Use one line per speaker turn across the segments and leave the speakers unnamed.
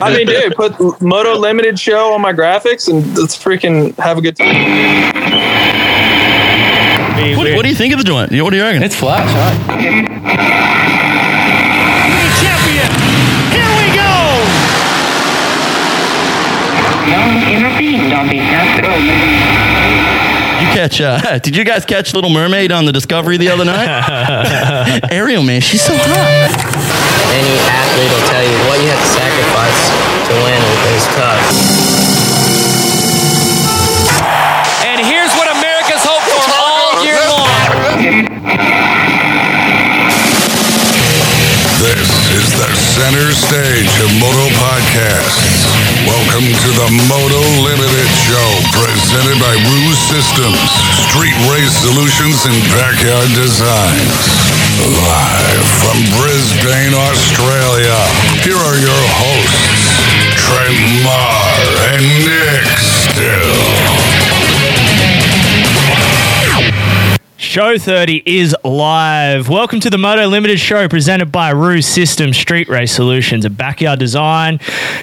I mean, dude, put Moto Limited show on my graphics and let's freaking have a good time.
What, what do you think of the joint? What do you reckon?
It's flat shot.
Champion, here we go.
No one intervened on behalf of.
You catch? Uh, did you guys catch Little Mermaid on the Discovery the other night? Ariel, man, she's so hot.
Any athlete will tell you what you have to sacrifice to win is tough.
And here's what America's hoped for all year long.
This is the center stage of Moto Podcasts. Welcome to the Moto Limited Show, presented by Ruse Systems, Street Race Solutions, and Backyard Designs. Live from Brisbane, Australia, here are your hosts, Trent Marr and Nick Still.
Show 30 is live. Welcome to the Moto Limited show presented by Ruse System Street Race Solutions, a backyard design.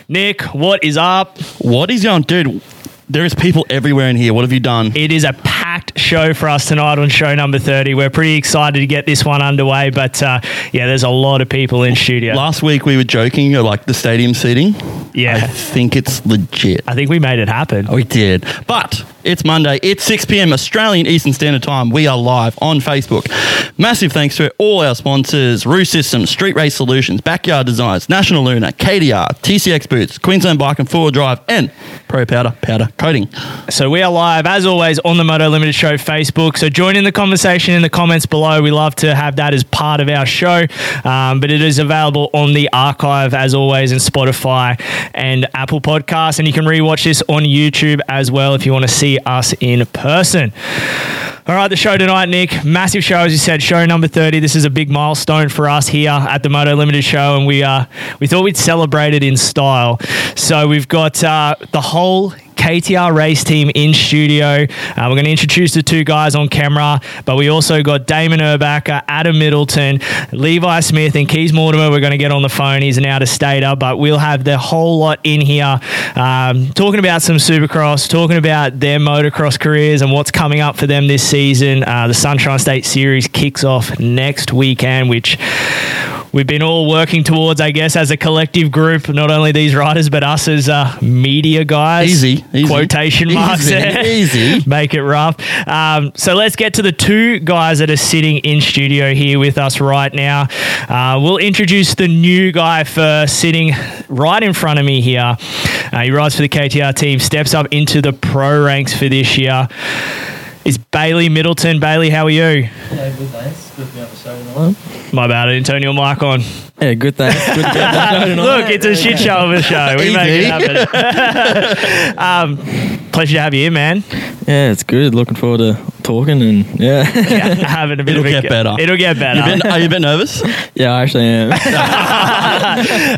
Nick, what is up?
What is going, dude? There is people everywhere in here. What have you done?
It is a packed show for us tonight on show number 30. We're pretty excited to get this one underway, but uh, yeah, there's a lot of people in studio.
Last week we were joking, you know, like the stadium seating.
Yeah.
I think it's legit.
I think we made it happen.
We did. But it's Monday. It's 6 p.m. Australian Eastern Standard Time. We are live on Facebook. Massive thanks to all our sponsors Roo Systems, Street Race Solutions, Backyard Designs, National Luna, KDR, TCX Boots, Queensland Bike and Four Wheel Drive, and Pro Powder Powder Coating.
So we are live, as always, on the Moto Limited Show Facebook. So join in the conversation in the comments below. We love to have that as part of our show, um, but it is available on the archive, as always, in Spotify and Apple Podcasts. And you can rewatch this on YouTube as well if you want to see us in person. All right, the show tonight, Nick. Massive show, as you said, show number 30. This is a big milestone for us here at the Moto Limited show, and we, uh, we thought we'd celebrate it in style. So we've got uh, the whole KTR race team in studio. Uh, we're going to introduce the two guys on camera, but we also got Damon Urbacher, Adam Middleton, Levi Smith, and Keys Mortimer. We're going to get on the phone. He's an out of stater, but we'll have the whole lot in here um, talking about some supercross, talking about their motocross careers and what's coming up for them this season. Uh, the Sunshine State Series kicks off next weekend, which we've been all working towards, I guess, as a collective group, not only these riders, but us as uh, media guys
Easy, easy.
quotation marks
Easy,
there.
easy.
Make it rough. Um, so let's get to the two guys that are sitting in studio here with us right now. Uh, we'll introduce the new guy first, sitting right in front of me here. Uh, he rides for the KTR team, steps up into the pro ranks for this year. Is Bailey Middleton. Bailey, how are you? My bad, I didn't turn your mic on.
Yeah, good thing. Good thing.
Look, it's a shit show of a show. We make it
Easy.
happen. um, pleasure to have you here, man.
yeah, it's good. Looking forward to talking and yeah,
having a bit
It'll
of a
get better.
It'll get better.
Been, are you a bit nervous?
yeah, I actually am.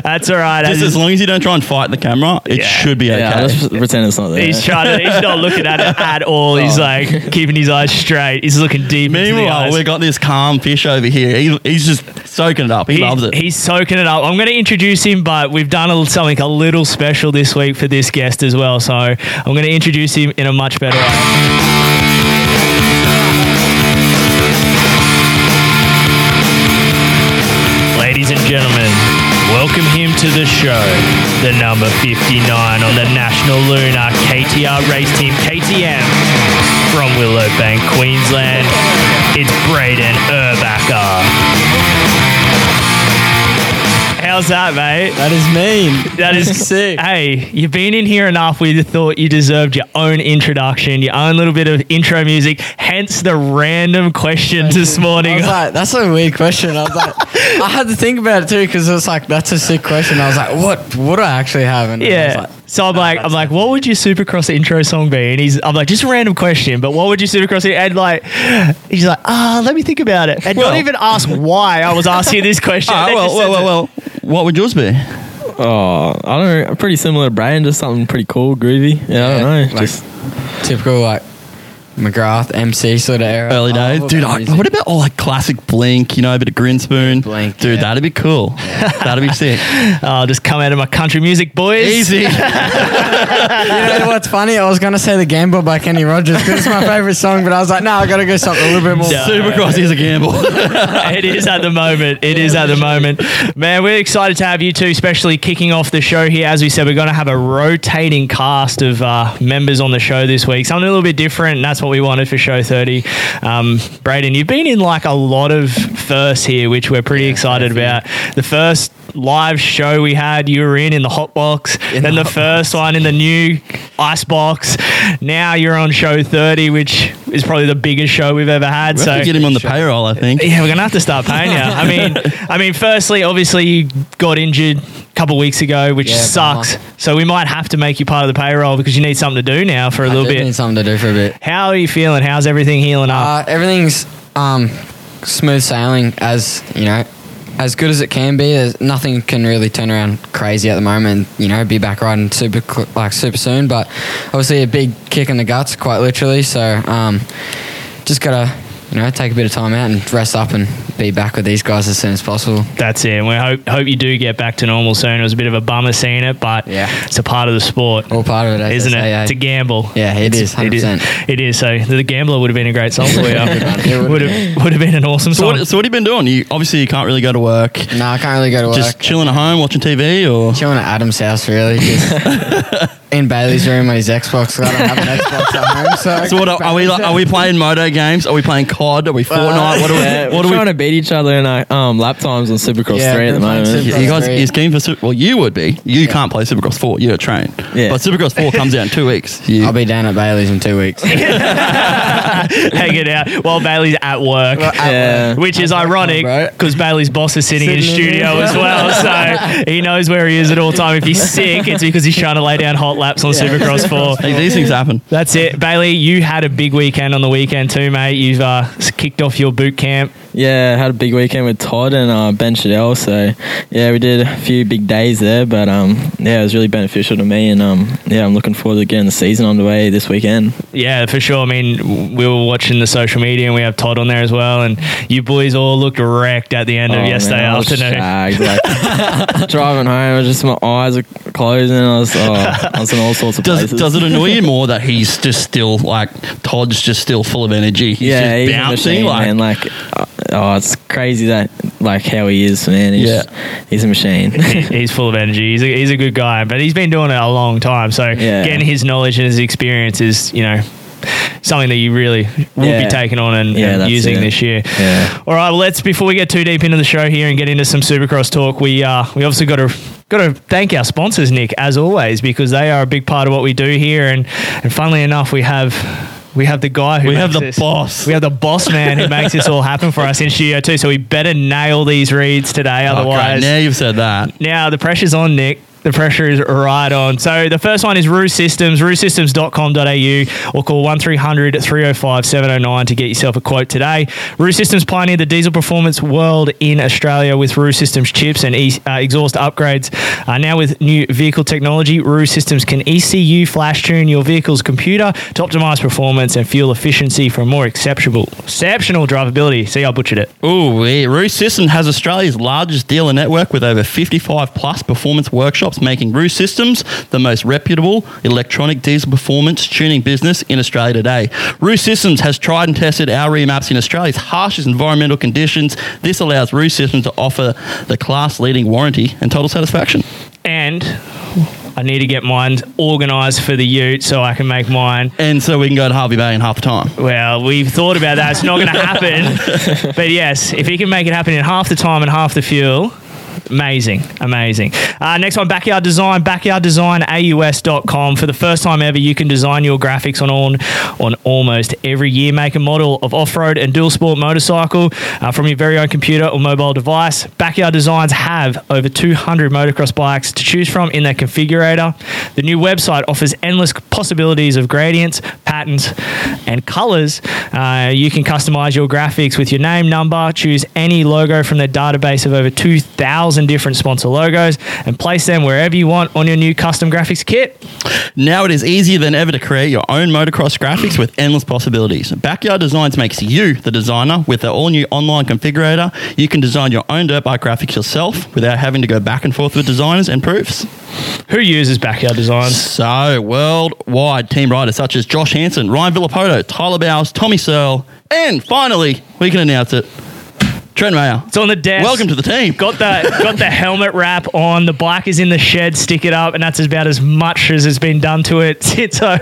That's all right.
Just
I
as long as you don't try and fight the camera, it
Yeah.
should be okay.
Yeah, I'll just pretend it's not there.
He's trying to. He's not looking at it at all. He's like keeping his eyes straight. He's looking deep into the
Meanwhile,
eyes.
we got this calm fish over here. He, he's just soaking it up. He,
He-
loves it.
He's soaking it up. I'm going to introduce him, but we've done a little, something a little special this week for this guest as well. So I'm going to introduce him in a much better way. Ladies and gentlemen, welcome him to the show. The number 59 on the National Lunar KTR Race Team KTM from Willowbank, Queensland. It's Braden Urbacher. How's that, mate?
that is mean.
That is
sick.
Hey, you've been in here enough. We thought you deserved your own introduction, your own little bit of intro music. Hence the random questions this
I
morning.
was like, that's a weird question. I was like, I had to think about it too because it was like, that's a sick question. I was like, what would I actually have? And I was
yeah.
like,
So I'm like, I'm like, what would your Supercross intro song be? And he's, I'm like, just a random question, but what would your Supercross? in-" And like, he's like, ah, let me think about it, and
Well-
not even ask why I was asking this question.
Ah,
They
well,
just
well,
said
well,
it.
well. What would yours be?
Oh, I don't know. Pretty similar brand, just something pretty cool, groovy. Yeah, I don't know.
like,
just
typical, like, McGrath, MC sort of era. Oh,
Oh,
Early
I
days,
love
dude.
that
I,
music.
what about all like classic Blink? You know, a bit of Grinspoon.
Blink,
dude.
yeah.
That'd be cool. That'd be sick.
I'll just come out of my country music, boys.
Easy.
You know what's funny? I was gonna say the Gamble by Kenny Rogers because it's my favorite song, but I was like, no, I gotta go something a little bit more.
Supercross is a gamble.
it is at the moment. It is at the moment. Man, we're excited to have you two, especially kicking off the show here. As we said, we're going to have a rotating cast of uh, members on the show this week. Something a little bit different, and that's what we wanted for show 30. Um, Braden, you've been in like a lot of firsts here, which we're pretty excited about. The first live show we had, you were in in the hot box, then the, first one in the new ice box. Now you're on show 30, which is probably the biggest show we've ever had.
We
so
have to get him on the payroll, I think.
yeah, we're gonna have to start paying you. I mean, I mean, firstly, obviously you got injured a couple of weeks ago, which
Yeah,
sucks.
bummer.
So we might have to make you part of the payroll because you need something to do now for a
I
little
do
bit.
Need something to do for a bit.
How are you feeling? How's everything healing up?
Uh, everything's um, smooth sailing as you know, as good as it can be. There's, nothing can really turn around crazy at the moment. You know, be back riding super cl- like super soon. But obviously a big kick in the guts, quite literally. So um, just gotta you know take a bit of time out and rest up and be back with these guys as soon as possible.
That's it. And we hope hope you do get back to normal soon. It was a bit of a bummer seeing it, but
Yeah.
it's a part of the sport.
All part of it, as
Isn't
I
it?
say, eh?
It's a gamble.
Yeah, it
It's-
is,
It is.
100%.
It is. So the gambler would have been a great song for you.
would've
would have would have been an awesome
So
song.
what, so what have you been doing? You obviously you can't really go to work.
No, I can't really go to work.
Just chilling at home, watching TV, or
Chilling at Adam's house, really. Just in Bailey's room on his Xbox. I don't have an Xbox at home, so.
so what are, are we? Like, are we playing moto games? Are we playing COD? Are
Uh,
we Fortnite?
uh,
What are we?
Yeah,
what
we're
are
trying
we?
to beat each other in our um, lap times on Supercross
Yeah,
3 at the
we're playing
moment.
Supercross.
You guys
Three.
is keen for super. Well, you would be. You can't play Supercross Four. You're a train.
Yeah.
But Supercross Four comes out in two weeks. You-
I'll be down at Bailey's in two weeks.
hanging out while Bailey's at work.
Yeah.
Which is ironic
bro.
because Bailey's boss is sitting, in
Sitting in
studio
here.
as well, so he knows where he is at all time. If he's sick, it's because he's trying to lay down hot laps on Supercross Four.
Hey, these things happen.
That's it, Bailey. You had a big weekend on the weekend too, mate. You've uh, s- kicked off your boot camp.
Yeah, had a big weekend with Todd and uh, Ben Shadell. So yeah, we did a few big days there, but um, yeah, it was really beneficial to me, and um, yeah, I'm looking forward to getting the season underway this weekend.
Yeah, for sure. I mean, w- we were watching the social media, and we have Todd on there as well. And you boys all looked wrecked at the end
Oh,
of yesterday
man, I was
afternoon.
shagged, like, driving home, I was just my eyes were closed, and I was, oh, I was in all sorts of
Does
places.
does it annoy you more that he's just still like Todd's just still full of energy? He's
yeah,
just
he's a machine, man. Like, uh, oh, it's crazy that like how he is, man. He's,
Yeah.
he's a machine.
he's full of energy. He's a, he's a good guy, but he's been doing it a long time. So
Yeah.
getting his knowledge and his experience is, you know, something that you really will
Yeah.
be taking on and,
Yeah,
and
that's
using
it.
this year.
Yeah.
All right, well, let's before we get too deep into the show here and get into some Supercross talk, we uh, we obviously got to got to thank our sponsors, Nick, as always, because they are a big part of what we do here. And and funnily enough, we have. We have the guy who
We have
makes
the
this-
boss.
We have the boss man who makes this all happen for us in studio too. So we better nail these reads today,
Oh, great.
otherwise
now you've said that.
now the pressure's on, Nick. The pressure is right on. So the first one is Roo Systems, roosystems.com.au or call 1300 305 709 to get yourself a quote today. Roo Systems pioneered the diesel performance world in Australia with Roo Systems chips and e- uh, exhaust upgrades. Uh, now with new vehicle technology, Roo Systems can ECU flash tune your vehicle's computer to optimize performance and fuel efficiency for more exceptional, exceptional drivability. See, I butchered it.
Ooh, we- Roo Systems has Australia's largest dealer network with over 55 plus performance workshops, making Roo Systems the most reputable electronic diesel performance tuning business in Australia today. Roo Systems has tried and tested our remaps in Australia's harshest environmental conditions. This allows Roo Systems to offer the class leading warranty and total satisfaction.
and I need to get mine organised for the Ute so I can make mine.
And so we can go to Harvey Bay in half the time.
Well, we've thought about that. It's not going to happen. but yes, if he can make it happen in half the time and half the fuel, amazing, amazing. Uh, next one, Backyard Design, backyarddesignAUS.com. For the first time ever, you can design your graphics on all, on almost every year make and model of off-road and dual sport motorcycle uh, from your very own computer or mobile device. Backyard Designs have over 200 motocross bikes to choose from in their configurator. The new website offers endless possibilities of gradients, patterns, and colors. Uh, you can customize your graphics with your name, number, choose any logo from their database of over 2,000 1,000 different sponsor logos and place them wherever you want on your new custom graphics kit.
Now it is easier than ever to create your own motocross graphics with endless possibilities. Backyard Designs makes you the designer with their all new online configurator. You can design your own dirt bike graphics yourself without having to go back and forth with designers and proofs.
Who uses Backyard Designs?
So, worldwide team riders such as Josh Hansen, Ryan Villapoto, Tyler Bowers, Tommy Searle, and finally, we can announce it Trent Mayer.
It's on the desk.
Welcome to the team.
Got the got the helmet wrap on. The bike is in the shed. Stick it up, and that's about as much as has been done to it since uh,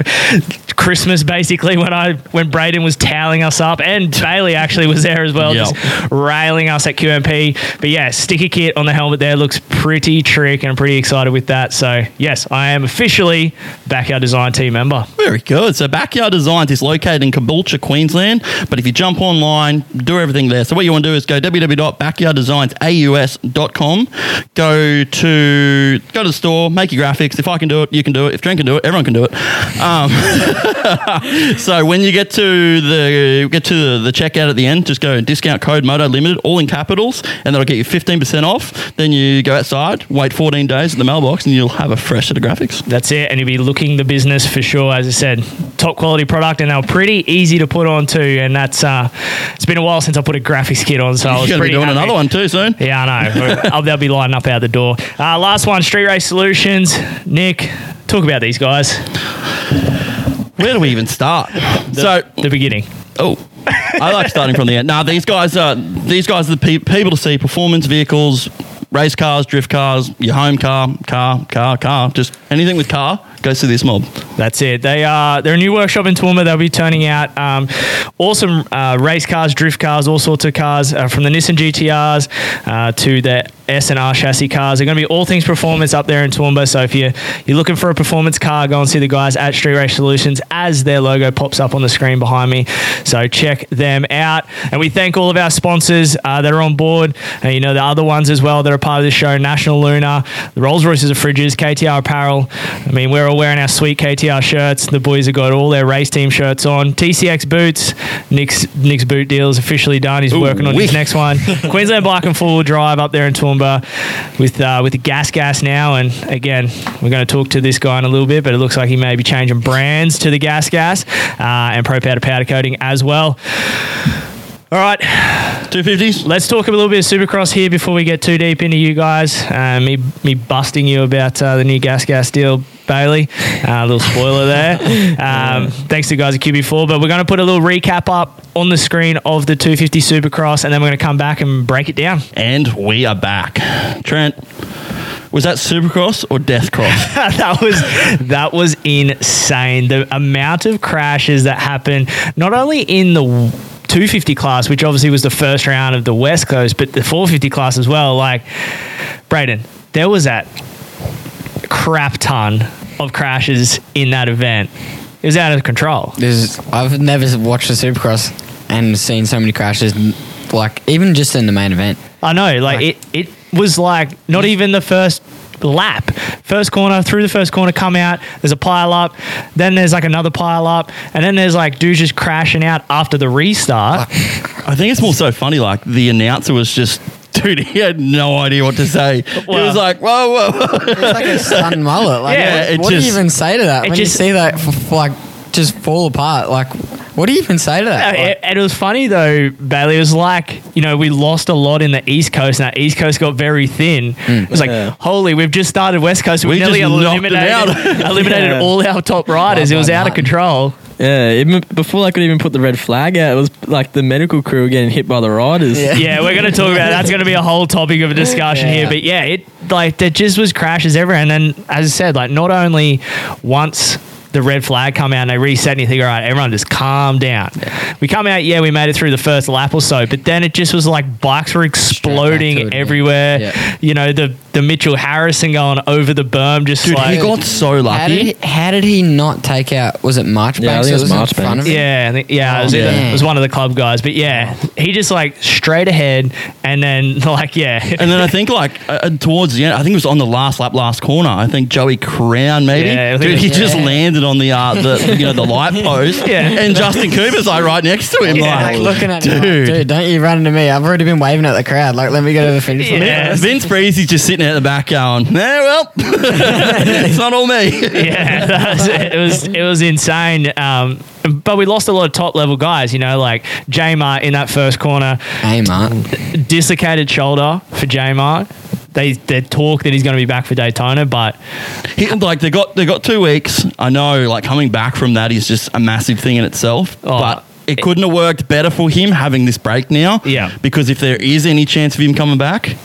Christmas. Basically, when I when Braden was toweling us up, and Bailey actually was there as well,
Yeah.
just railing us at QMP. But yeah, sticker kit on the helmet there looks pretty trick, and I'm pretty excited with that. So yes, I am officially backyard design team member.
Very good. So Backyard Designs is located in Caboolture, Queensland. But if you jump online, do everything there. So what you want to do is go www.backyarddesigns.aus.com. Go to go to the store, make your graphics. If I can do it, you can do it. If Trent can do it, everyone can do it. Um, so when you get to the get to the, the checkout at the end, just go discount code Moto Limited, all in capitals, and that'll get you fifteen percent off. Then you go outside, wait fourteen days at the mailbox, and you'll have a fresh set of graphics.
That's it, and you'll be looking the business for sure. As I said, top quality product, and they were pretty easy to put on too. And that's uh, it's been a while since I put a graphics kit on, so I
You're
was
going to be
pretty
doing
happy.
another one too soon.
Yeah, I know. I'll, they'll be lining up out the door. Uh, last one, Street Race Solutions. Nick, talk about these guys.
Where do we even start? so,
The beginning.
oh, I like starting from the end. Now, these guys are these guys are the pe- people to see performance vehicles, race cars, drift cars, your home car, car, car, car, just anything with car goes through this mob.
That's it. They are they're a new workshop in Toowoomba. They'll be turning out um, awesome uh, race cars, drift cars, all sorts of cars uh, from the Nissan GTRs uh, to the S and R chassis cars. They're going to be all things performance up there in Toowoomba. So if you you're looking for a performance car, go and see the guys at Street Race Solutions as their logo pops up on the screen behind me. So check them out, and we thank all of our sponsors uh, that are on board, and you know the other ones as well that are part of the show. National Luna, the Rolls Royces of Fridges, KTR Apparel. I mean, we're all wearing our sweet KTR shirts. The boys have got all their race team shirts on. TCX boots. Nick's Nick's boot deal is officially done. He's working on his next one. Queensland Bike and Four Wheel Drive up there in Toowoomba with uh, with the Gas Gas now. And again, we're going to talk to this guy in a little bit, but it looks like he may be changing brands to the Gas Gas uh, and Pro Powder Powder Coating as well. All right,
Two fifties.
Let's talk a little bit of Supercross here before we get too deep into you guys. Uh, me, me busting you about uh, the new Gas Gas deal, Bailey. Uh, a little spoiler there. Um, thanks to the guys at QB4. But we're going to put a little recap up on the screen of the 250 Supercross, and then we're going to come back and break it down.
And we are back. Trent, was that Supercross or Deathcross?
that was that was insane. The amount of crashes that happened, not only in the 250 class, which obviously was the first round of the West Coast, but the 450 class as well. Like, Braden, there was that crap ton of crashes in that event. It was out of control.
There's, I've never watched a Supercross and seen so many crashes, n- like even just in the main event.
I know, like
Right.
it, it was like not even the first lap. First corner, through the first corner, come out, there's a pile up, then there's like another pile up, and then there's like dudes just crashing out after the restart.
I think it's more so funny. Like the announcer was just. Dude, he had no idea what to say.
Well-
he was like, "Whoa, whoa, whoa!"
It's like a stun mullet. Like,
Yeah,
what,
it
what do
just-
you even say to that
it
when
just-
you see that f- f- like just fall apart? Like, what do you even say to that?
Uh,
Like,
it- and it was funny though, Bailey. It was like, you know, we lost a lot in the East Coast, and that East Coast got very thin.
Hmm.
It was like,
Yeah.
holy, we've just started West Coast. We,
We
nearly
just knocked it
eliminated,
out.
eliminated
Yeah.
all our top riders. it
One
was
by
out of
one.
control.
Yeah, even before I could even put the red flag out, it was like the medical crew were getting hit by the riders.
Yeah.
yeah, we're going to talk about that's going to be a whole topic of a discussion here. But yeah, it like there just was crashes everywhere, and then as I said, like not only once the red flag come out and they reset and you think all right everyone just calm down we come out yeah we made it through the first lap or so but then it just was like bikes were
to it,
exploding
yeah.
everywhere
Yeah.
you know the the mitchell harrison going over the berm just
Dude, he
like
got so lucky.
how did he, how did he not take out? Was it Marchbanks?
Yeah, I think it
that
was
in front of
Marchbanks.
him?
Yeah, I think, yeah, it was,
Oh,
either-
man.
it was one of the club guys, but yeah, he just like straight ahead, and then like yeah,
And then I think like uh, uh, towards the end, I think it was on the last lap, last corner. I think Joey Crown maybe.
Yeah, I think
Dude,
it-
he just
Yeah.
landed on the uh, the you know the light post,
Yeah.
and Justin Cooper's like right next to him,
Yeah,
like,
Like looking at
dude.
dude. Me, like, dude, don't you run into me. I've already been waving at the crowd. Like, let me go to the finish line.
Yeah.
Vince Breezy's just sitting at the back going, eh, well, it's not all me.
yeah, that was, it was it was insane. Um, but we lost a lot of top level guys. You know, like Jamar in that first corner,
Hey, Mark.
dislocated shoulder for Jamar. They they talk that he's going to be back for Daytona, but
He- like they got they got two weeks. I know, like coming back from that is just a massive thing in itself.
Oh.
But it couldn't have worked better for him having this break now.
Yeah.
Because if there is any chance of him coming back,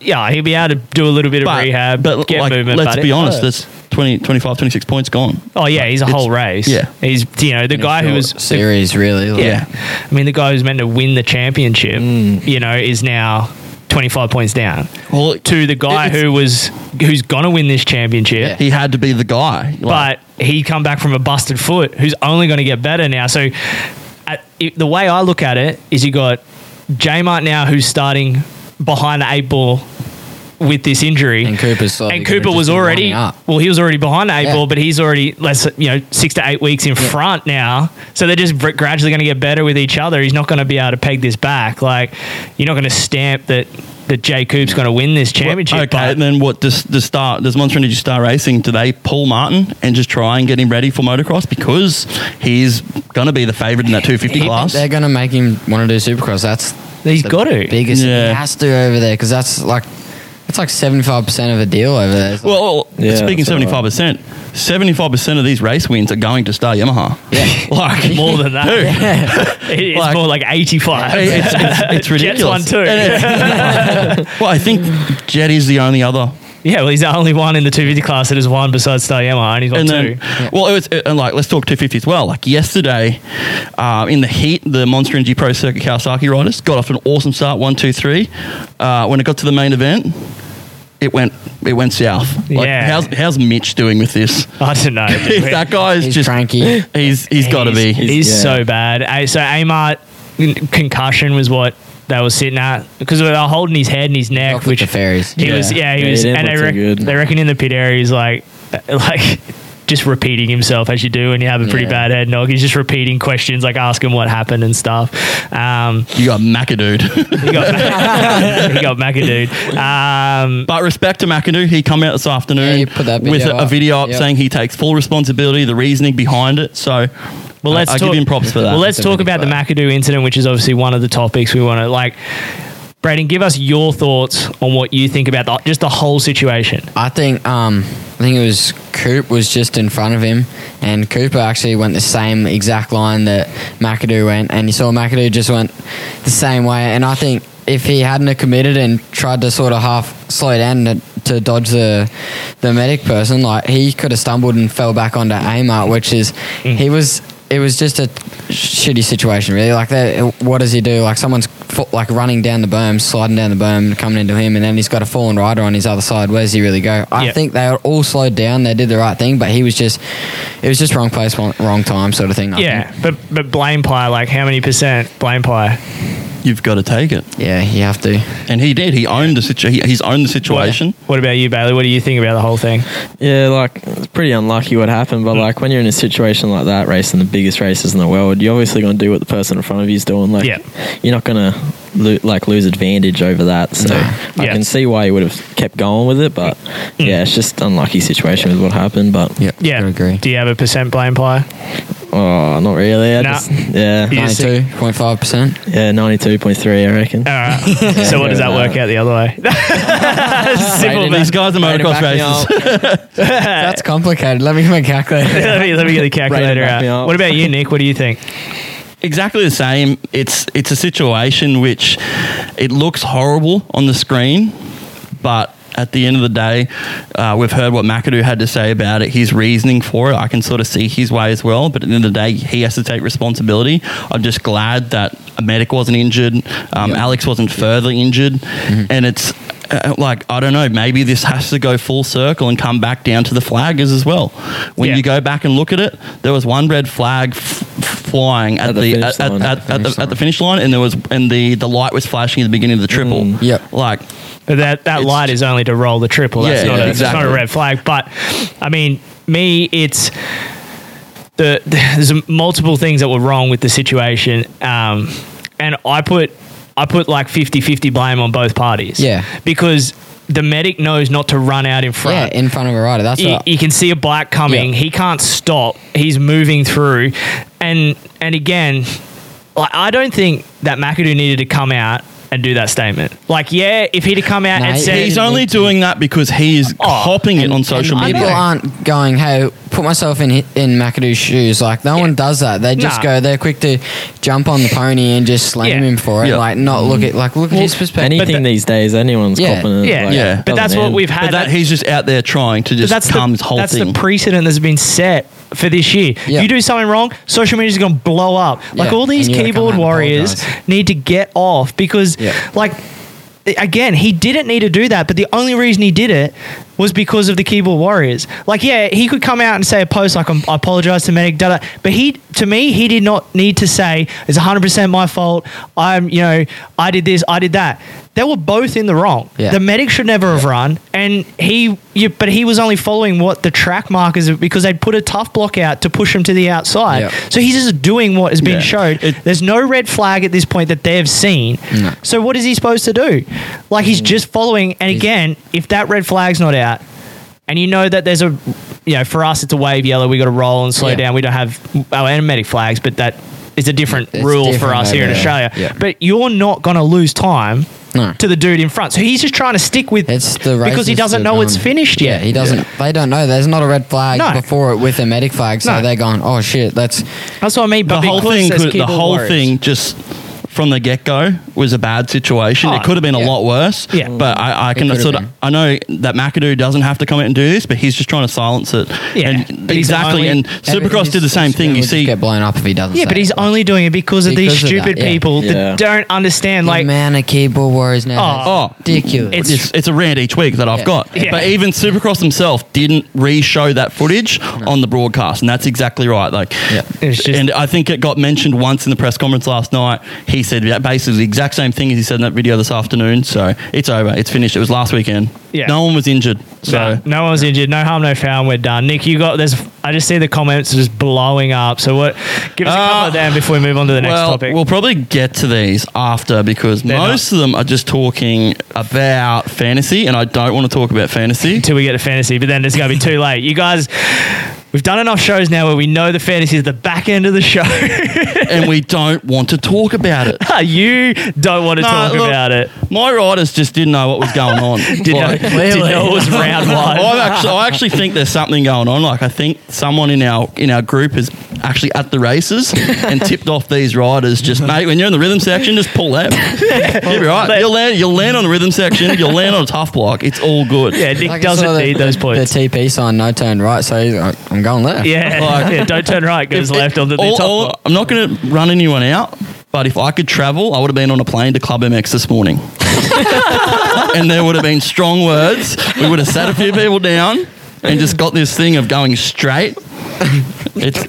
yeah, he'll be able to do a little bit of rehab, but get
like,
movement.
Let's
but
be
it
honest,
hurts.
that's 20, 25, 26 points gone.
oh yeah, he's a
it's-
whole race.
yeah.
he's you know the guy who was
series really. Like,
Yeah. I mean, the guy who's meant to win the championship,
Mm.
you know, is now 25 points down
Well, it-
to the guy
it's-
who was who's going to win this championship.
Yeah.
he had to be the guy. Like,
But he come back from a busted foot who's only going to get better now. So at, it, the way I look at it is you got Mart now who's starting behind the eight ball with this injury.
And Cooper's slowly
And
gonna
Cooper was
just be
already
lining up.
well, he was already behind the eight
Yeah.
ball, but he's already less you know six to eight weeks in front now. So they're just br- gradually going to get better with each other. He's not going to be able to peg this back. Like you're not going to stamp that that Jay Coop's going to win this championship.
okay,
but-
and then what does the start does Monster Energy Star Racing do they pull Martin and just try and get him ready for motocross because he's gonna be the favourite in that two fifty class?
They're gonna make him want to do supercross. That's
He's
the
got to.
biggest.
Yeah.
He has to over there because that's like it's like seventy five percent of a deal over there. It's like-
Well,
Yeah,
speaking
that's all
seventy five percent, seventy five percent of these race wins are going to Star Yamaha.
yeah.
Like
more than that. It- It's
Like-
more like 85.
Hey, it's, it's, it's ridiculous.
Jets won too.
And it- well, I think Jet is the only other.
yeah, well, he's the only one in the 250 class that has won besides Star Yamaha, and he's got
And
two.
then, well, it was, and like, let's talk 250 as well. Like, yesterday, uh, in the heat, the Monster Energy Pro Circuit Kawasaki riders got off to an awesome start, one, two, three. Uh, when it got to the main event, it went it went south. Like,
Yeah.
How's, how's Mitch doing with this?
I don't know.
that guy is
He's
just.
cranky.
He's, he's got to be.
He's, he's so bad. I- So Amart concussion was what they were sitting at because they were holding his head and his neck,
Fuck with
which
the fairies.
he was. Yeah, he
Yeah, he
was.
didn't
and
look
they,
so
rec-
good.
they reckon in the pit area, he's like, like. Just repeating himself as you do when you have a pretty
Yeah.
bad head knock. He's just repeating questions, like asking what happened and stuff. Um,
You got McAdoo.
He got Mac- he got McAdoo. Um,
But respect to McAdoo, he come out this
Yeah,
afternoon
he put that
with
video
a, a
up.
video up
Yep.
saying he takes full responsibility, the reasoning behind it. So,
well, let's
I, I
talk,
give him props for that.
Well, let's talk about the McAdoo incident, which is obviously one of the topics we want to like. Braden, give us your thoughts on what you think about the, just the whole situation.
I think um, I think it was Coop was just in front of him, and Cooper actually went the same exact line that McAdoo went, and you saw McAdoo just went the same way. And I think if he hadn't have committed and tried to sort of half slow down to, to dodge the the medic person, like he could have stumbled and fell back onto Amart, which is
Mm.
he was. It was just a shitty situation, really. Like, that, what does he do? Like, someone's fo- like running down the berm, sliding down the berm, coming into him, and then he's got a fallen rider on his other side. Where does he really go? I
Yeah.
think they were all slowed down. They did the right thing, but he was just, it was just wrong place, wrong wrong time, sort of thing. I
yeah,
think.
but but blame pie, like how many percent blame pie?
You've got to take it.
yeah, you have to.
And he did. He owned the situ- he, He's owned the situation.
What, what about you, Bailey? What do you think about the whole thing? Hmm.
Yeah, like it's pretty unlucky what happened, but like when you're in a situation like that, racing the biggest races in the world, you're obviously going to do what the person in front of you's doing. Like,
Yeah.
you're not going to lo- like lose advantage over that. So I
Yeah. Hmm.
can see why you would have kept going with it, but yeah, it's just unlucky situation with what happened. But
Yeah,
I agree.
Do you have a percent blame pie?
oh, not really. I
Nah.
just, yeah,
You just-
Ninety-two point five percent.
yeah, ninety-two point three, I reckon.
All right. so what does that
go with
work out the other way? Simple
Braden,
math.
these guys are motocross racers.
That's complicated. Let me get my calculator.
let, me, let me get the calculator
back me
out.
up.
uh, What about you, Nick? What do you think?
exactly the same. It's it's a situation which it looks horrible on the screen, but at the end of the day, uh, we've heard what McAdoo had to say about it, his reasoning for it. I can sort of see his way as well, but at the end of the day, he has to take responsibility. I'm just glad that a medic wasn't injured, um, Alex wasn't further injured, and it's uh, like I don't know, maybe this has to go full circle and come back down to the flaggers as well. When
Yeah.
you go back and look at it, there was one red flag f- f- flying at,
At the
the,
finish
at, at,
line.
at, at the, at the finish line, and there was and the, the light was flashing at the beginning of the triple.
Yep.
like
But that that
It's
light is only to roll the triple. That's
Yeah,
not
yeah,
a, it's
exactly.
not a red flag. But I mean, me, it's the there's multiple things that were wrong with the situation, um, and I put I put like 50-50 blame on both parties.
Yeah.
because the medic knows not to run out in
Yeah,
front.
in front of a rider. That's
you,
what.
you can see a black coming.
Yeah.
He can't stop. He's moving through, and and again, like I don't think that McAdoo needed to come out and do that statement. Like, yeah, if he'd have come out
Nah,
and
he-
said, Oh,
He's only doing that because he is hopping it on social
and
media.
People aren't going, hey, put myself in hi- in McAdoo's shoes. Like no one does that. They just
Nah.
go. They're quick to jump on the pony and just slam
Yeah.
him for it.
Yeah.
Like not look at like look at his perspective.
Anything
the-
these days, anyone's
Yeah.
copping it.
yeah,
like,
Yeah.
But that's
doesn't
what
end.
we've had.
But that he's just out there trying to
But
just
that's
calm
the,
his whole
that's
thing.
the precedent that's been set for this year.
Yeah.
You do something wrong, social media's going to blow up. Like
Yeah,
all these
and you gotta come out
keyboard
and
warriors
apologize.
need to get off because,
Yeah.
like, again, he didn't need to do that, but the only reason he did it was because of the keyboard warriors. Like, yeah, he could come out and say a post like, "I'm- "I apologize to Medic," da da. But he, to me, he did not need to say, "It's 100 percent my fault. I'm, you know, I did this, I did that." They were both in the wrong.
Yeah.
The medic should never have run, and he, you, but he was only following what the track markers because they'd put a tough block out to push him to the outside.
Yeah.
So he's just doing what has been
Yeah.
showed.
It-
There's no red flag at this point that they've seen. So what is he supposed to do? Like he's just following. And again, if that red flag's not out, and you know that there's a, you know, for us it's a wave yellow. We got to roll and slow
Yeah.
down. We don't have our enigmatic flags, but that is a different
It's
rule for
different
us
over
here in
there.
Australia.
Yeah.
But you're not going to lose time.
No.
To the dude in front, so he's just trying to stick with
It's the
because he
racists
doesn't
that,
know it's
um,
finished
Yeah,
yet.
he doesn't. They don't know. There's not a red flag
No.
before it with a medic flag, so
No.
they're going, "Oh shit, that's
That's what I mean. But
the whole
because
thing,
there's
could, the
keyboard
whole
warriors.
thing, just from the get go, was a bad situation.
Oh,
it could have been a
Ah, yeah.
lot worse.
Yeah.
but I, I can
could have
sort of
been.
I know that McAdoo doesn't have to come out and do this, but he's just trying to silence it.
Yeah.
and
But he's only-
exactly. And Supercross did the same thing. You
Everything's-
see,
get blown up if he doesn't."
Yeah,
say
but
it.
he's only doing it because of these
Because of that,
stupid
yeah.
people
Yeah.
that don't understand.
the
Like,
amount of keyboard warriors now.
Oh.
Oh, ridiculous.
It's-
it's, it's, a rant each week that I've
Yeah.
got.
Yeah.
But even Supercross himself didn't re-show that footage on the broadcast, and that's exactly right. Like,
Yeah.
It's just-
and I think it got mentioned once in the press conference last night. He said that basically the exact same thing as he said in that video this afternoon. So it's over. It's finished. It was last weekend.
Yeah.
No one was injured. So.
no, no one was injured, no harm, no foul, and we're done. Nick, you got there's. I just see the comments just blowing up. So what? Give us a
Uh,
couple of them before we move on to the next
well,
topic.
we'll probably get to these after because
They're not-
most of them are just talking about fantasy, and I don't want to talk about fantasy.
until we get to fantasy, but then it's gonna be too late. You guys, we've done enough shows now where we know the fantasy is the back end of the show.
and we don't want to talk about it.
Ah, you don't want to
No,
talk
look,
about it.
My riders just didn't know what was going on.
Did
Like,
know, did know it was round one.
I actually, I actually think there's something going on. Like I think someone in our in our group is actually at the races and tipped off these riders. Just mate, when you're in the rhythm section, just pull that. You'll be right. You'll land. You'll land on the rhythm section. You'll land on a tough block. It's all good.
Yeah, Nick
Like I saw
doesn't
the-
need those points.
The TP sign, no turn right, so he's like, I'm going left.
yeah,
Like-
yeah, don't turn right, goes
If-
left onto the
all-
top.
all-
block.
I'm not going to run anyone out, but if I could travel, I would have been on a plane to Club MX this morning. and there would have been strong words. We would have sat a few people down and just got this thing of going straight. It's,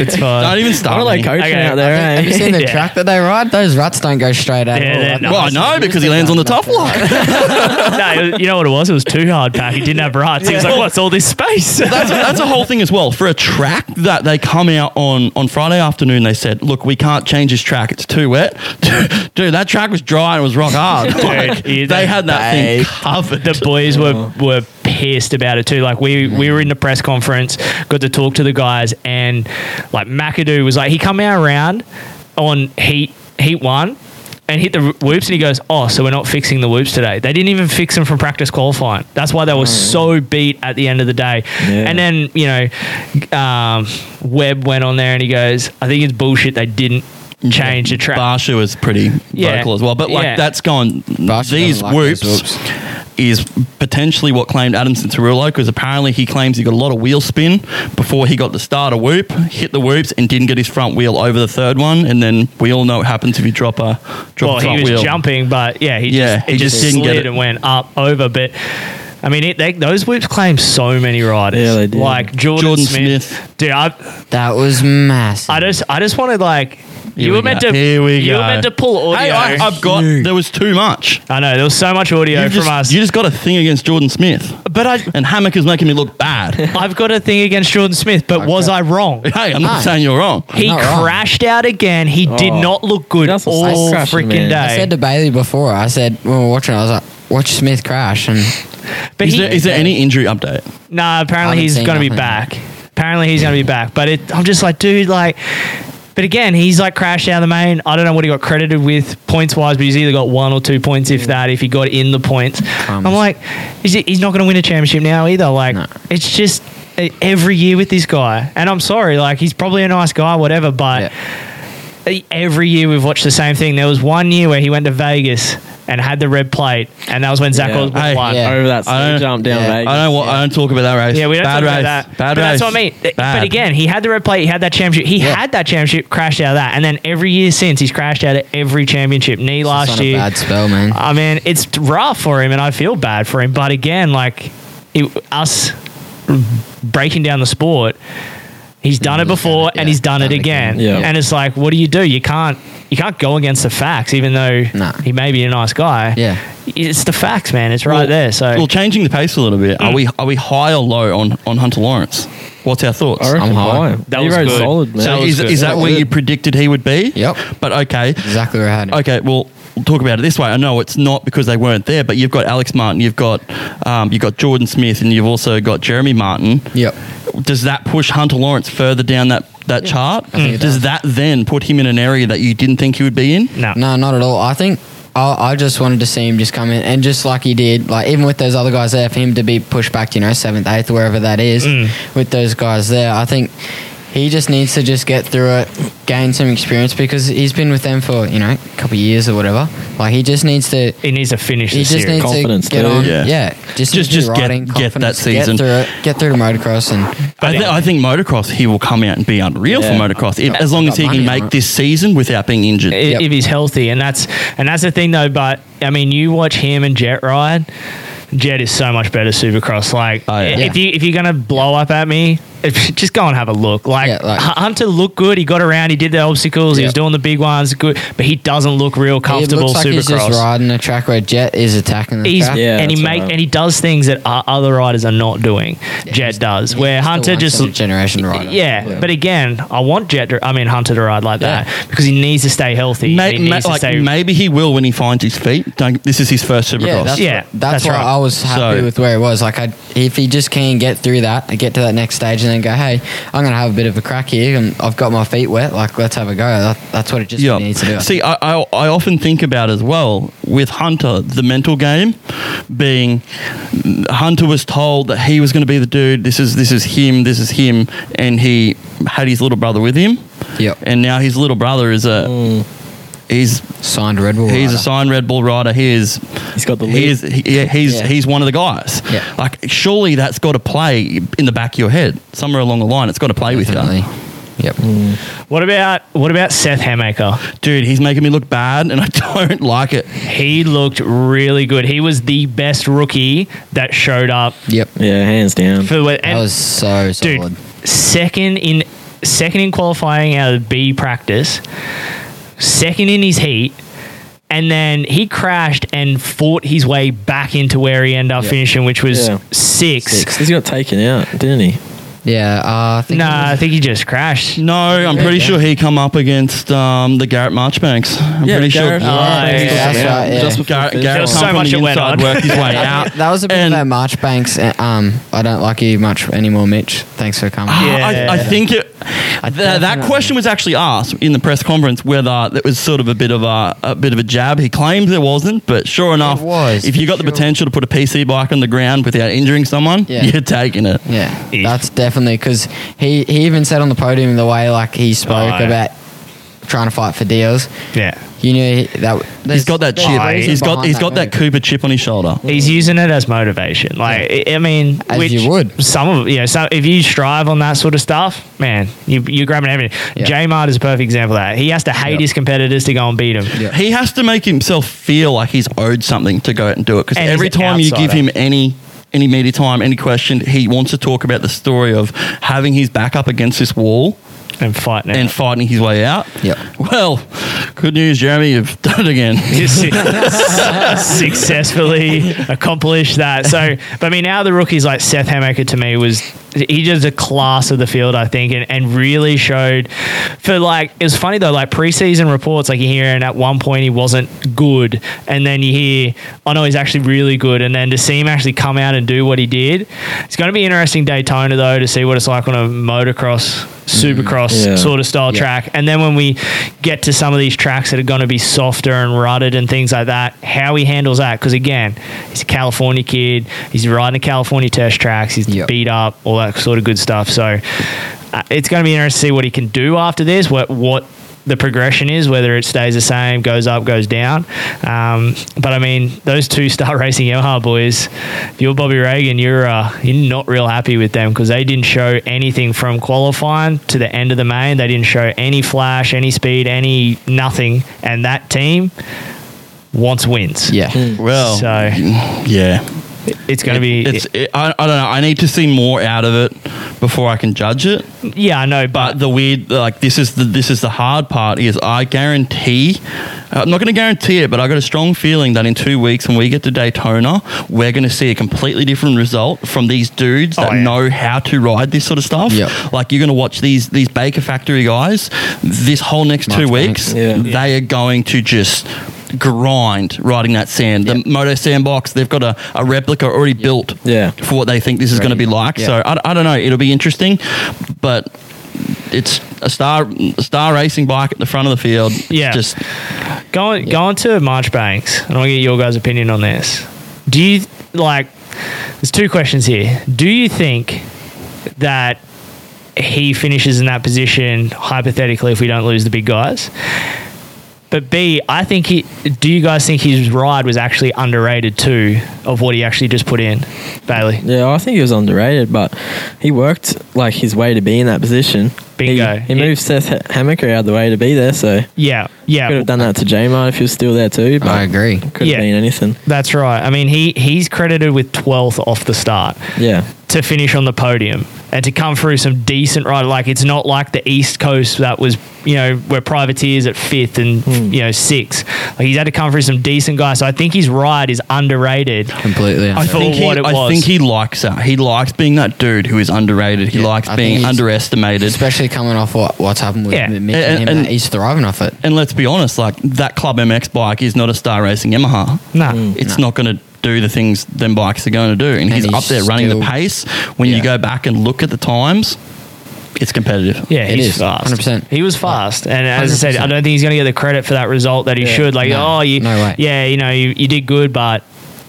It's fine.
don't even start.
I like
me.
coaching
Okay.
out
Have
there,
you
eh?
seen the
Yeah.
track that they ride? Those ruts don't go straight at
Yeah,
all.
they're
Like,
not.
well, I know because he lands on the tough line.
no, it was- you know what it was? It was too hard pack. He didn't have rights. He was like, what's all this space?
That's, that's a whole thing as well. For a track that they come out on on Friday afternoon, they said, "Look, we can't change this track. It's too wet, dude. That track was dry and it was rock hard. Like,
you-
they had that
they
thing covered.
the boys were were pissed about it too. Like we we were in the press conference, got to talk to the guys, and like McAdoo was like, he come out around on heat heat one. And hit the whoops, and he goes, "Oh, so we're not fixing the whoops today. They didn't even fix them from practice qualifying. That's why they were so beat at the end of the day."
Yeah.
And then you know, um, Webb went on there and he goes, "I think it's bullshit. They didn't change the track."
Barsha was pretty
Yeah.
vocal as well. But like
Yeah.
that's gone.
Barsha
these
doesn't like
whoops,
those whoops.
is potentially what claimed Adamson Cirillo because apparently he claims he got a lot of wheel spin before he got the start of whoop, hit the whoops, and didn't get his front wheel over the third one. And then we all know what happens if you drop a drop
well,
a
he
front
was
wheel.
jumping, but yeah, he
Yeah,
just, it
he
just,
just didn't
slid
get it.
and went up over. But I mean, it, they, those whips claim so many riders.
Yeah, they do.
Like Jordan,
Jordan
Smith.
Smith.
dude. I,
That was massive.
I just, I just wanted like you
we
were meant
go.
to.
Here we
you
go.
were meant to pull
Hey,
audio.
I,
I,
I've got. There was too much.
know there was so much audio
You
from
just,
us,
you just got a thing against Jordan Smith.
but But I,
and Hammock is making me look bad.
I've got a thing against Jordan Smith, but was I wrong?
hey, I'm not
No.
saying you're wrong.
He
Ah. not wrong.
crashed out again. He did
Oh.
not look good
That's what's
all
crashing,
freaking
man. I
I
day.
said to Bailey before, I said when we were watching, I was like, watch Smith crash, and
but
Is
he,
there, is there any injury update?
nah, apparently
Haven't
he's
seen
going to be back.
nothing.
Apparently he's going to be back. But it, I'm just like, dude, like. But again, he's like crashed out of the main. I don't know what he got credited with points wise, but he's either got one or two points, if that, if he got in the points. I'm like, is he, he's not going to win a championship now either. Like, it's just eh, every year with this guy. And I'm sorry, like, he's probably a nice guy, whatever, but. e,
Yeah.
every year we've watched the same thing. There was one year where he went to Vegas and had the red plate, and that was when Zach
Yeah.
Osborne
Hey,
won.
yeah.
Yeah.
over that
I don't-
slow jump down
yeah.
Vegas.
I don't. wa- I don't talk about that race.
we don't
bad
talk
race.
about that.
Bad
but
race.
That's what I mean.
Bad.
But again, he had the red plate. He had that championship. He
Yeah.
had that championship. Crashed out of that, and then every year since, he's crashed out of every championship. Knee
it's
last
not
year.
a bad spell, man.
I mean, it's rough for him, and I feel bad for him. But again, like it, us breaking down the sport, he's done it before
yeah,
and he's done,
done
it
it
again.
again. Yeah.
And it's like, what do you do? You can't you can't go against the facts, even though
Nah.
he may be a nice guy.
Yeah.
it's the facts, man. It's right
Well-
there. So
Well, changing the pace a little bit.
Hmm.
Are we are we high or low on on Hunter Lawrence? What's our thoughts?
I reckon
I'm high.
high.
That
he
was
rode
good.
solid, man.
So is, is that where you predicted he would be?
Yep.
But okay.
Exactly where I had him.
Okay, well, we'll talk about it this way. I know it's not because they weren't there, but you've got Alex Martin, you've got um, you've got Jordan Smith, and you've also got Jeremy Martin.
Yep.
Does that push Hunter Lawrence further down that that chart?
think it
Does that then put him in an area that you didn't think he would be in?
no.
No, not at all. I think I, I just wanted to see him just come in and just like he did, like even with those other guys there, for him to be pushed back to you know seventh, eighth, wherever that is,
Mm.
with those guys there, I think he just needs to just get through it, gain some experience because he's been with them for you know a couple of years or whatever. Like he just needs to.
He needs to finish
He
the
just
series.
needs
Confidence
to get
too.
on,
Yeah.
yeah. Just
Just-
do
just get-
riding,
get that
confidence,
season.
Get through it. Get through to motocross, and
I, thi- I think motocross, he will come out and be unreal
Yeah.
for motocross if, as long as he
Got money
can
on
make
it.
this season without being injured.
i-
Yep.
if he's healthy, and that's and that's the thing though. But I mean, you watch him and Jet ride. Jet is so much better Supercross. Like,
Oh, yeah.
if you if you're gonna blow up at me, if, just go and have a look. Like,
Yeah, like-
H- Hunter looked good. He got around. He did the obstacles. He was
Yep.
doing the big ones. Good, but he doesn't look real
it
comfortable
looks like he's
Supercross.
just riding a track where Jet is attacking the
He's,
track.
Yeah,
and he
that's
make
right.
and he does things that o- other riders are not doing. Jet does, where
He's the
Hunter
once
just
in a generation rider.
yeah, but again, I want Jet. To, I mean Hunter to ride like that because he needs to stay healthy.
May-
he
may-
needs to
like,
stay-
maybe he will when he finds his feet. Don't, this is his first Supercross.
Yeah, that's,
Yeah,
that's,
that's
why
right.
I was happy
So-
with where it was. Like, I, if he just can get through that and get to that next stage and then go, hey, I'm going to have a bit of a crack here and I've got my feet wet, like, let's have a go. That, that's what it just
Yeah.
needs to do.
See, I, I I often think about as well with Hunter the mental game being Hunter was told that he was going to be the dude. This is this is him. This is him, and he had his little brother with him,
Yep. Mm.
and now his little brother is a he's
Signed Red Bull.
he's
rider.
a signed Red Bull rider. He is
He's got the
he
lead.
is he, yeah, he's
Yeah.
he's one of the guys.
Yeah.
Like surely that's got to play in the back of your head somewhere along the line. It's got to play with
Definitely.
you.
Yep.
Mm.
What about what about Seth Hamaker?
Dude, he's making me look bad, and I don't like it.
He looked really good. He was the best rookie that showed up
Yep.
Yeah, hands down.
for what
That
and
was so solid.
dude second in second in qualifying out of B practice, second in his heat, and then he crashed and fought his way back into where he ended up
Yeah.
finishing, which was
Yeah.
six.
Six. He's got taken out, didn't he?
Yeah. Uh, I think
Nah, I think he just crashed.
No, I'm pretty
yeah.
sure he come up against um, the Garrett Marchbanks. I'm pretty
Garrett-
sure.
Oh, yeah,
that's
Yeah,
right, yeah.
just before
Garrett,
finish.
Garrett
was
come
so
from
much
the
it went
inside,
on.
worked his way out.
That was a bit
And-
about Marchbanks. uh, Um, I don't like you much anymore, Mitch. Thanks for coming.
Ah,
Yeah.
I, I think it, th- that
definitely-
question was actually asked in the press conference whether it was sort of a bit of a, a bit of a jab. He claims there wasn't, but sure enough,
was,
if you got the
sure.
potential to put a PC bike on the ground without injuring someone,
Yeah.
you're taking it.
Yeah,
If.
that's definitely because he, he even said on the podium the way like he spoke
Aye.
about trying to fight for deals.
Yeah.
You knew he, that
He's got that chip.
reason
He's got he's
he's
got that Cooper chip on his shoulder.
He's using it as motivation. Like I- I mean,
As
which
you would.
Some of yeah. So if you strive on that sort of stuff, man, you you're grabbing everything.
Yeah.
J Mart is a perfect example of that. He has to hate his competitors to go and beat him.
Yeah.
He has to make himself feel like he's owed something to go out and do it because
And he's
every
an
time you give
outsider.
him any any media time, any question, he wants to talk about the story of having his back up against this wall
and fighting
and
it.
fighting his way out.
Yep.
Well, good news, Jeremy. You've done it again.
successfully accomplished that. So, but I mean, out of the rookies, like Seth Hamaker to me was he just a class of the field, I think, and, and really showed for like it was funny though, like preseason reports, like you hear, and at one point he wasn't good, and then you hear, oh no, he's actually really good, and then to see him actually come out and do what he did, it's going to be interesting Daytona though to see what it's like on a motocross. Supercross
Yeah.
sort of style track, and then when we get to some of these tracks that are going to be softer and rutted and things like that, how he handles that? Because again, he's a California kid. He's riding the California test tracks. He's
Yep.
beat up, all that sort of good stuff. So uh, it's going to be interesting to see what he can do after this. What what the progression is, whether it stays the same, goes up, goes down. Um, but I mean, those two Star Racing Yamaha boys, if you're Bobby Reagan, you're uh, you're not real happy with them because they didn't show anything from qualifying to the end of the main. They didn't show any flash, any speed, any nothing. And that team wants wins.
Yeah.
Hmm. well,
Hmm. So
yeah.
it's going to be.
It's. It, I, I don't know. I need to see more out of it before I can judge it.
yeah, I know, but
But the weird, like this is the this is the hard part. Is I guarantee, uh, I'm not going to guarantee it, but I got a strong feeling that in two weeks when we get to Daytona, we're going to see a completely different result from these dudes that
Oh, yeah.
know how to ride this sort of stuff.
Yep.
Like you're going to watch these these Baker Factory guys this whole next two
March Bank.
weeks.
Yeah.
They are going to just grind riding that sand. The Moto Sandbox, they've got a, a replica already built
Yeah.
for what they think this is
Ready.
going to be like.
Yeah.
So I, I don't know. It'll be interesting, but it's a star a star racing bike at the front of the field.
Yeah.
just
Going going to Marchbanks, and I want to get your guys' opinion on this. Do you like? There's two questions here. Do you think that he finishes in that position hypothetically if we don't lose the big guys? But B, I think he. Do you guys think his ride was actually underrated too of what he actually just put in, Bailey?
Yeah, I think he was underrated, but he worked like his way to be in that position.
Bingo.
He, he moved Seth Ha- Hamaker out of the way to be there, so
Yeah,
could
yeah.
have done that to J-Mart if he was still there too. But
I agree.
Could have
Yeah.
been anything.
That's right. I mean, he he's credited with 12th off the start.
Yeah,
to finish on the podium and to come through some decent ride. Like it's not like the East Coast that was, you know, where privateers at fifth and
Hmm.
you know sixth. Like he's had to come through some decent guys. So I think his ride is underrated.
Completely.
I
For
think he,
what it
I
was.
think he likes that. He likes being that dude who is underrated. He
Yeah,
likes
I think
being
he's-
underestimated.
Especially coming off what, what's happened with
Yeah.
Mick and,
And-
him,
and-
that he's thriving off it.
and let's be honest, like that Club MX bike is not a star racing Yamaha.
Nah.
Mm.
It's not going to do the things them bikes are going to do. And, he's,
he's
up there running the
still-
pace. When you
Yeah.
go back and look at the times, it's competitive.
Yeah,
It
he's
is,
fast.
100%.
He was fast, and as I said, I don't think he's going to get the credit for that result that he should. Like,
no,
oh, you,
no way.
yeah, you know, you, you did good, but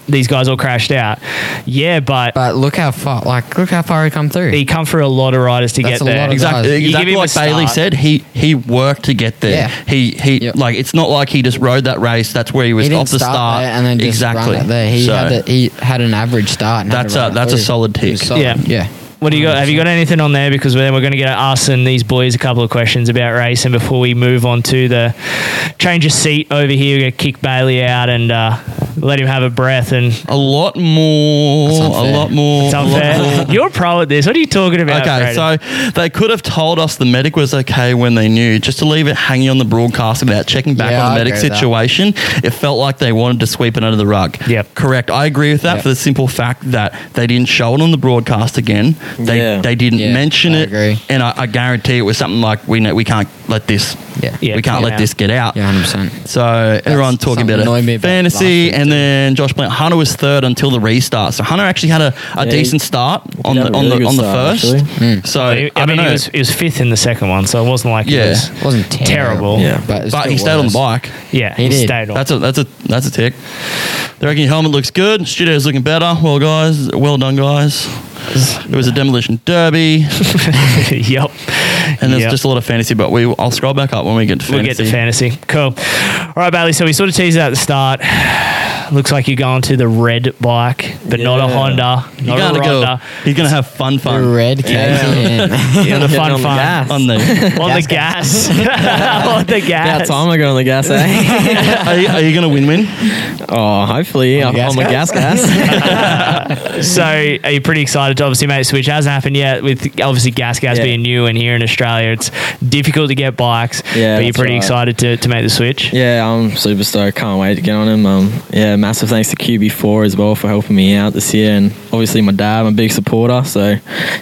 these guys all crashed out. Yeah, but,
But look how far, like, look how far he come through.
he come through a lot of riders to get
That's a lot
there.
of
Exactly,
You give
exactly
him a
like Bailey
start.
said, he he worked to get there.
Yeah.
He he
Yep.
like it's not like he just rode that race. That's where he was
He didn't
off the
start,
start,
there and then just
exactly
run it there. He
So,
had the, he had an average start. And had
That's
to
a-
run it
that's a
through.
solid
He was
tick.
solid.
Yeah.
yeah.
What do you got? Have you got anything on there? Because then we're going to get to us and these boys a couple of questions about racing before we move on to the change of seat over here. We're going to kick Bailey out and uh, let him have a breath. And
a lot more,
That's
a
unfair.
lot more.
it's
a lot
unfair. You're a pro at this. What are you talking about?
Okay,
Braden?
so they could have told us the medic was okay when they knew, just to leave it hanging on the broadcast without checking back
Yeah,
on
I
the medic
agree with that.
situation. It felt like they wanted to sweep it under the rug.
Yep.
correct. I agree with that
Yep.
for the simple fact that they didn't show it on the broadcast again. They
Yeah.
they didn't
Yeah,
mention
I
it,
agree.
and I, I guarantee it was something like we know we can't let this.
Yeah.
Yeah,
we can't
get
let
out.
this get out.
Yeah, hundred percent.
So everyone talking
something
about
annoyed me
it.
about
Fantasy,
last week
and then Josh Plant. Hunter was third until the restart. So Hunter actually had a, a
Yeah,
decent start on
had
the
a
on
really
the
good
on the
start,
first.
Mm.
So
I,
I,
mean,
don't know,
He was, he was fifth in the second one, so it wasn't like
Yeah.
it was.
It wasn't terrible.
Terrible.
Yeah.
but, it
but he
still
stayed on the
was.
bike.
Yeah,
He did.
stayed on.
That's a that's a that's a tick. They reckon your helmet looks good. Studio's looking better. Well, guys, well done, guys. It was a demolition derby,
yep.
and there's
Yep.
just a lot of fantasy. But we, I'll scroll back up when we get to fantasy.
We'll get to fantasy. Cool. All right, Bailey. So we sort of teased it at the start. Looks like you're going to the red bike, but not a
Yeah.
Honda.
You're
Not a
gonna go.
Honda.
You're gonna have fun,
The
fun
red KTM.
You're the fun
on the
fun.
gas.
on the.
On the gas. On the
About
gas.
time I got on the gas, eh?
Are you, are you gonna win-win?
oh, hopefully I'm
gas
on my gas
uh,
gas.
So, are you pretty excited to obviously make a switch? Hasn't happened yet with obviously Gas Gas
Yeah.
being new and here in Australia, it's difficult to get bikes.
Yeah,
but you're
that's
pretty
right.
excited to, to make the switch.
yeah, I'm super stoked. Can't wait to get on him. Um, yeah, massive thanks to QB4 as well for helping me out this year, and obviously my dad. I'm a big supporter, so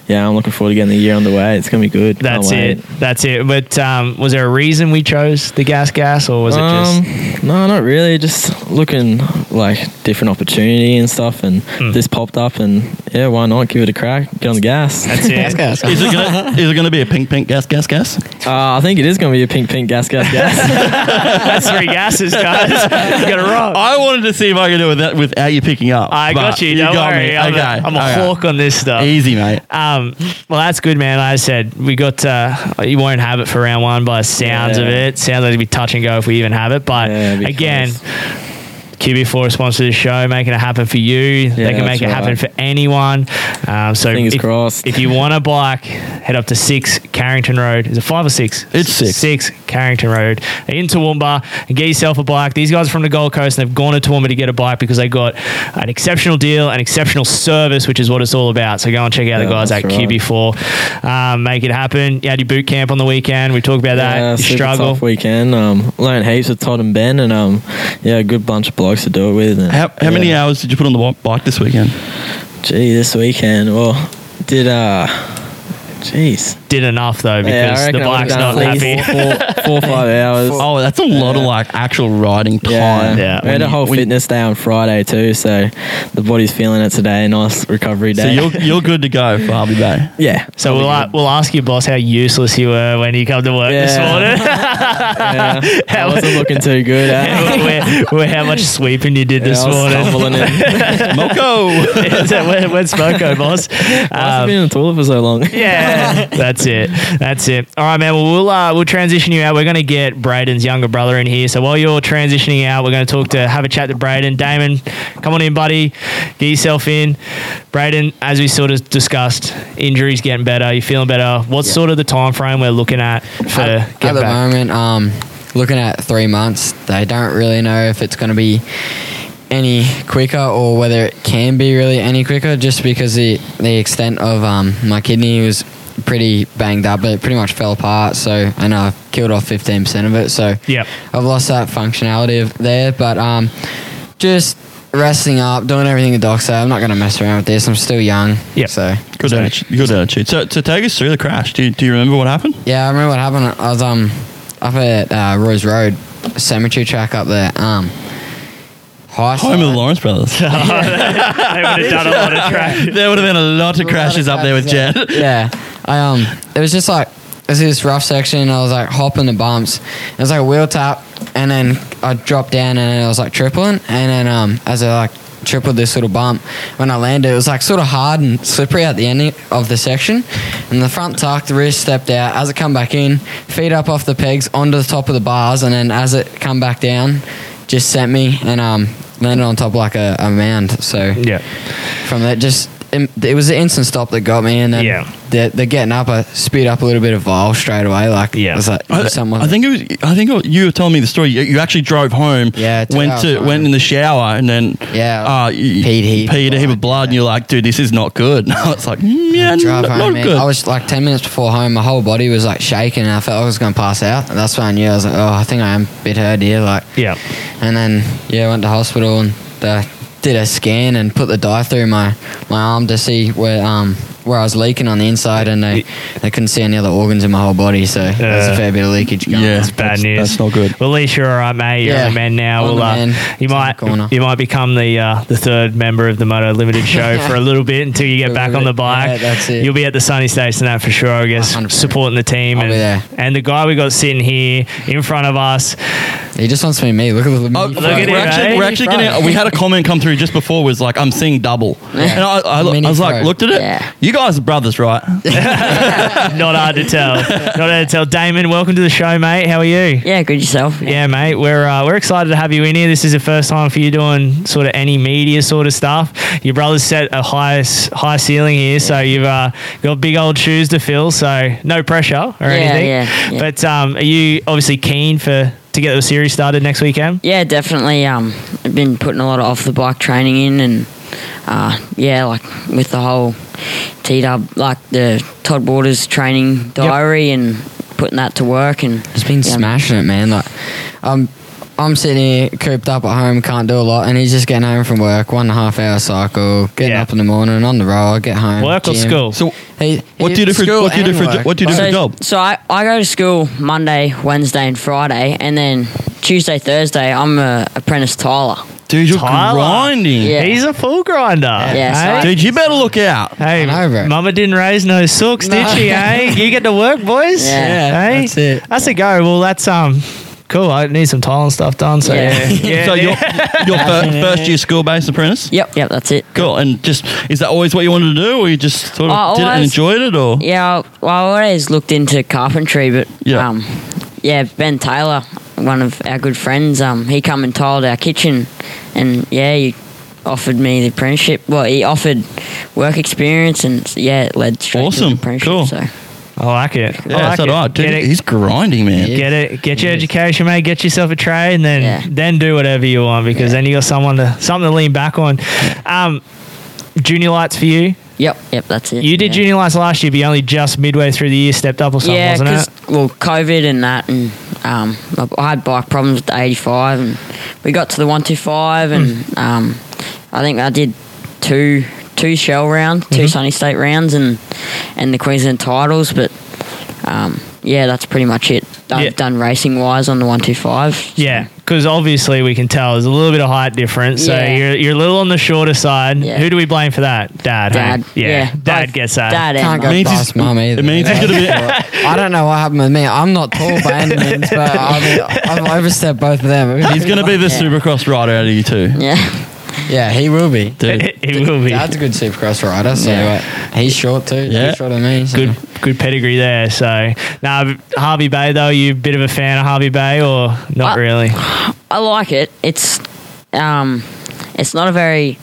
yeah, I'm looking forward to getting the year underway. It's gonna be good. Can't
That's
wait.
it. That's it. But um, was there a reason we chose the Gas Gas, or was it just?
Um, no, not really. Just looking like different opportunity and stuff, and
Hmm.
this popped up, and yeah, why not give it a crack? Get on the gas. uh,
That's it.
Gas gas.
Is it gonna? is it gonna be a pink, pink, gas, gas, gas?
Uh, I think it is going to be a pink, pink gas, gas, gas.
That's three gases, guys. you got it wrong.
I wanted to see if I could do it without, without you picking up.
I
but
got you. Don't worry. I'm a, I'm a
okay.
hawk on this stuff.
Easy, mate.
Um, well, that's good, man. Like I said, we got, uh, you won't have it for round one by the sounds of
Yeah.
it. Sounds like it'd be touch and go if we even have it. But
Yeah, it'd be
again,
close.
QB4 sponsor the show, making it happen for you. they can make
that's
it happen
right.
for anyone. Um, so
Fingers
if,
crossed.
if you want a bike, head up to 6 Carrington Road. Is it 5 or 6?
It's six.
6 Carrington Road in Toowoomba and get yourself a bike. These guys are from the Gold Coast and they've gone to Toowoomba to get a bike because they got an exceptional deal and exceptional service, which is what it's all about. So go and check out the
Yeah,
guys at
that's right.
QB4. Um, make it happen. You had your boot camp on the weekend. We talked about that.
Yeah,
You
super
struggle.
tough weekend. Um, learned heaps with Todd and Ben, and um, yeah, a good bunch of blokes to do it with. And,
How, how
yeah.
many hours did you put on the wa- bike this weekend?
Gee, this weekend. Well, did uh, jeez,
Did enough though because the bike's not happy.
Four, four, four or five hours.
Oh, that's a lot of like actual riding time.
Yeah,
Yeah,
we
when
had
you-
a whole
when you-
fitness day on Friday too, so the body's feeling it today. Nice recovery
So
day.
you're you're good to go for Harvey Bay.
yeah,
So we'll, a- we'll ask your boss how useless you were when you come to work this
Yeah.
morning.
yeah. I
How-
wasn't looking too good. Eh?
where, where how much sweeping you did this
Yeah, I was
morning.
stumbling in.
Moko.
Is that where, where's Smoko, boss?
I've
Um,
been in the toilet for so long.
yeah, that's it. That's it. All right, man. Well, we'll uh, we'll transition you out. We're going to get Braden's younger brother in here. So while you're transitioning out, we're going to talk to have a chat to Braden. Damon, come on in, buddy. Get yourself in. Braden, as we sort of discussed, injuries getting better. You're feeling better. What's sort of the time frame we're looking at for
At,
get
at the
back?
moment, um, looking at three months, they don't really know if it's going to be any quicker or whether it can be really any quicker. Just because the the extent of um, my kidney was pretty banged up, but it pretty much fell apart. So and I killed off fifteen percent of it. So
Yep.
I've lost that functionality of there, but um, just resting up, doing everything the doc said. I'm not going to mess around with this. I'm still young.
Yep.
So
Good attitude. Good attitude. So, so take us through the crash. Do you, do you remember what happened?
Yeah, I remember what happened. I was um up at uh, Rose Road cemetery track up there. Um, high
Home of the Lawrence Brothers. there
They would have done a lot of track.
would have been a lot of crashes up there with Jen.
yeah. I um, it was just like this is this rough section. And I was like hopping the bumps. It was like a wheel tap, and then I dropped down, and I was like tripling, and then um, as I like tripled this little bump, when I landed, it was like sort of hard and slippery at the end of the section, and the front tuck, the wrist stepped out. As it come back in, feet up off the pegs onto the top of the bars, and then as it come back down, just sent me and um. Landed on top like a, a mound, so
Yeah.
from that just it, it was the instant stop that got me and then
Yeah.
the, the getting up I spewed up a little bit of vile straight away like
Yeah.
I was like
I,
someone
I think it was. I think it was- you were telling me the story. You, you actually drove home.
Yeah, two
went
hours
to
home.
went in the shower and then
Yeah,
uh, you,
peed a heap of
peed a heap of
blood,
blood. And you're like, dude, this is not good. And I was like, mm, yeah,
drive
not,
home
not
man.
good.
I was like 10 minutes before home my whole body was like shaking and I felt I was going to pass out and that's when I knew I was like oh I think I am a bit hurt here like
Yeah.
and then yeah went to hospital and they did a scan and put the dye through my, my arm to see where um where I was leaking on the inside and they, they couldn't see any other organs in my whole body so there was
Yeah.
a fair bit of leakage going
yeah,
on.
bad
that's-
news.
That's not good.
Well, at least you're all right, mate. You're
Yeah.
on the man now.
On
We'll,
the
uh,
man.
You
It's on the
might
corner.
you might become the uh, the third member of the Moto Limited show for a little bit until you get
A
back
little
on the
bit.
bike.
Yeah, that's it.
You'll be at the sunny station that for sure. I guess
100%.
supporting the team
I'll
and
be there.
and the guy we got sitting here in front of us.
He just wants to be me. Look at the
Oh,
mini
we're,
fry.
at him,
actually,
eh?
we're actually getting. We had a comment come through just before was like, "I'm seeing double," and I, I, I
Mini
was like,
throat.
looked at it.
Yeah.
You guys are brothers, right?
Not hard to tell. Not hard to tell. Damon, welcome to the show, mate. How are you?
Yeah, good yourself.
Yeah, mate. We're uh, we're excited to have you in here. This is the first time for you doing sort of any media sort of stuff. Your brother's set a high s- high ceiling here, so you've uh, got big old shoes to fill. So no pressure or anything.
yeah, yeah.
But um, are you obviously keen for to get the series started next weekend?
Yeah, definitely. Um, I've been putting a lot of off the bike training in, and uh, yeah, like with the whole T Dub, like the Todd Waters training diary, and putting that to work, and
He's been
Yeah.
smashing it, man. Like, I'm, I'm sitting here cooped up at home, can't do a lot, and he's just getting home from work, one and a half hour cycle, getting
Yeah.
up in the morning, on the roll, get home.
Work or
gym.
school?
So,
He,
what
he-
do you do for
school
what do you do
and
for
work.
what do you do for a
so,
job?
so I, I go to school Monday, Wednesday, and Friday, and then Tuesday, Thursday, I'm a apprentice Tyler.
Dude, you're
Tyler.
grinding.
Yeah.
He's a full grinder.
Yeah, so
eh?
I-
Dude, you better look out.
Hey,
I know, bro.
Mama didn't raise no sooks, did
No.
she? eh? You get to work, boys.
Yeah.
Yeah,
Hey?
that's it.
That's a go. Well, that's um, cool. I need some tile and stuff done. So
Yeah.
yeah, yeah.
so your your fir- first year school based apprentice.
Yep, yep, that's it.
Cool. And just is that always what you wanted to do, or you just sort of
I
did it and
always-
enjoyed it, or
Yeah, well, I always looked into carpentry, but
Yeah.
um, yeah, Ben Taylor, one of our good friends, um, he come and tiled our kitchen, and yeah, he offered me the apprenticeship. Well, he offered work experience, and yeah, it led straight to
Awesome.
the apprenticeship.
Cool.
So
I like it.
yeah,
I like
so
it.
did I. Dude,
get it.
he's grinding, man.
Get it. Get your education, mate. Get yourself a trade, and then
Yeah.
then do whatever you want because then you got someone to something to lean back on. Um, junior lights for you.
yep, yep, that's it.
You did
yeah.
junior lights last year, but you only just midway through the year stepped up or something,
Yeah,
wasn't it?
because well, COVID and that, and um, I had bike problems with the eighty-five, and we got to the one-two-five,
Hmm.
and um, I think I did two two shell rounds, 2
Mm-hmm.
sunny state rounds, and and the Queensland titles. But um, yeah, that's pretty much it. I've
Yeah.
done racing wise on the one-two-five.
Yeah, because obviously we can tell there's a little bit of height difference. So
Yeah.
you're, you're a little on the shorter side.
Yeah.
Who do we blame for that? Dad. hey?
Dad,
Yeah. Dad
both-
gets that.
Dad,
Can't
and
go
Mum.
Means he's-
past mum either.
It means he's
man.
gonna be.
I don't know what happened with me. I'm not tall by any means, but I've, I've overstepped both of them.
He's gonna be the supercross rider out of you two.
yeah.
Yeah, he will be.
Dude.
he will be.
Dad's a good supercross rider, so like, he's short too.
Yeah.
He's shorter than me. So.
Good, good pedigree there. So, now Harvey Bay though, you a bit of a fan of Harvey Bay or not
I-
really?
I like it. It's um, it's not a very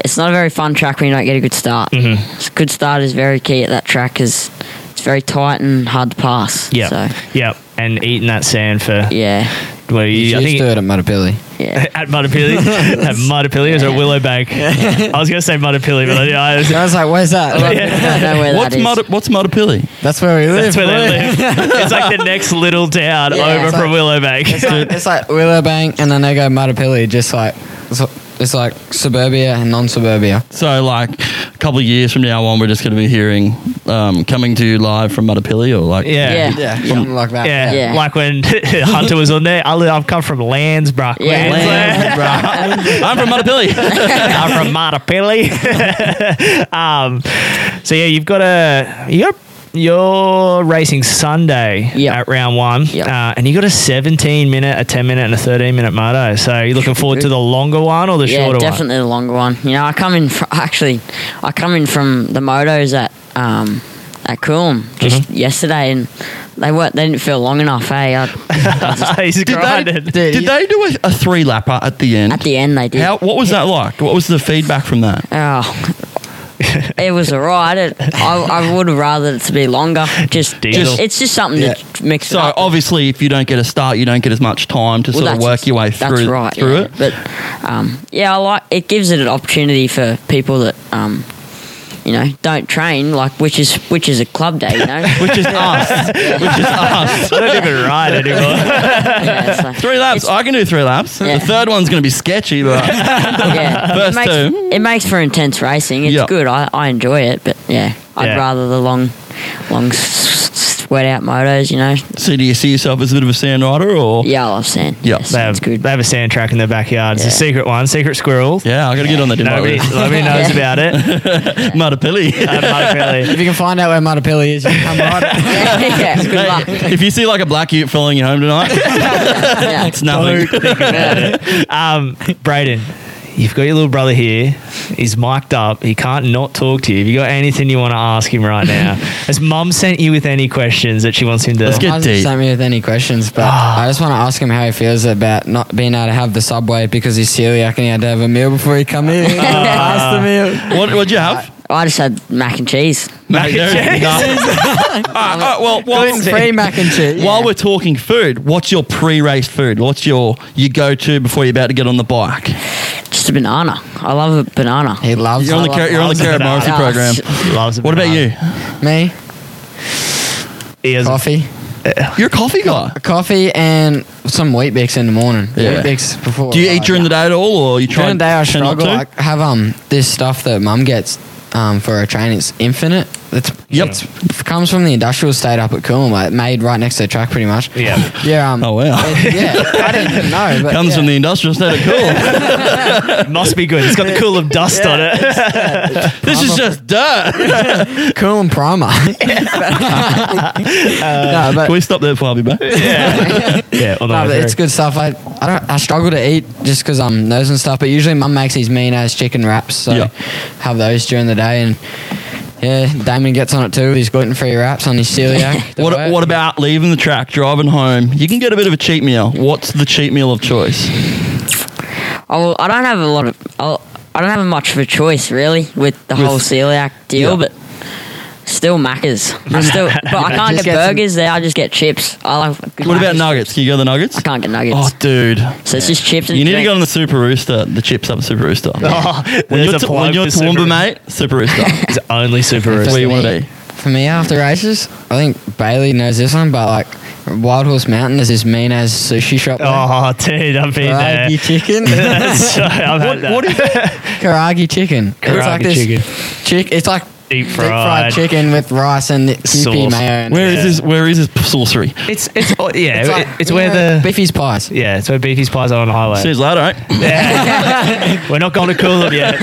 it's not a very fun track when you don't get a good start.
Mm-hmm.
It's- Good start is very key at that track because it's very tight and hard to pass.
Yeah,
So
yep. And eating that sand for
yeah,
well,
He's
you, I
used
think
to it at Mudapilly.
yeah.
at Mudapilly, at Mudapilly, or
Yeah.
Willowbank. I was gonna say Mudapilly, but I, I was,
I was like, where's that?
I don't know where
What's
that is.
Mud- what's Mudapilly?
That's where we live.
that's where they
boy.
live. It's like the next little town
Yeah,
over
it's
from
like-
Willowbank.
It's like, it's like Willowbank, and then they go Mudapilly, just like it's, it's like suburbia and non-suburbia.
So, like a couple of years from now on, we're just going to be hearing um, coming to you live from Mudapilly, or like
yeah.
Yeah.
Yeah, something like that.
Yeah,
Yeah.
like when Hunter was on there. I li- I've come from Landsbrook.
Yeah.
Lands-
I'm from Mudapilly.
I'm from Matapilly. um, so yeah, you've got a you got you're racing Sunday
Yeah.
at round one,
Yeah.
uh, and you got a 17 minute, a 10 minute, and a 13 minute moto. So you're looking forward to the longer one or the
yeah,
shorter one?
definitely the longer one. You know, I come in fr- actually, I come in from the motos at um at Coolum just
Mm-hmm.
yesterday, and they weren't they didn't feel long enough. Hey, I,
He's
Did they,
grinded.
did they do a, a three lapper at the end?
at the end they did.
How, what was that like? What was the feedback from that?
Oh, it was alright. It, I, I would have rather it to be longer. Just,
Diesel.
just- it's just something
Yeah.
to mix
So
it up.
obviously, if you don't get a start, you don't get as much time to sort of
that's-
work your way
that's
through
right,
through
yeah.
it.
But um, yeah, I like it gives it an opportunity for people that um, you know don't train, like which is which is a club day, you know.
Which is us. Which is us.
I don't even ride anymore.
yeah, so,
Three laps. I can do three laps.
Yeah.
The third one's going to be sketchy, but
yeah.
First
it makes,
two.
It makes for intense racing. It's
Yeah.
good. I, I enjoy it, but yeah, I'd
Yeah.
rather the long long. S- s- s- wet out motos, you know.
So do you see yourself as a bit of a sand rider or?
Yeah, I love sand.
Yeah.
yes,
They have,
it's good.
they have a sand track in their backyard. It's
Yeah.
a secret one, secret squirrel.
Yeah, I got to get on that in my
Nobody,
list.
nobody knows
Yeah.
about it.
Matapilly.
Uh, Marchelli.
If you can find out where Matapilly is, you can come right.
yeah, yeah, good luck.
if you see like a black ute following you home tonight,
Yeah.
it's nothing.
um, Braden, you've got your little brother here. He's mic'd up. He can't not talk to you. Have you got anything you want to ask him right now? Has mum sent you with any questions that she wants him to?
Let's get
He hasn't
deep. Ah.
sent me with any questions, but I just want to ask him how he feels about not being able to have the subway because he's celiac and he had to have a meal before he come here. Pass the meal.
Ah. What what'd you have?
I just had mac and cheese.
Mac and cheese. Ah, well, while,
Free mac and cheese.
while we're talking food, what's your pre-race food? What's your you go to before you're about to get on the bike?
Just a banana. I love a banana.
he loves
You're on the
I
Car- you're on the Carrot
love
banana.
Morrissey
Oh,
program.
shit.
Loves a
What about
banana.
you?
me
He has
coffee,
You're a coffee guy.
coffee and some wheat bix in the morning.
Yeah.
Wheat bix before.
Do you
I-
eat during the day at all, or you try
During
and
the day, I
try not
struggle.
to?
I have um this stuff that mum gets um for her train. It's infinite. It's
Yep.
it's- it comes from the industrial estate up at Coolum, like made right next to the track, pretty much.
Yeah.
Yeah. Um,
Oh wow!
it- yeah. I didn't even know. But
Comes
yeah.
from the industrial estate. Cool.
Must be good. It's got the cool of dust on it.
this is just dirt.
Cool and primer. no, but,
Can we stop there before I'll be back?
Uh, yeah, on the
no,
way
but it's
through.
good stuff. I I, don't, I struggle to eat just because I'm nose and stuff. But usually, mum makes these mean ass chicken wraps, so
Yeah.
have those during the day. And yeah, Damon gets on it too. with his gluten free wraps on his celiac.
What, what about leaving the track, driving home? You can get a bit of a cheat meal. What's the cheat meal of choice?
I, will, I don't have a lot of. I'll, I don't have much of a choice really with the whole celiac deal,
Yeah.
but still Macca's. I still, but I can't get
Just get some-
burgers there. I just get chips. I like.
What about nuggets? Can you go to the nuggets?
I can't get nuggets.
Oh, dude.
so it's just chips. And
You need to go on
drink.
the Super Rooster, the chips up Super Rooster.
Oh,
When
there's
you're,
a
t-
plug
when you're Toowoomba,
for Super-
mate, Super Rooster.
It's only Super
That's
where
Rooster.
you want to
me.
be.
For me, after races, I think Bailey knows this one, but like Wild Horse Mountain is this mean as sushi shop. there.
Oh, dude, I've been there.
Karagi chicken.
So, I've had that.
Karagi chicken.
Karagi
it's like this
chicken.
Chick, it's like
Deep
deep fried
fried.
chicken with rice and soupy
Sauce.
mayo. And
Where is
Yeah.
this? Where is this sorcery?
It's it's oh, yeah. It's,
like-
it's
you
where
know,
the
Biffy's pies.
yeah. It's where Beefy's pies are on the highway.
See you later. eh?
We're not going to cool them yet.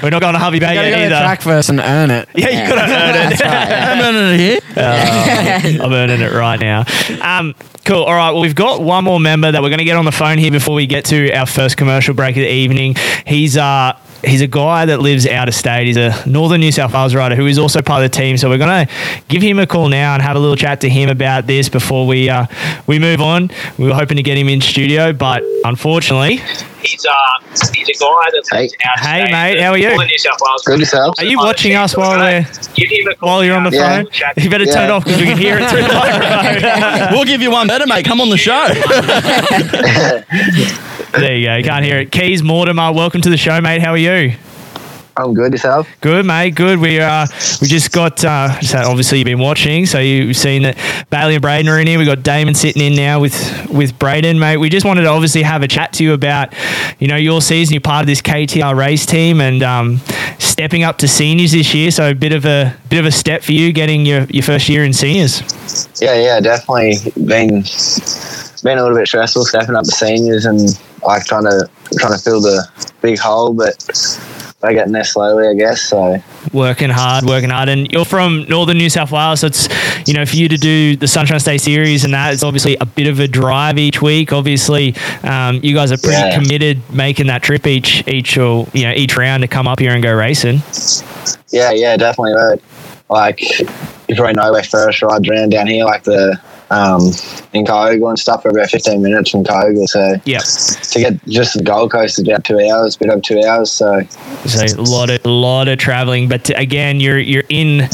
We're not going to Hubby Bay
You gotta
yet
go to the
either.
track first and earn it.
Yeah, you got to earn it.
That's right.
I'm earning it here.
I'm earning it right now. Um, cool. All right. Well, we've got one more member that we're going to get on the phone here before we get to our first commercial break of the evening. He's uh he's a guy that lives out of state. He's a northern New South Wales rider who is also part of the team. So we're going to give him a call now and have a little chat to him about this before we uh, we move on. We were hoping to get him in studio, but unfortunately,
He's, uh, he's a guy that's
Hey.
out of
Hey,
state,
mate,
but
how are you?
all in New South Wales.
Good yourself.
are you watching us while we're
Give him a call
while you're on the
now.
Yeah.
phone? You better turn it
Yeah.
off because we can hear it through the microphone.
We'll give you one better, mate. Come on the show.
there you go. You can't hear it. Keys Mortimer, welcome to the show, mate. How are you?
I'm good yourself.
Good, mate. Good. We uh, we just got. Uh, so obviously, you've been watching, so you've seen that Bailey and Braden are in here. We have got Damon sitting in now with with Braden, mate. We just wanted to obviously have a chat to you about, you know, your season. You're part of this KTR race team and um, stepping up to seniors this year. So a bit of a bit of a step for you, getting your, your first year in seniors.
Yeah, yeah, definitely been been a little bit stressful stepping up the seniors and like trying to trying to fill the big hole, but we're getting there slowly, I guess. So
working hard, working hard. And you're from northern New South Wales, so it's you know for you to do the Sunshine State series and that it's obviously a bit of a drive each week. Obviously, um, you guys are pretty
Yeah.
committed making that trip each each or you know each round to come up here and go racing.
yeah, yeah, definitely. Right. Like you probably know where first rides around down here, like the um, in Kyogo and stuff, we're about fifteen minutes from Kyogo. So
Yeah,
to get just the Gold Coast is about two hours, bit over two hours. So
so a lot of lot of traveling. But uh, again, you're you're in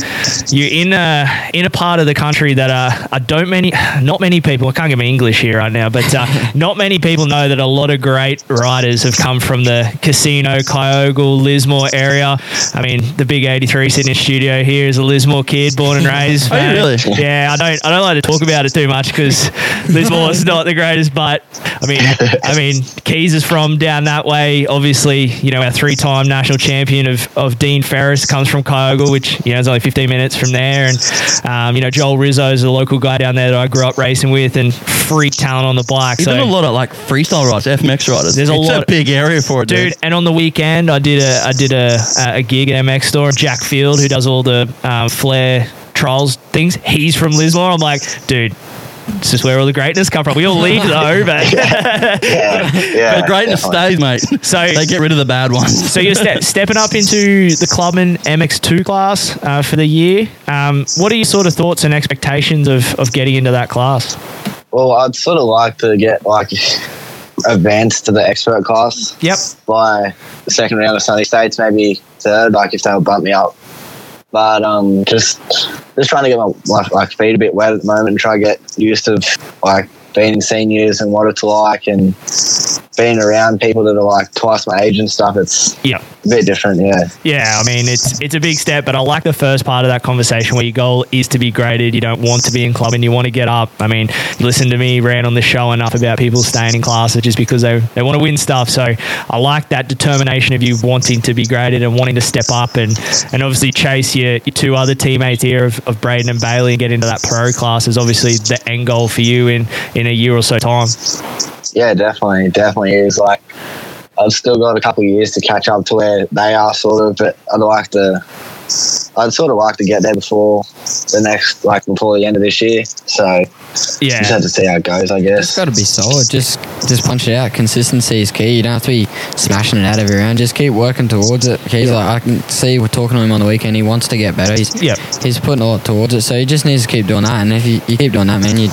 you're in a in a part of the country that uh, I don't many not many people. I can't get my English here right now, but uh, not many people know that a lot of great riders have come from the Casino, Kyogle, Lismore area. I mean, the big '83 Sydney studio here is a Lismore kid, born and raised. Uh,
Are Oh, you
man.
really?
Yeah, I don't I don't like to talk about it it too much because this ball is not the greatest. But I mean, I mean, Keys is from down that way. Obviously, you know our three-time national champion of, of Dean Ferris comes from Kyogle, which you know is only 15 minutes from there. And um, you know Joel Rizzo is a local guy down there that I grew up racing with, and freak talent on the black.
Even a
so
lot of like freestyle riders, FMX riders.
There's a
it's
lot-
a big area for it, dude.
dude. And on the weekend, I did a I did a a gig at MX store. Jack Field, who does all the um, flare trials things, he's from Lismore. I'm like, dude. This is where all the greatness come from. We all leave though, but
Yeah, yeah.
But greatness
definitely.
stays, mate.
so
they get rid of the bad ones.
so you're ste- stepping up into the Clubman MX2 class uh, for the year. Um, what are your sort of thoughts and expectations of, of getting into that class?
Well, I'd sort of like to get like advanced to the expert class
Yep.
by the second round of Sunday States, maybe third, like if they'll bump me up. But um, just just trying to get my like, like feet a bit wet at the moment and try to get used to like being in seniors and what it's like and being around people that are like twice my age and stuff. It's
Yep.
a bit different, yeah.
Yeah, I mean it's it's a big step, but I like the first part of that conversation where your goal is to be graded. You don't want to be in club, and you want to get up. I mean, you listen to me rant on the show enough about people staying in class just because they they want to win stuff. So I like that determination of you wanting to be graded and wanting to step up, and and obviously chase your, your two other teammates here of, of Braden and Bailey and get into that pro class is obviously the end goal for you in in a year or so time.
Yeah, definitely, it definitely is. Like, I've still got a couple of years to catch up to where they are, sort of. But I'd like to, I'd sort of like to get there before the next, like before the end of this year. So
Yeah,
just have to see how it goes, I
It's
guess.
got to be solid. Just just punch it out. Consistency is key. You don't have to be smashing it out every round. Just keep working towards it. He's like I can see we're talking to him on the weekend. He wants to get better. He's
Yep.
he's putting a lot towards it. So he just needs to keep doing that. And if you, you keep doing that, man, you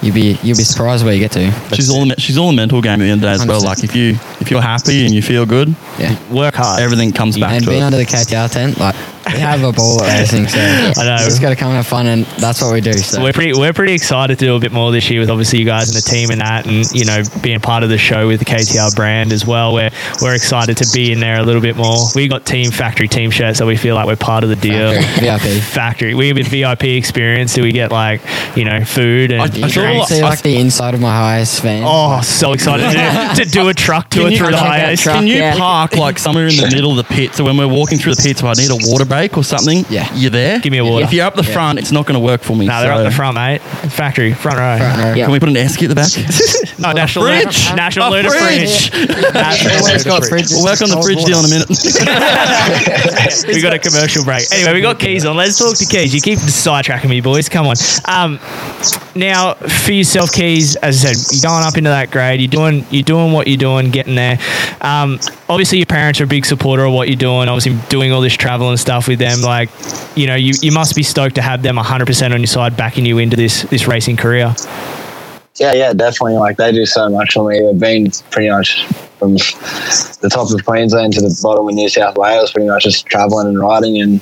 you be you'll be surprised where you get to.
She's all she's all a mental game at the end of the day as well.
100%.
Like if you if you're happy and you feel good,
Yeah.
work hard.
everything comes back
and
to
being
it.
under the KTR tent, like we have a ball at racing. So
I know.
Just got to come and have fun, and that's what we do. So
We're pretty we're pretty excited to do a bit more this year with obviously you guys and the team and that and you know being part of the show with the KTR brand as well. We're we're excited to be in there a little bit more. We got team factory team shirts, so we feel like we're part of the deal.
Factory, VIP.
Factory. We have a VIP experience. Do we get like you know food and
I- I
you
saw
can
a
drinks?
lot-
see like the inside of my highest van.
Oh, so excited to, to do a truck tour
Can you-
through the high
truck,
Can you
yeah.
park like somewhere in the middle of the pit? So when we're walking through the pits, if I need a water break or something,
Yeah.
you're there.
Give me a water.
If you're up the
Yeah.
front, it's not going to work for me.
No, they're up
so-
the front, mate. Factory, front row.
Front row.
Yeah.
Can we put an esky at the back?
No, Oh, National Luna-
fridge.
National
A
Luna
fridge.
fridge. National Luna
Everyone's got
fridge.
fridges.
we'll work on the
Cold
fridge
water.
deal in a minute.
we got a commercial break. Anyway, we got Keys on. Let's talk to Keys. You keep sidetracking me, boys. Come on. Um, now for yourself, Keys. As I said, you're going up into that grade. You're doing you're doing what you're doing, getting there. Um, obviously, your parents are a big supporter of what you're doing. Obviously, doing all this travel and stuff with them. Like, you know, you, you must be stoked to have them 100 percent on your side, backing you into this this racing career.
Yeah, yeah, definitely. Like they do so much for me. They've been pretty much from the top of Queensland to the bottom of New South Wales, pretty much just traveling and riding, and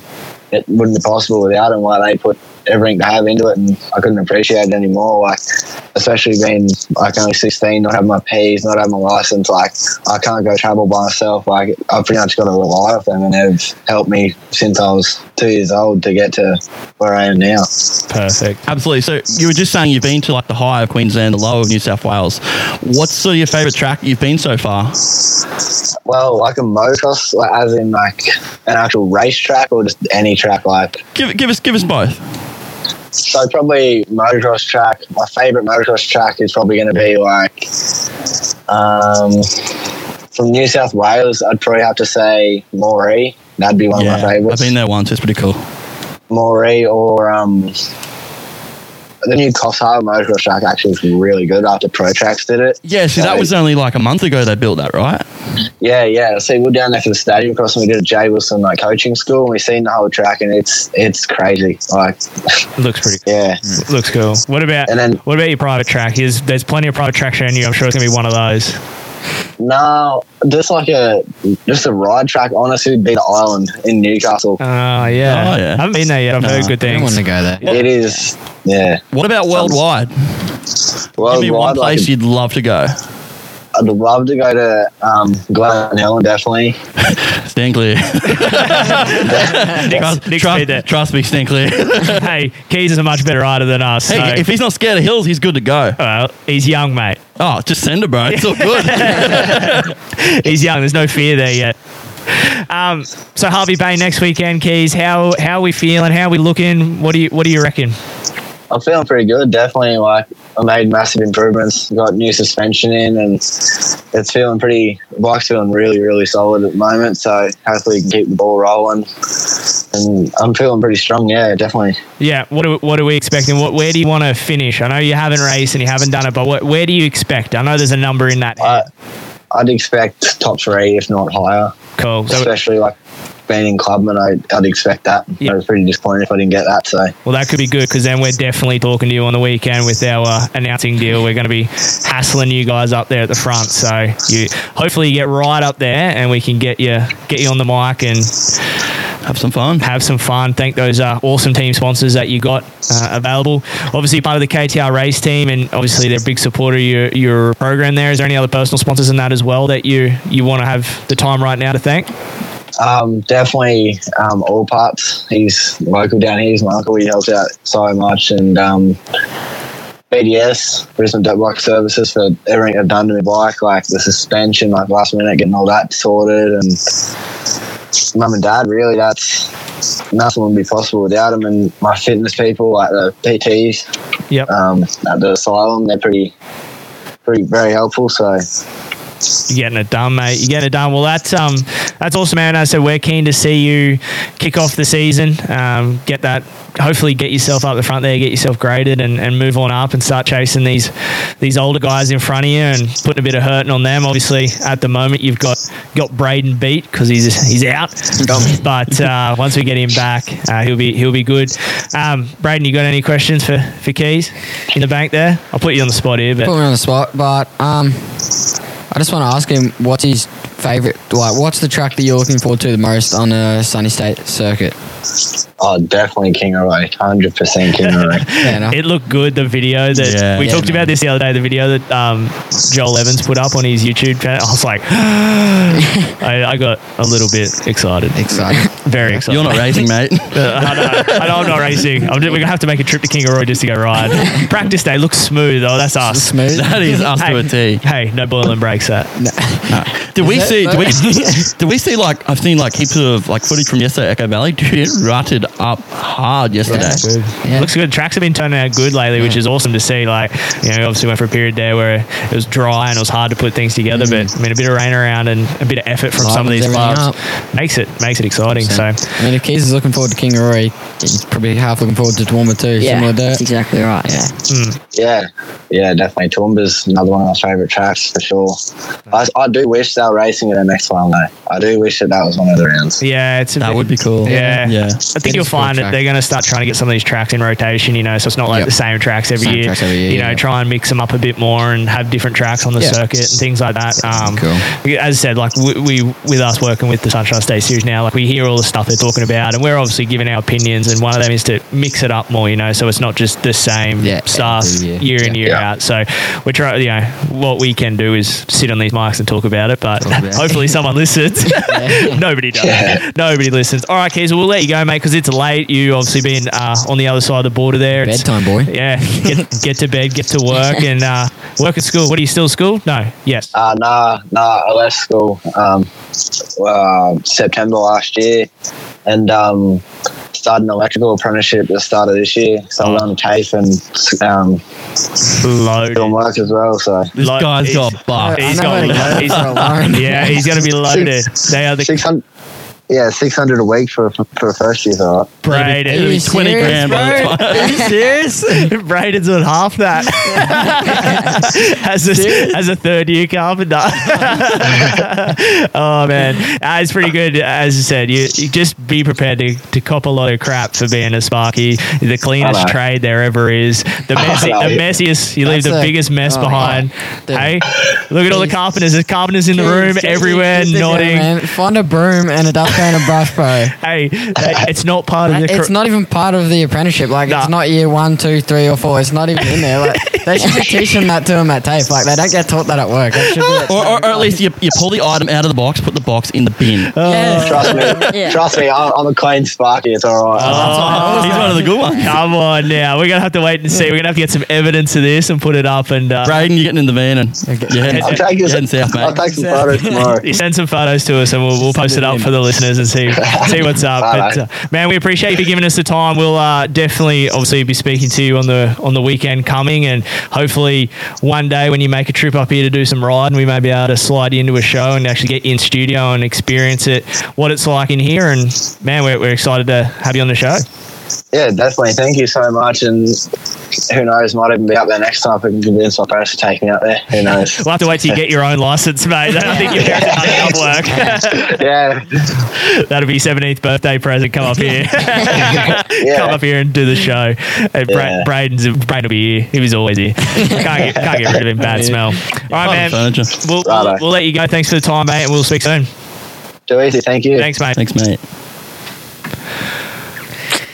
it wouldn't be possible without them. Like they put everything they have into it, and I couldn't appreciate it anymore. Like especially being like only sixteen, not having my P's, not having my license. Like I can't go travel by myself. Like I've pretty much got to rely on them, and they've helped me since I was two years old to get to where I am now.
Perfect.
Absolutely. So you were just saying you've been to like the high of Queensland, the low of New South Wales. What's sort of your favourite track you've been so far?
Well, like a motocross, like, as in like an actual racetrack or just any track. Like,
Give give us give us both.
so probably motocross track. My favorite motocross track is probably going to be like um, from New South Wales. I'd probably have to say Moree. That'd be one of my
I've
favorites.
been there once. It's pretty cool.
Moree or um, the new Coffs Harbour motocross track actually was really good after Pro Tracks did it.
Yeah, see, that
So-
was only like a month ago they built that, right?
Yeah, yeah. So we we're down there for the stadium cross, and we did a Jay Wilson like coaching school, and we seen the whole track, and it's it's crazy. Like,
Looks pretty. cool.
yeah,
Looks cool. What about
And then-
what about your private track? There's there's plenty of private tracks around you. I'm sure it's gonna be one of those.
no, just like a just a ride track. Honestly, would be the island in Newcastle.
Uh,
Oh yeah.
Oh, yeah.
I haven't been there yet. I've heard good
I
things.
don't want to go there.
It is, yeah.
What about worldwide? Give me one
Worldwide, like,
place you'd love to go.
I'd love to go to um, Glen Helen, definitely.
Stand clear.
Nick's,
trust,
Nick's
trust-
been there.
trust me, stand clear.
hey, Keys is a much better rider than us. so,
hey, if he's not scared of hills, he's good to go.
well, he's young, mate.
Oh, just send it, bro. It's all good.
He's young. There's no fear there yet. Um, so Harvey Bay next weekend, Keys. How how are we feeling? How are we looking? What do you what do you reckon?
I'm feeling pretty good, definitely. Like I made massive improvements, got new suspension in, and it's feeling pretty. Bike's feeling really, really solid at the moment. So hopefully, we can keep the ball rolling. And I'm feeling pretty strong. Yeah, definitely.
Yeah, what are, what are we expecting? What where do you want to finish? I know you haven't raced and you haven't done it, but what, where do you expect? I know there's a number in that.
I, I'd expect top three, if not higher.
cool. So,
Especially like being in clubman, I, I'd expect that.
Yeah.
I was pretty disappointed if I didn't get that. So
well, that could be good because then we're definitely talking to you on the weekend with our uh, announcing deal. We're going to be hassling you guys up there at the front. So you hopefully you get right up there and we can get you get you on the mic and
Have some fun.
have some fun. Thank those uh, awesome team sponsors that you got uh, available. Obviously, part of the KTR race team, and obviously they're a big supporter of your, your program there. Is there any other personal sponsors in that as well that you, you want to have the time right now to thank?
um, definitely um, all parts. He's local down here. He's my uncle. He helps out so much. And um, BDS, Brisbane Dirt Bike Services, for everything they've done to my bike, like the suspension, like last minute, getting all that sorted. And mum and dad, really, that's nothing would be possible without them. And my fitness people, like the PTs,
Yep.
um, at the asylum. They're pretty, pretty, very helpful. So
You're getting it done, mate. You're getting it done. Well, that's um, that's awesome, man. As I said we're keen to see you kick off the season. Um, get that. Hopefully, get yourself up the front there, get yourself graded, and, and move on up and start chasing these these older guys in front of you and putting a bit of hurting on them. Obviously, at the moment you've got got Braden beat because he's he's out. But uh, once we get him back, uh, he'll be he'll be good. Um, Braden, you got any questions for for Keys in the bank there? I'll put you on the spot here,
Put
but
me on the spot, but um, I just want to ask him what's his favorite. Like, what's the track that you're looking forward to the most on a Sunny State circuit?
oh, definitely Kingaroy, hundred percent Kingaroy.
Fair enough.
It looked good. The video that
Yeah.
we
Yeah,
talked
man.
about this the other day. The video that um, Joel Evans put up on his YouTube channel. I was like, I, I got a little bit excited.
Excited.
Very excited. Uh,
You're not racing, mate.
I know. I know I'm not racing. I'm just, we're gonna have to make a trip to Kingaroy just to go ride. Practice day looks smooth. Oh, that's us.
Smooth.
that is us to a T.
Hey, no boiling breaks. That
Did we
that-
see? Did we, did we see? Like I've seen like heaps of like footage from yesterday at Echo Valley. Dude, it rutted up hard yesterday.
Yeah.
looks good. Tracks have been turning out good lately, which is awesome to see. Like, you know, obviously went for a period there where it was dry and it was hard to put things together.
Mm.
But I mean, a bit of rain around and a bit of effort from some of
Lightens
these
everything
clubs makes it makes it exciting. So.
I mean, if Keys is looking forward to Kingaroy, he's probably half looking forward to Toowoomba too.
Yeah,
similar
that's
dirt.
exactly right. Yeah.
Yeah, yeah, definitely. Toowoomba's another one of my favourite tracks for sure. I, I do wish they were racing at the next one though. I do wish that that was one of the rounds.
Yeah, it's a
That
bit-
would be cool.
Yeah.
Yeah.
I think
It
you'll
is a cool
find that
track.
they're going to start trying to get some of these tracks in rotation, you know, so it's not like
Yep.
the same tracks every,
Same
year.
tracks every year,
You know,
yeah.
try and mix them up a bit more and have different tracks on the
Yeah.
circuit and things like that. Um,
Cool.
As I said, like we, we, with us working with the Sunshine State Series now, like we hear all the stuff they're talking about and we're obviously giving our opinions and one of them is to mix it up more, you know, so it's not just the same
Yeah,
stuff
every
year.
year.
in,
Yeah.
year
Yeah.
out. So we're trying, you know, what we can do is sit on these mics and talk about it, but
Talk about it.
hopefully someone listens. Nobody does.
Yeah.
Nobody listens. All right, Keys, we'll let you go, mate, because it's late. You obviously been uh, on the other side of the border there. It's-
Bedtime, boy.
Yeah, get, get to bed, get to work, and uh, work at school. What are you still school? No, yes.
Uh, nah, nah, I left school um, uh, September last year and um, started an electrical apprenticeship at the start of this year. So I'm on TAFE and um,
Loaded.
doing work as well. So
This
Like,
guy's
it's-
got buff.
He's
I know
got
where to
lo-
go
he's-
for a loan.
Yeah, he's going to be loaded. They are the
600, yeah, 600 a week for, for a first year. So
It'll
braided.
be
you
twenty
serious,
grand by the time.
Are you serious? Braden's on half that. as, a, as a third year carpenter. oh, man. Uh, it's pretty good. As I said, you, you just be prepared to, to cop a lot of crap for being a Sparky. The cleanest
Hello.
trade there ever is. The, messy,
Hello.
the messiest. You leave
That's
the
a-
biggest mess
oh,
behind.
Dude.
Hey, look at all the
Jeez.
carpenters. There's carpenters in the room
Jeez,
everywhere
Keys is there,
nodding.
man. Find a broom and a dust train a bus, bro.
Hey, it's not part of the.
It's
cur-
not even part of the apprenticeship. Like,
Nah.
it's not year one, two, three, or four. It's not even in there. Like, they should be teaching that to them at TAFE. Like, they don't get taught that at work. That should be
Or, or, or at least you, you pull the item out of the box, put the box in the bin.
Oh.
yeah.
Trust me.
Yeah.
Trust me. I'm, I'm a clean sparky. It's all right.
He's one of the good ones.
Come on now. We're going to have to wait and see. We're going to have to get some evidence of this and put it up and uh,
Braden, you're getting in the van and you're heading,
I'll take
you're
this.
heading south,
I'll
mate.
take some photos tomorrow.
you send some photos to us and we'll, we'll post it up for the listeners and see see what's up. But uh, man, we appreciate you giving us the time. We'll uh, definitely obviously be speaking to you on the on the weekend coming and hopefully one day when you make a trip up here to do some riding, we may be able to slide you into a show and actually get you in studio and experience it what it's like in here. And man, we're, we're excited to have you on the show.
Yeah, definitely. Thank you so much. And who knows? Might even be up there next time if I can convince my parents to take me out there. Who knows?
We'll have to wait till you get your own license, mate. I don't think your parents are done enough work.
yeah,
That'll be your 17th birthday present. Come up here. Come
yeah.
up here and do the show. And Bra-
Yeah.
Braden's, Braden will be here. He was always here. can't, get, can't get rid of him. Bad smell. All right, man.
Furniture.
We'll, we'll,
Righto.
we'll let you go. Thanks for the time, mate. And we'll speak soon.
Too easy. Thank you.
Thanks, mate.
Thanks, mate.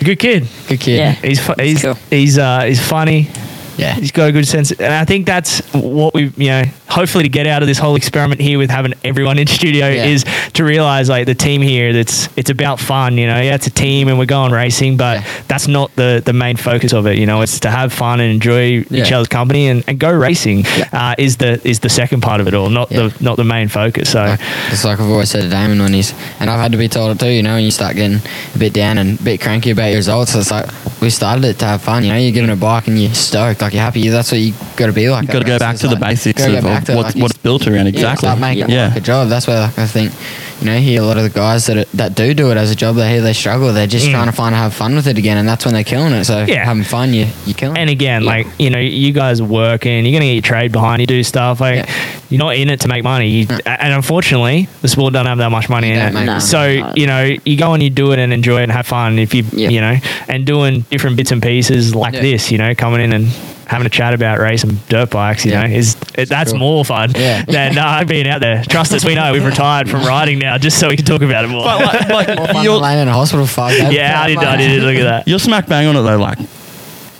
Good kid.
Good kid.
Yeah.
He's fu- he's
Cool.
he's uh, he's funny.
Yeah.
He's got a good sense, and I think that's what we, you know, hopefully to get out of this whole experiment here with having everyone in studio
Yeah.
is to realize like the team here that's it's about fun, you know. Yeah, it's a team and we're going racing, but
Yeah.
that's not the the main focus of it. You know, it's to have fun and enjoy each
Yeah.
other's company and, and go racing uh, is the is the second part of it all, not
Yeah.
the not the main focus. So
Like, It's like I've always said to Damon when he's, and I've had to be told it too, you know, when you start getting a bit down and a bit cranky about your results, it's like we started it to have fun, you know, you're getting a bike and you're stoked, like you're happy, that's what you got to be like.
Got to go back to the basics of of
what's
what's what it's built around. Exactly.
Yeah, start making it like a job. That's where like, I think, you know, here a lot of the guys that that do do it as a job, they hear they struggle. They're just
Mm.
trying to find to have fun with it again, and that's when they're killing it. So
Yeah.
having fun, you you killing.
and
it.
again,
Yeah.
like you know, you guys are working. You're gonna get your trade behind you, do stuff. Like
Yeah.
you're not in it to make money. You, And unfortunately, the sport doesn't have that much money in
don't
it.
make No.
So
money.
you know, you go and you do it and enjoy it and have fun. If you
Yeah.
you know, and doing different bits and pieces like
Yeah.
this, you know, coming in and having a chat about racing dirt bikes, you
Yeah.
know, is it, that's
Sure.
more fun
Yeah.
than uh, being out there. Trust us, we know we've retired from riding now just so we can talk about it more.
But like, like,
More fun
you're,
than laying in a hospital for five days.
yeah, I did. I did. Look at that.
you're smack bang on it though. Like,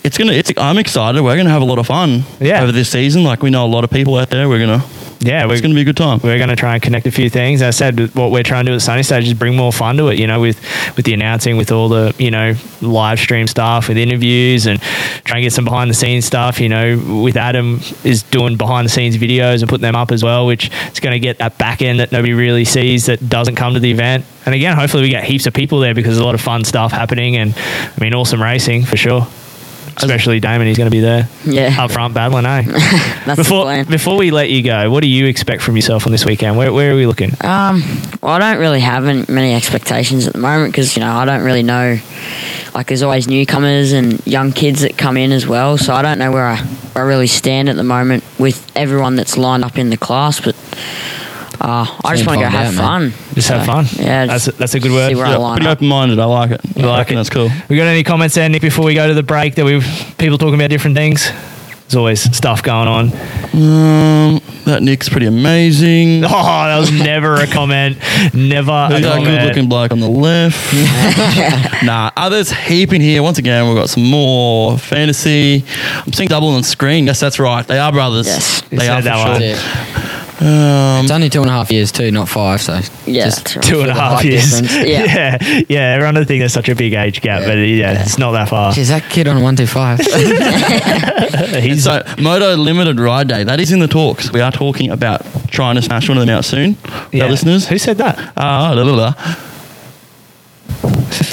it's gonna. It's. I'm excited. We're gonna have a lot of fun.
Yeah.
Over this season, like we know a lot of people out there. We're gonna.
Yeah,
It's
we're
gonna be a good time.
we're going to try and connect a few things. As I said what we're trying to do at Sunny Stage is bring more fun to it. You know, with with the announcing, with all the you know live stream stuff, with interviews, and try and get some behind the scenes stuff. You know, with Adam is doing behind the scenes videos and putting them up as well, which is going to get that back end that nobody really sees that doesn't come to the event. And again, hopefully we get heaps of people there because there's a lot of fun stuff happening, and I mean, awesome racing for sure. Especially Damon, he's going to be there
Yeah.
up front battling, eh?
That's the
Before
plan.
before we let you go, what do you expect from yourself on this weekend? Where, where are we looking?
Um, well, I don't really have an- many expectations at the moment because you know I don't really know. Like, there's always newcomers and young kids that come in as well, so I don't know where I, where I really stand at the moment with everyone that's lined up in the class. But uh, I just want
Soon
to go
find
have
out,
fun.
Just have
So,
fun.
Yeah,
that's
just
a, that's a good word.
see where I
Yeah,
line
pretty
up.
open minded. I like it. I
like
like it.
it.
That's cool.
We got any comments there, Nick? Before we go to the break, that we've people talking about different things. There's always stuff going on.
Um, that Nick's pretty amazing.
Oh, that was never a comment. Never a
Who's that
comment.
good looking bloke on the left? nah, others heaping here. Once again, we've got some more fantasy. I'm seeing double on screen. Yes, that's right. They are brothers.
Yes.
You
they
said
are for
that
sure.
one.
Yeah.
Um,
It's only two and a half years too, not five. So
Yeah,
just
that's right.
Two and a
the
half
height
years.
difference.
Yeah. yeah, Everyone would think there's such a big age gap,
Yeah.
but yeah, it's not that far.
Geez, that kid on one two five.
He's
so, Moto Limited Ride Day. That is in the talks. We are talking about trying to smash one of them out soon.
yeah.
Our listeners.
Who said that?
Ah, blah, blah, blah.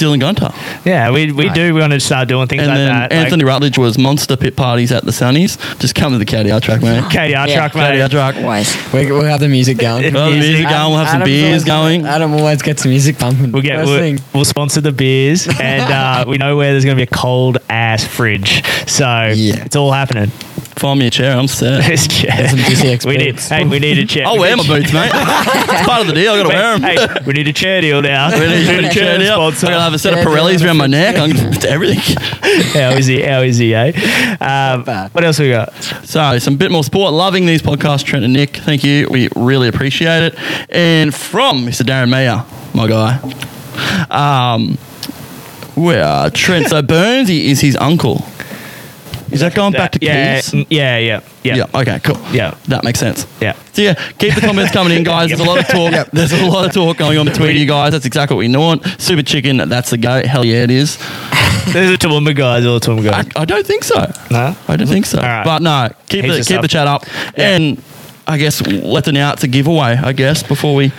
Dylan Gunter.
Yeah, we, we do. We want to start doing things
And
like
then
that. like-
Anthony Rutledge was monster pit parties at the Sunnies. Just come to the KDR track, mate.
KDR
Yeah,
truck, mate.
KDR track.
Always.
we, we'll have the music going.
Well, the
Music.
music going. We'll have some
Adam's
beers
always-
going.
Adam always gets the music pumping.
We'll get
First
we'll,
thing.
we'll sponsor the beers, and uh, we know where there's going to be a cold ass fridge. So
Yeah.
it's all happening.
Find me a chair. I'm set.
This chair.
some juicy
we need
experience.
hey, we need a chair.
I'll wear my boots, mate. it's part of the deal. I got to wear them.
Hey, we need a chair deal now.
Really, really churned out. I'm
Sponsor.
gonna have a set of Pirellis around my neck. I'm gonna do everything.
How is he? How is he? Eh? Um, what else we got?
So, some bit more sport. Loving these podcasts, Trent and Nick. Thank you. We really appreciate it. And from Mr. Darren Mayer, my guy. Um, where are Trent? so Burns he is his uncle. Is that going back to
yeah,
Keys?
n- yeah, yeah, yeah, yeah,
Yeah. Okay. Cool.
yeah,
That makes sense.
yeah.
So yeah, keep the comments coming in, guys. There's a lot of talk. There's a lot of talk going on between you guys. That's exactly what we want. Super chicken. That's the goat. Hell yeah, it is.
There's a Toowoomba guy. There's a Toowoomba
I,
guy.
I don't think so.
No?
I don't think so.
right.
But no, keep
He's
the
just
keep
up.
the chat up and. I guess let's announce a giveaway. I guess before we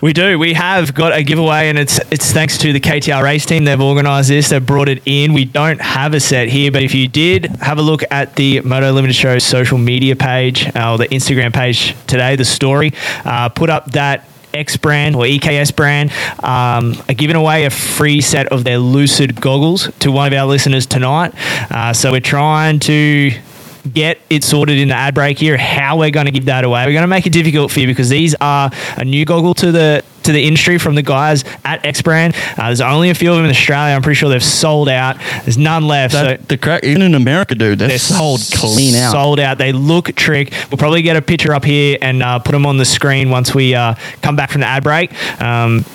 We do. We have got a giveaway, and it's it's thanks to the KTR race team. They've organised this. They've brought it in. We don't have a set here, but if you did, have a look at the Moto Limited Show's social media page uh, or the Instagram page today. The story uh, put up that. X brand or EKS brand um, are giving away a free set of their Lucid goggles to one of our listeners tonight. Uh, so we're trying to get it sorted in the ad break here how we're going to give that away we're going to make it difficult for you because these are a new goggle to the to the industry from the guys at X Brand. Uh, there's only a few of them in Australia. I'm pretty sure they've sold out. There's none left.
that,
so
the crack even in America, dude, they're,
they're
sold clean out.
Sold out. They look trick. We'll probably get a picture up here and uh, put them on the screen once we uh, come back from the ad break. Um,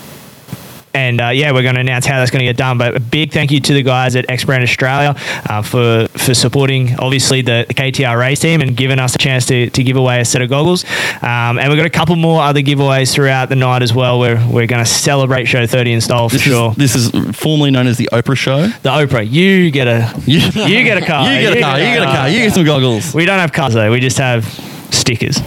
and uh, yeah, we're going to announce how that's going to get done. But a big thank you to the guys at X Brand Australia uh, for for supporting obviously the KTR race team and giving us a chance to, to give away a set of goggles. Um, and we've got a couple more other giveaways throughout the night as well. We're we're going to celebrate show thirty in style for
This
sure.
is this is formerly known as the Oprah Show.
the Oprah, you get a
You,
you get a car,
You get a car. You get a car. You get some goggles.
We don't have cars though. We just have stickers.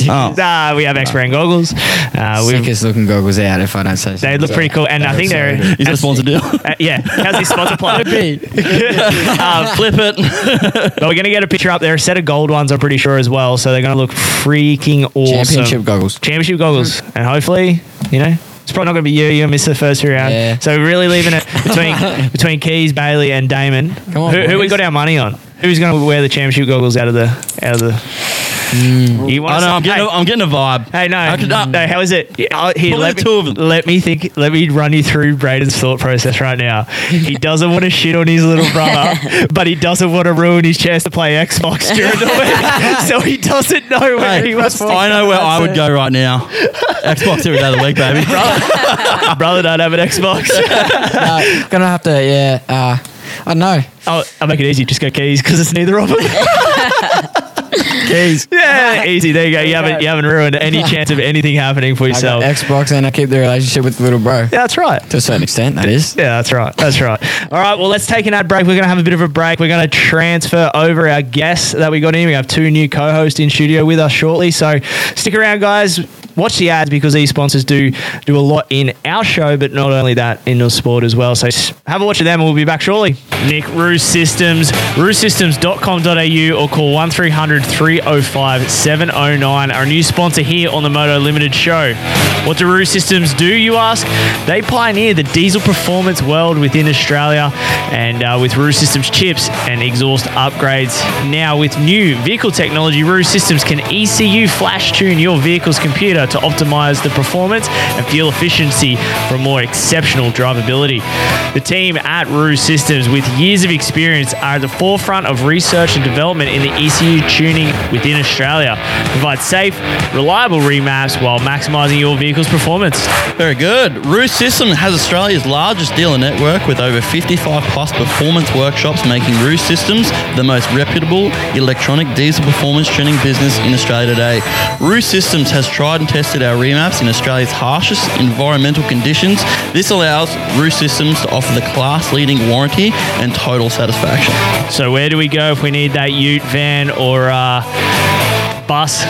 Oh.
Ah, we have X brand goggles. Uh, we've,
Sickest looking goggles out, if I don't say so.
they look pretty cool, and I think they're
Is that a sponsor deal?
uh, yeah. How's this sponsor plug?
uh, flip it.
But we're gonna get a picture up there. A set of gold ones, I'm pretty sure as well. So they're gonna look freaking awesome.
Championship goggles.
Championship goggles, and hopefully, you know. It's probably not going to be you. You'll miss the first three rounds.
Yeah.
So we're really leaving it between between Keys, Bailey, and Damon.
Come on,
who, who we
boys.
got our money on? Who's going to wear the championship goggles out of the out of the? You
Mm. I
want
know. I'm getting. A, I'm getting a vibe.
Hey, no,
I could- uh,
no. How is it? Yeah, I'll- Here,
Probably
let
the
me,
two of them.
let me think. Let me run you through Braden's thought process right now. He doesn't want to shit on his little brother, but he doesn't want to ruin his chance to play Xbox during the week, so he doesn't know where
Hey,
he was.
I know where I would go right now. Xbox every day of the week, baby.
brother don't have an Xbox.
Uh, gonna have to, yeah. Uh, I don't know.
oh, I'll make it easy. Just go keys because it's neither of them.
Keys.
yeah, easy. There you go. You haven't you haven't ruined any chance of anything happening for
I got
yourself.
Xbox and I keep the relationship with little bro.
Yeah, that's right.
To a certain extent, that is.
Yeah, that's right. That's right. All right. Well, let's take an ad break. We're going to have a bit of a break. We're going to transfer over our guests that we got in. We have two new co-hosts in studio with us shortly. So stick around, guys. Watch the ads because these sponsors do do a lot in our show, but not only that, in the sport as well. So s- have a watch of them, and we'll be back shortly. Nick Ruse Systems, rusesystems.com.au or call 1300 305 709, our new sponsor here on the Moto Limited show. What do Ruse Systems do, you ask? They pioneered the diesel performance world within Australia and uh, with Ruse Systems chips and exhaust upgrades. Now, with new vehicle technology, Ruse Systems can ECU flash tune your vehicle's computer to optimize the performance and fuel efficiency for more exceptional drivability. The team at Ruse Systems, with years of experience, are at the forefront of research and development in the ECU tuning within Australia. Provide safe, reliable remaps while maximizing your vehicle's performance.
Very good. Roost System has Australia's largest dealer network with over 55 plus performance workshops, making Roost Systems the most reputable electronic diesel performance tuning business in Australia today. Roost Systems has tried and tested our remaps in Australia's harshest environmental conditions. This allows Roost Systems to offer the class leading warranty and total satisfaction.
So, where do we go if we need that ute, van, or uh, bus?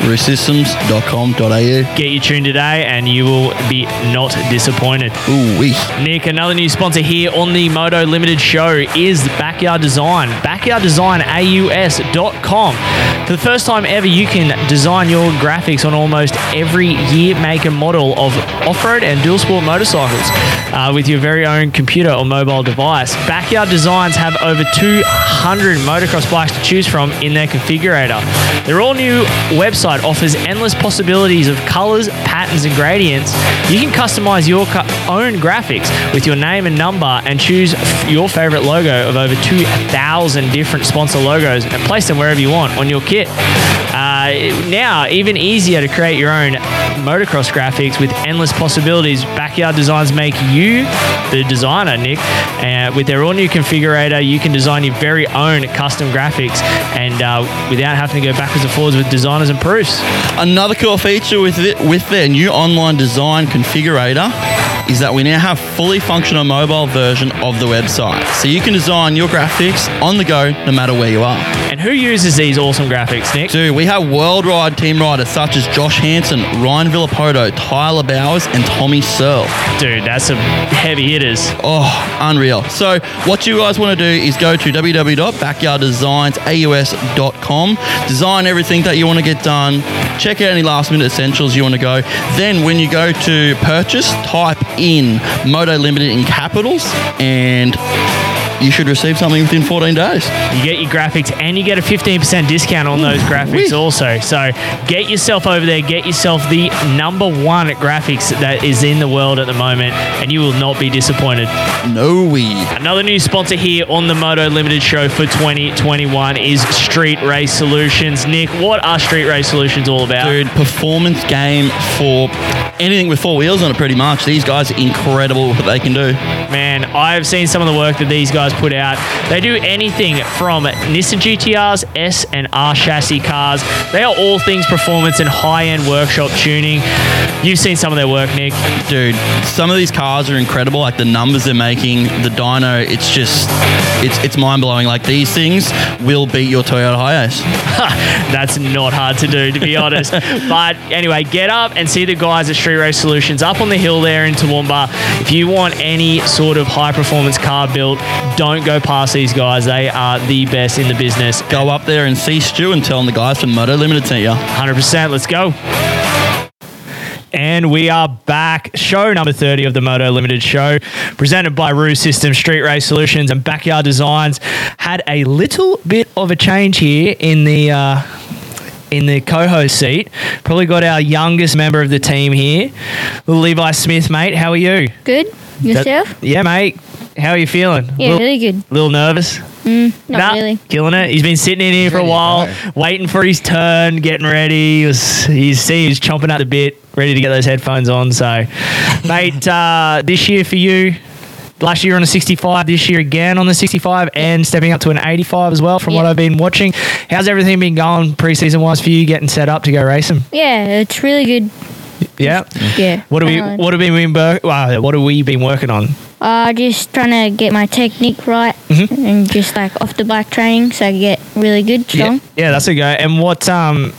Roostsystems.com.au.
Get you tuned today and you will be not disappointed.
Ooh, wee.
Nick, another new sponsor here on the Moto Limited show is Backyard Design. BackyardDesignAUS.com. For the first time ever, you can design your graphics on almost every year, make, and model of off road and dual sport motorcycles uh, with your very own computer or mobile device. Backyard Designs have over 200 motocross bikes to choose from in their configurator. They're all new new website offers endless possibilities of colors, patterns, and gradients. You can customize your cu- own graphics with your name and number and choose f- your favorite logo of over 2,000 different sponsor logos and place them wherever you want on your kit. Uh, now, even easier to create your own motocross graphics with endless possibilities. Backyard Designs make you the designer, Nick. Uh, with their all new configurator, you can design your very own custom graphics and uh, without having to go backwards and forwards with designers and proofs.
Another cool feature with it, with their new online design configurator is that we now have fully functional mobile version of the website. So you can design your graphics on the go no matter where you are.
And who uses these awesome graphics, Nick?
Dude, we have worldwide team riders such as Josh Hanson, Ryan Villapoto, Tyler Bowers, and Tommy Searle.
Dude, that's some heavy hitters.
Oh, unreal. So, what you guys want to do is go to www.backyarddesignsaus.com, design everything that you want to get done, check out any last minute essentials you want to go. Then, when you go to purchase, type in Moto Limited in capitals and you should receive something within 14 days.
You get your graphics and you get a 15% discount on those graphics
wee.
also. So get yourself over there, get yourself the number one graphics that is in the world at the moment, and you will not be disappointed.
No, we.
Another new sponsor here on the Moto Limited show for 2021 is Street Race Solutions. Nick, what are Street Race Solutions all about?
Dude, performance game for anything with four wheels on it, pretty much. These guys are incredible what they can do.
Man, I've seen some of the work that these guys put out. They do anything from Nissan GTRs, S and R chassis cars. They are all things performance and high-end workshop tuning. You've seen some of their work, Nick.
Dude, some of these cars are incredible. Like the numbers they're making, the dyno, it's just, it's it's mind blowing. Like these things will beat your Toyota Hiace.
That's not hard to do, to be honest. But anyway, get up and see the guys at Street Race Solutions up on the hill there in Toowoomba. If you want any sort of high-performance car built, don't go past these guys. They are the best in the business.
Go up there and see Stu and tell him the guys from Moto Limited sent you.
100%. Let's go. And we are back. Show number 30 of the Moto Limited show, presented by Roo Systems, Street Race Solutions, and Backyard Designs. Had a little bit of a change here in the. Uh, in the co-host seat, probably got our youngest member of the team here, Little Levi Smith, mate. How are you?
Good. Yourself?
Yeah, mate. How are you feeling?
yeah,
Little-
really good. Mm,
little nervous.
Not
Nah,
really.
Killing it. He's been sitting in here for a
ready to
while, waiting for his turn, getting ready. He was, he's seen he's chomping at the bit, ready to get those headphones on. So, mate, uh, this year for you, last year on a 65, this year again on the 65, and stepping up to an 85 as well, from what
Yeah.
I've been watching. How's everything been going preseason wise for you, getting set up to go racing?
Yeah, it's really good.
Yeah.
Yeah.
What have we
Uh,
What have we been bur- wow, What have we been working on?
Uh, just trying to get my technique right and just like off the bike training so I get really good, strong.
Yeah, yeah, that's a go. And what um,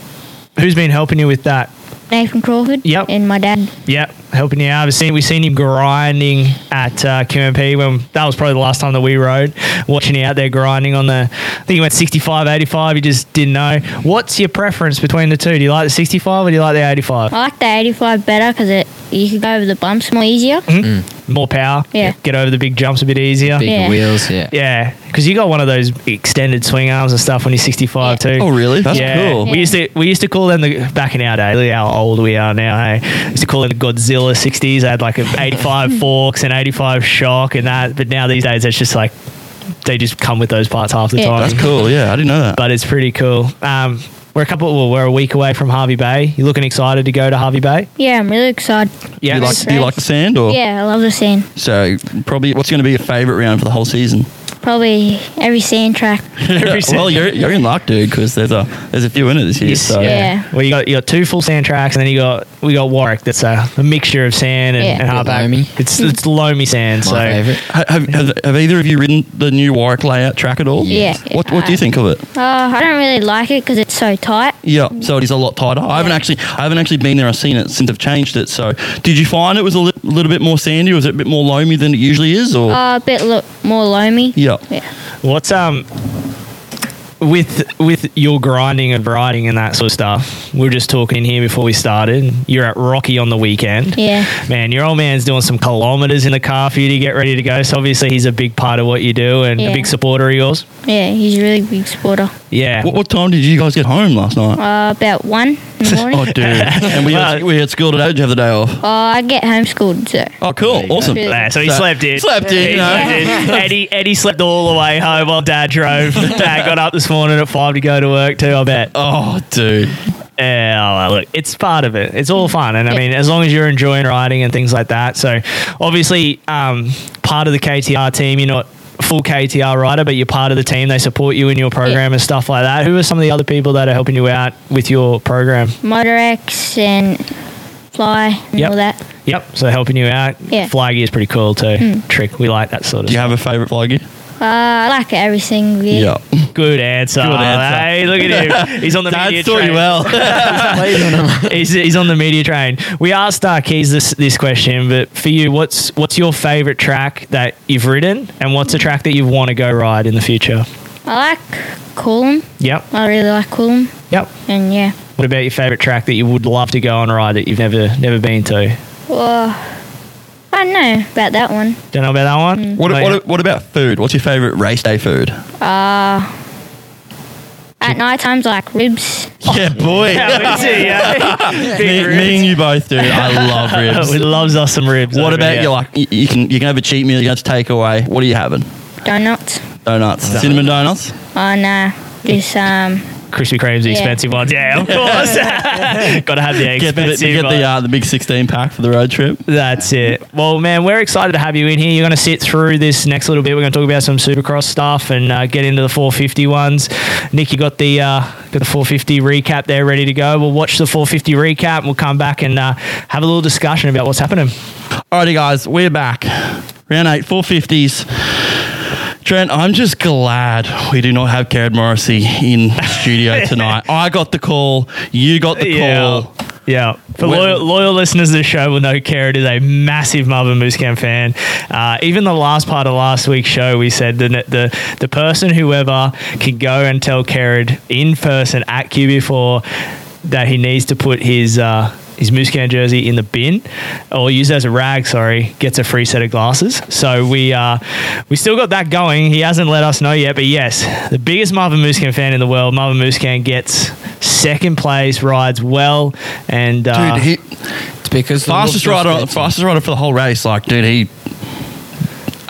who's been helping you with that?
Nathan Crawford
Yep.
and my dad.
Yep, helping you out. We've seen, we've seen him grinding at uh, QMP when that was probably the last time that we rode. Watching you out there grinding on the, I think he went 65, 85. You just didn't know. What's your preference between the two? Do you like the 65 or do you like the 85?
I like the 85 better because it you can go over the bumps more easier.
Mm-hmm. More power.
Yeah.
Get over the big jumps a bit easier.
Bigger
Yeah.
wheels, yeah.
Yeah, because you got one of those extended swing arms and stuff when you're 65 too.
Oh, really? That's
yeah.
cool.
We used to we used to call them the back in our day. Look how old we are now. Hey, used to call them the Godzilla 60s. They had like an 85 forks and 85 shock and that. But now these days it's just like they just come with those parts half the
Yeah.
time.
That's cool. Yeah, I didn't know that.
But it's pretty cool. Um, we're a couple. Well, we're a week away from Harvey Bay. You looking excited to go to Harvey Bay?
Yeah, I'm really excited.
Yeah.
do you like do you like the sand or
Yeah, I love the sand.
so probably what's going to be your favorite round for the whole season?
Probably every sand track.
Every
well, you're, you're in luck, dude, because there's a there's a few in it this year.
Yes,
so.
Yeah.
Well, you got you got two full sand tracks, and then you got we got Warwick. That's a, a mixture of sand and,
Yeah. Mm.
and
Bit
hardback.
loamy.
It's it's loamy sand.
My
so
favorite.
Ha- Have, have, have either of you ridden the new Warwick layout track at all?
Yeah. Yeah.
What, what do you think of it?
Uh, I don't really like it because it's so tight.
Yeah, so it is a lot tighter. I haven't actually, I haven't actually been there. I've seen it since I've changed it. So, did you find it was a li- little bit more sandy? Was it a bit more loamy than it usually is? Or
Uh, a bit look more loamy.
yeah,
Yeah.
what's um with with your grinding and riding and that sort of stuff, we were just talking here before we started. You're at Rocky on the weekend.
Yeah.
Man, your old man's doing some kilometers in the car for you to get ready to go. So obviously he's a big part of what you do and
Yeah.
a big supporter of yours.
Yeah, he's a really big supporter.
Yeah.
What, what time did you guys get home last night?
Uh, about one in the morning.
Oh, dude. and we had, we had school today. Did you have the day off?
Uh, I get homeschooled, so.
Oh, cool. Awesome.
Yeah, so he slept in.
Slept in,
He
you know.
slept in. Eddie, Eddie slept all the way home while Dad drove. Dad got up this morning at five to go to work too. I bet.
Oh, dude.
Yeah, well, look, it's part of it. It's all fun, and I mean, as long as you're enjoying riding and things like that. So, obviously, um, part of the KTR team. You're not full KTR rider, but you're part of the team. They support you in your program and stuff like that. Who are some of the other people that are helping you out with your program?
Motorex and fly and
Yep.
all that.
Yep. So helping you out.
Yeah.
Flaggy is pretty cool too.
Mm.
Trick. We like that sort of.
Do you have a favourite flaggy?
Uh, I like every single year.
Good answer.
Good answer.
Hey, look at him. He's on the
Dad
media
saw
train.
you well.
he's, he's on the media train. We asked our keys this this question, but for you, what's what's your favorite track that you've ridden, and what's a track that you want to go ride in the future?
I like Coolum.
Yep.
I really like Coolum.
Yep.
And yeah.
What about your favorite track that you would love to go on a ride that you've never never been to?
Well, I don't know about that one.
Don't know about that one.
What,
Oh, yeah.
what, what about food? What's your favourite race day food?
Uh, at night times, I like ribs.
Yeah, boy.
Yeah, we do, yeah.
me, me and you both, dude. I love ribs.
we loves us some ribs.
What
over
about
here.
you? Like you, you can you can have a cheat meal. You can have takeaway. What are you having?
Donuts.
Donuts, cinnamon donuts.
Oh, no. Just, um,
Krispy Kreme's the
Yeah.
expensive ones? Yeah, of course. Got to have the
Get the,
expensive.
get
ones.
the uh, the big sixteen pack for the road trip.
That's it. Well, man, we're excited to have you in here. You're going to sit through this next little bit. We're going to talk about some Supercross stuff and uh, get into the 450 ones. Nick, you got the uh, got the 450 recap there ready to go. We'll watch the 450 recap. And we'll come back and uh, have a little discussion about what's happening.
Alrighty, guys, we're back. Round eight, four fifties. Trent, I'm just glad we do not have Garrett Morrissey in studio tonight. I got the call. You got the
Yeah.
call.
Yeah, for
When-
loyal, loyal listeners to the show will know Carrot is a massive Melbourne Moose Camp fan. Uh, even the last part of last week's show, we said the the, the person whoever can go and tell Carrot in person at QB4 that he needs to put his uh, his Moose Camp jersey in the bin or use it as a rag, sorry, gets a free set of glasses. So we uh, we still got that going. He hasn't let us know yet, but yes, the biggest Marvin Mooscan fan in the world, Marvin Mooscan gets second place, rides well, and uh,
Dude, he
It's because the
fastest
Wolves-
rider, fastest rider for the whole race. Like, dude, he.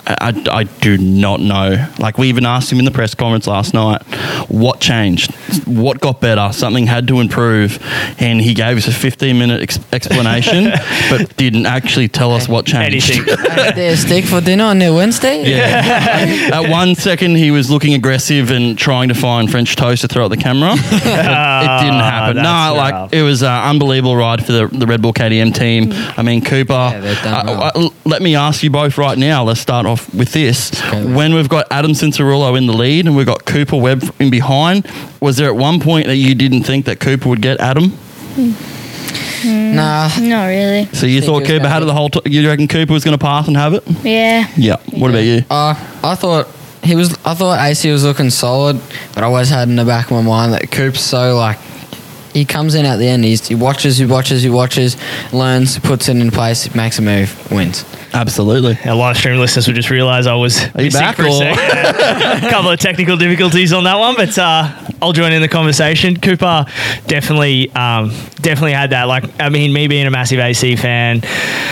I, I, I do not know. Like, we even asked him in the press conference last night what changed, what got better, something had to improve. And he gave us a 15 minute ex- explanation, but didn't actually tell us what changed.
anything.
Their steak for dinner on their Wednesday.
Yeah. at one second, he was looking aggressive and trying to find French toast to throw at the camera. it didn't happen.
Ah, that's
No,
rough.
like it was an unbelievable ride for the, the Red Bull KDM team. I mean, Cooper.
Mm. they've done well.
I- let me ask you both right now. Let's start off with this.
Okay.
When we've got Adam Cincerillo in the lead and we've got Cooper Webb in behind, was there at one point that you didn't think that Cooper would get Adam?
Nah.
Not really.
So you
Think
thought
he was
Cooper
gonna
had it
get-
the whole time? You reckon Cooper was going to pass and have it?
Yeah.
Yeah. What about you?
Uh, I thought he was. I thought AC was looking solid, but I always had in the back of my mind that Coop's so like. He comes in at the end. He's, he watches. He watches. He watches. Learns. Puts it in place. Makes a move. Wins.
Absolutely.
Our live stream listeners would just realise I was
you
missing
back
for a
or-
sec. a couple of technical difficulties on that one, but uh, I'll join in the conversation. Cooper definitely, um, definitely had that. Like, I mean, me being a massive AC fan,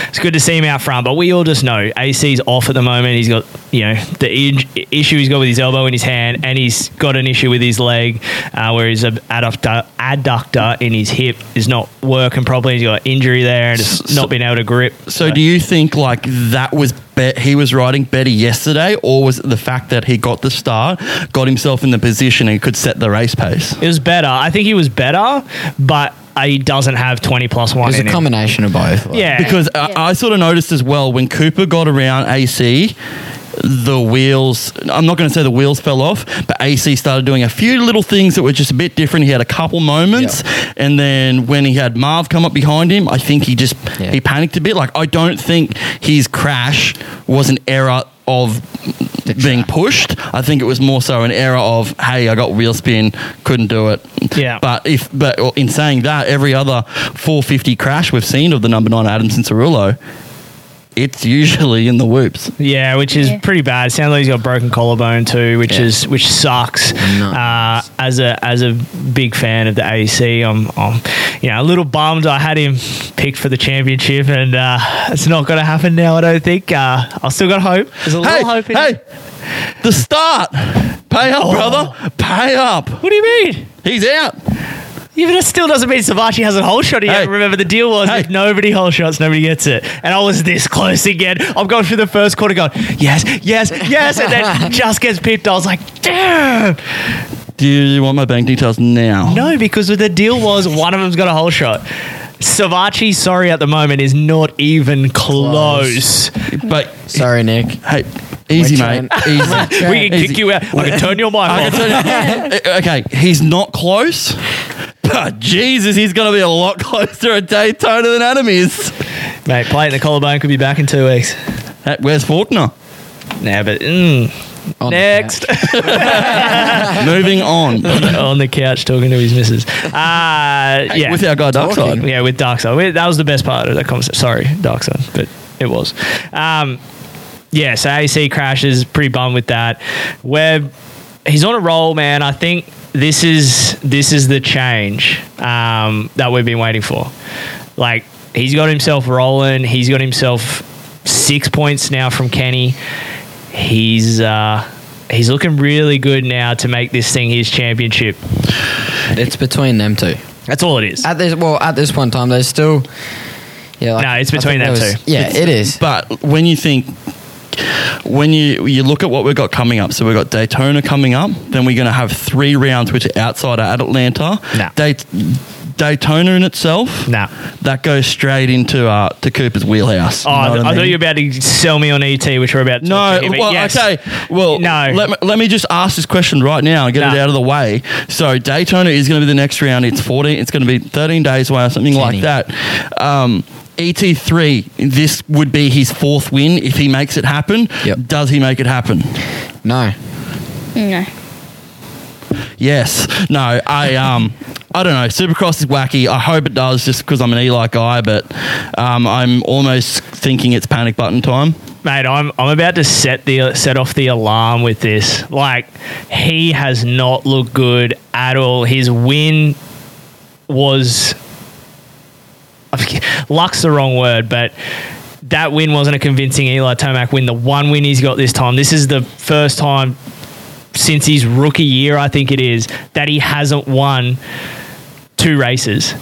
it's good to see him out front. But we all just know AC's off at the moment. He's got, you know, the i- issue he's got with his elbow in his hand, and he's got an issue with his leg, uh, where his ab- adductor, adductor in his hip is not working properly. He's got injury there and just
S-
not being able to grip.
So, do you think like that was bet he was riding better yesterday, or was it the fact that he got the start, got himself in the position, and could set the race pace?
It was better. I think he was better, but he doesn't have 20 plus one
It was
in
a
him.
combination of both. like-
Yeah.
Because I, I sort of noticed as well when Cooper got around AC. The wheels, I'm not going to say the wheels fell off, but AC started doing a few little things that were just a bit different. He had a couple moments, and then when he had Marv come up behind him, I think he just
Yeah.
he panicked a bit. Like, I don't think his crash was an error of being pushed. I think it was more so an error of hey, I got wheel spin, couldn't do it.
Yeah.
But if but in saying that, every other 450 crash we've seen of the number nine Adam Cincerulo, it's usually in the whoops.
Yeah, which is pretty bad. It sounds like he's got a broken collarbone too, which
Yeah.
is which sucks. Uh, as a as a big fan of the AEC, I'm, I'm you know a little bummed. I had him picked for the championship, and uh, it's not going to happen now. I don't think. Uh, I still got hope. There's a
Hey,
little hope. In
hey, the start. Pay up, brother. Pay up.
Oh. What do you mean?
He's out.
Even it still doesn't mean Savachi hasn't hole shot yet. Remember the deal was if nobody hole shots, nobody gets it. And I was this close again. I'm going through the first quarter, going yes, yes, yes, and then just gets pipped. I was like, damn.
Do you want my bank details now?
No, because the deal was one of them's got a whole shot. Savachi, sorry, at the moment is not even close.
But
sorry, Nick.
Hey, easy,
We're
mate.
trying.
Easy.
We can kick you out. I can turn your mic
I
off.
can turn- Uh, okay, he's not close. But Jesus, he's going to be a lot closer at Daytona than Adam is.
Mate, play in the collarbone could be back in two weeks.
where's Faulkner?
Nah, but mm, next.
Moving on.
on the couch talking to his missus. Uh,
Hey,
yeah.
with our guy Dark Side.
Talking. Yeah, with Dark Side. We- That was the best part of that conversation. Sorry, Dark Side, but it was. Um, yeah, so AC crashes, pretty bummed with that. Webb, he's on a roll, man. I think this is this is the change um, that we've been waiting for. Like he's got himself rolling. He's got himself six points now from Kenny. He's uh, he's looking really good now to make this thing his championship.
It's between them two.
That's all it is.
At this well, at this one time, there's still. Yeah, like,
No, it's
I
between
think
them
there was-
two.
Yeah,
It's-
it is.
But when you think, when you you look at what we've got coming up, so we've got Daytona coming up, then we're going to have three rounds which are outside at Atlanta.
Nah.
Day, Daytona in itself,
Nah.
that goes straight into uh, to Cooper's wheelhouse.
Oh,
You know
I,
what
thought
mean?
you were about to sell me on ET, which we're about to
No,
talk to you, but
well,
yes.
okay. Well,
No.
Let me, let me just ask this question right now and get it
No.
out of the way. So Daytona is going to be the next round. It's fourteen. It's going to be thirteen days away or something like that. Um, ET3, this would be his fourth win if he makes it happen. Does he make it happen?
No.
No.
Yes. No. I um. I don't know. Supercross is wacky. I hope it does, just because I'm an Eli guy. But um, I'm almost thinking it's panic button time.
Mate, I'm I'm about to set the set off the alarm with this. Like he has not looked good at all. His win was I forget- luck's the wrong word, but that win wasn't a convincing Eli Tomac win. The one win he's got this time. This is the first time since his rookie year, I think it is, that he hasn't won two races.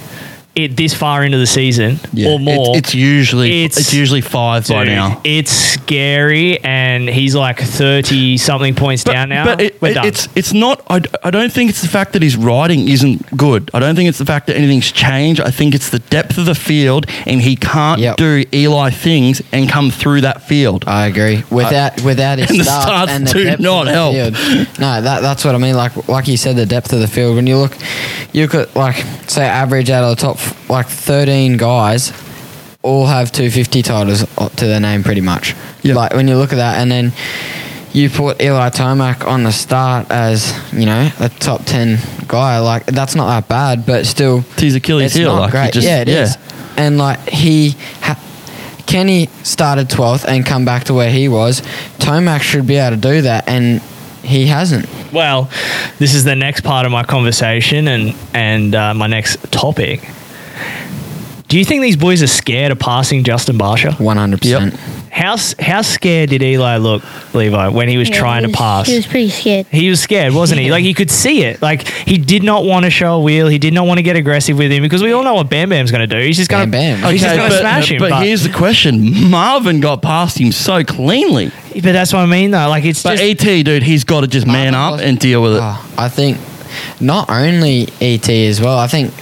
It this far into the season or
It's-
more.
It's, usually
It's-
it's, usually five by
Dude,
now.
It's scary, and he's like thirty something points down now.
But it,
We're
it-
done.
it's it's not. I, d- I don't think it's the fact that his riding isn't good. I don't think it's the fact that anything's changed. I think it's the depth of the field, and he can't
Yep.
do Eli things and come through that field. Uh,
I agree. Without without his
and the
start
starts
and the
do
depth of
not
the
help.
field. No, that, that's what I mean. Like like you said, the depth of the field. When you look, you look at like say average out of the top f- like thirteen guys, all have two fifty titles o- to their name pretty much. Like when you look at that, and then you put Eli Tomac on the start as you know a top ten guy. Like that's not that bad, but still,
It's his Achilles
it's
heel.
not
like, he
great.
just-
yeah, it is. And like he, ha- Kenny started twelfth and come back to where he was. Tomac should be able to do that, and he hasn't.
well, this is the next part of my conversation, and and uh, my next topic. Do you think these boys are scared of passing Justin Barsha?
One hundred percent.
How s- how scared did Eli look, Levi, when he was
Yeah,
trying
he
to pass?
He was pretty scared.
He was scared, wasn't he? Like he could see it. Like he did not want to show a wheel. He did not want to get aggressive with him because we all know what Bam Bam's going to do. He's just going to
Bam Bam.
He's just going to
but, uh,
smash him.
but
but-
here's the question: Marvin got past him so cleanly,
But that's what I mean, though. Like it's
but
just
Et dude, he's got to just man up and deal with it.
Oh, I think not only ET as well. I think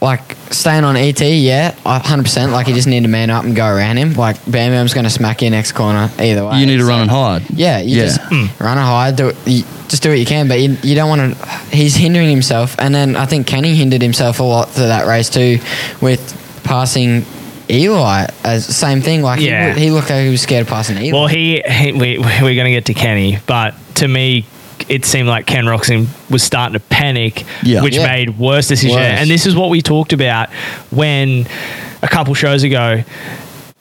like staying on ET, yeah, hundred percent. Like you just need to man up and go around him. Like Bam Bam's going to smack you next corner either way.
you need to run and hide.
Yeah, you
Yeah.
just
Mm.
run a high. Do it, you, just do what you can, but you, you don't want to. He's hindering himself, and then I think Kenny hindered himself a lot through that race too, with passing Eli, as same thing. Like
Yeah.
he, he looked like he was scared of passing Eli.
Well, he, he we, we're going to get to Kenny, but to me, it seemed like Ken Roxon was starting to panic,
Yeah.
which
Yeah.
made worse decisions.
Worse.
And this is what we talked about when a couple shows ago.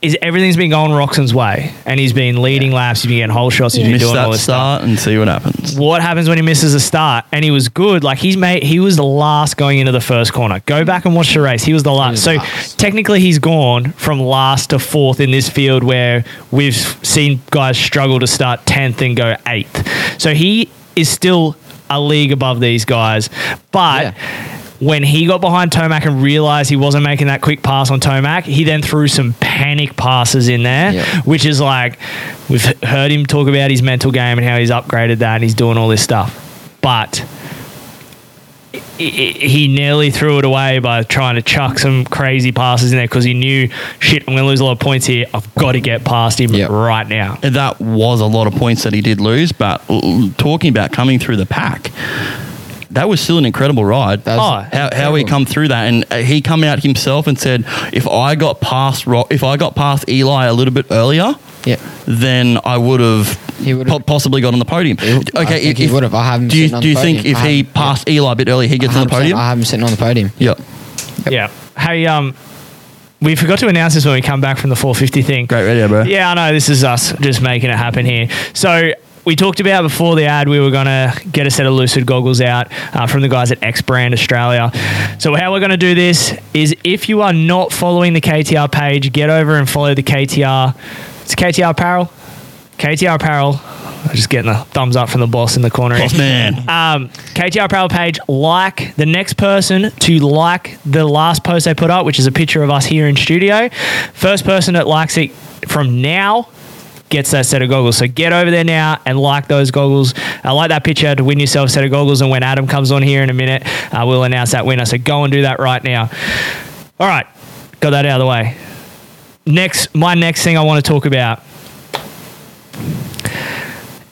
Is everything's been going Roxon's way, and he's been leading laps, he's been getting whole shots, he's been
Miss
doing all
that
this stuff
start and see what happens.
what happens when he misses a start and he was good like he's made he was the last going into the first corner go back and watch the race he was the last so technically he's gone from last to fourth in this field where we've seen guys struggle to start 10th and go 8th so he is still a league above these guys but When he got behind Tomac and realized he wasn't making that quick pass on Tomac, he then threw some panic passes in there, which is like we've heard him talk about his mental game and how he's upgraded that and he's doing all this stuff. But i- i- he nearly threw it away by trying to chuck some crazy passes in there because he knew, shit, I'm going to lose a lot of points here. I've got to get past him right now.
And That was a lot of points that he did lose, but l- talking about coming through the pack, that was still an incredible ride. Ah,
was
how, how he come through that, and uh, he come out himself and said, "If I got past Ro- if I got past Eli a little bit earlier,
yeah,
then I would have." po- possibly got on the podium. okay,
think
if,
he would have. I have him
Do you,
sitting on
do you
the
think
podium.
if
I
he
have-
passed Eli a bit earlier, he gets on the
100%,
podium?
I have him sitting on the podium.
Yeah.
Yeah. Hey, um, we forgot to announce this when we come back from the 450 thing.
Great radio, bro.
Yeah, I know. This is us just making it happen here. So we talked about before the ad, we were going to get a set of Lucid goggles out uh, from the guys at X Brand Australia. So how we're going to do this is if you are not following the KTR page, get over and follow the KTR. It's KTR Apparel. KTR Apparel. I'm just getting a thumbs up from the boss in the corner.
Boss man.
Um, KTR Apparel page, like the next person to like the last post they put up, which is a picture of us here in studio. First person that likes it from now gets that set of goggles. So get over there now and like those goggles. I like that picture to win yourself a set of goggles. And when Adam comes on here in a minute, uh, we'll announce that winner. So go and do that right now. All right, got that out of the way. Next, my next thing I want to talk about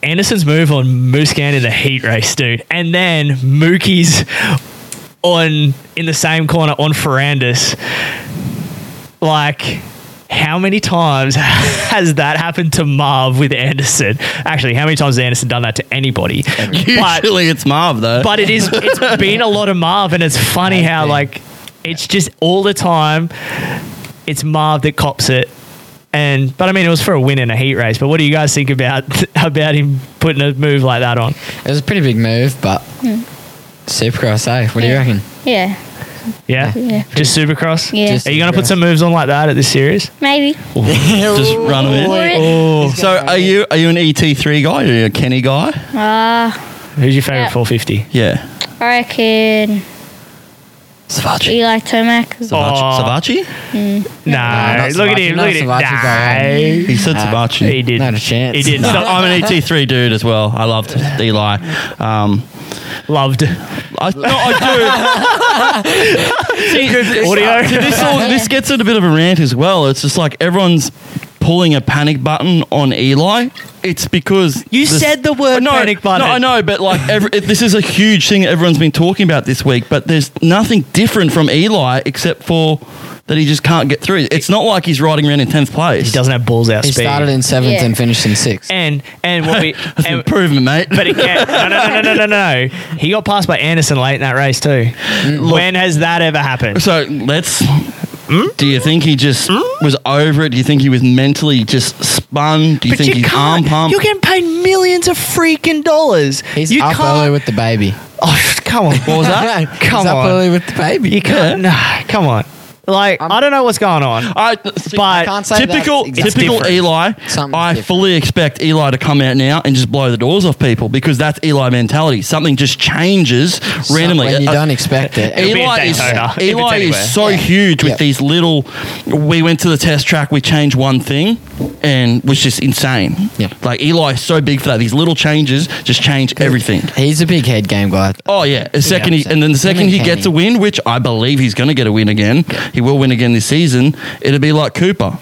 Anderson's move on Mooscan in the heat race, dude, and then Mookie's on in the same corner on Ferrandis. Like, how many times has that happened to Marv with Anderson? Actually, how many times has Anderson done that to anybody? But-
Usually it's Marv
Uh,
though.
but it is it's been a lot of Marv, and it's funny how like it's just all the time. It's Marv that cops it, and but I mean it was for a win in a heat race. But what do you guys think about about him putting a move like that on?
It was a pretty big move, but
Mm.
Supercross, eh? What do you reckon?
Yeah,
Yeah,
Yeah.
just Supercross.
Yeah. Just
are you going to put
Supercross.
some moves on like that at this series?
maybe.
Just run him
Wait.
in. So are you are you an ET three guy? Are you a Kenny guy?
Uh,
Who's your
Yeah.
favorite 450?
Yeah.
I reckon
Savachi.
Eli Tomac.
Oh.
Savachi?
Mm.
No,
not
look at
Sabachi,
him.
not
Look at him.
Sabachi,
Nah.
He said
Nah.
Savachi.
He did.
Not a chance.
He did.
No,
So
I'm an ET3 dude as well. I loved Eli. Um,
loved.
I, no, I do. See, this-
Audio.
This, all, this gets at a bit of a rant as well. It's just like everyone's pulling a panic button on Eli. It's because
You
the-
said the word
no,
panic button.
No, I know, but like every, it- this is a huge thing that everyone's been talking about this week. But there's nothing different from Eli except for that he just can't get through. It's not like he's riding around in tenth place.
He doesn't have balls out
He
speed.
started in seventh
Yeah.
and finished in sixth.
and and what we
That's an
and,
improvement, mate.
But he can't. No, no, no, no, no, no, no. He got passed by Anderson late in that race too.
Mm.
when has that ever happened?
So let's.
Hmm?
Do you think he just was over it? Do you think he was mentally just spun? Do you think he's arm pumped?
You're getting paid millions of freaking dollars.
He's
you
up early
can't.
with the baby.
Oh, come on. What was that? come
He's up
on.
early with the baby.
You can't. Nah, come on. Like I'm, I do not know what's going on.
I,
But
can't say
typical,
that's exact-
typical
different.
Eli.
Something's
I
different.
fully expect Eli to come out now and just blow the doors off people because that's Eli mentality. Something just changes randomly.
When you
Uh,
don't expect it.
It'll be in
Eli is,
Daytona, if it's
Eli
anywhere.
is so huge with
Yeah.
these little. We went to the test track, we changed one thing, and was just insane.
Yeah.
Like Eli is so big for that. These little changes just change everything.
He's a big head game guy.
Oh yeah, a second, he, and then the second
and
he
Kenny.
gets a win, which I believe he's going to get a win again. He will win again this season. It'll be like Cooper.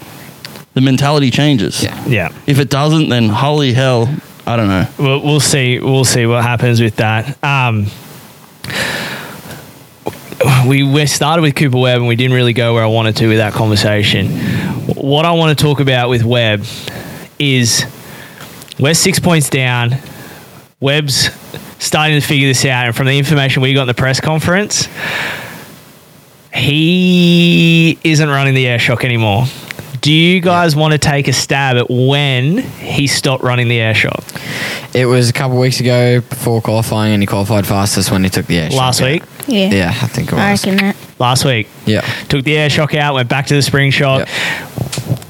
The mentality changes.
Yeah.
Yeah.
If it doesn't, then holy hell, I don't know.
We'll, we'll see. We'll see what happens with that. Um, we, we started with Cooper Webb and we didn't really go where I wanted to with that conversation. What I want to talk about with Webb is we're six points down. Webb's starting to figure this out, and from the information we got in the press conference, he isn't running the air shock anymore. Do you guys want to take a stab at when he stopped running the air shock?
It was a couple of weeks ago before qualifying, and he qualified fastest when he took the air. shot.
Last week?
Yeah.
Yeah, I think it
I
was.
reckon that.
Last week.
Yeah.
Took the air shock out, went back to the spring shock.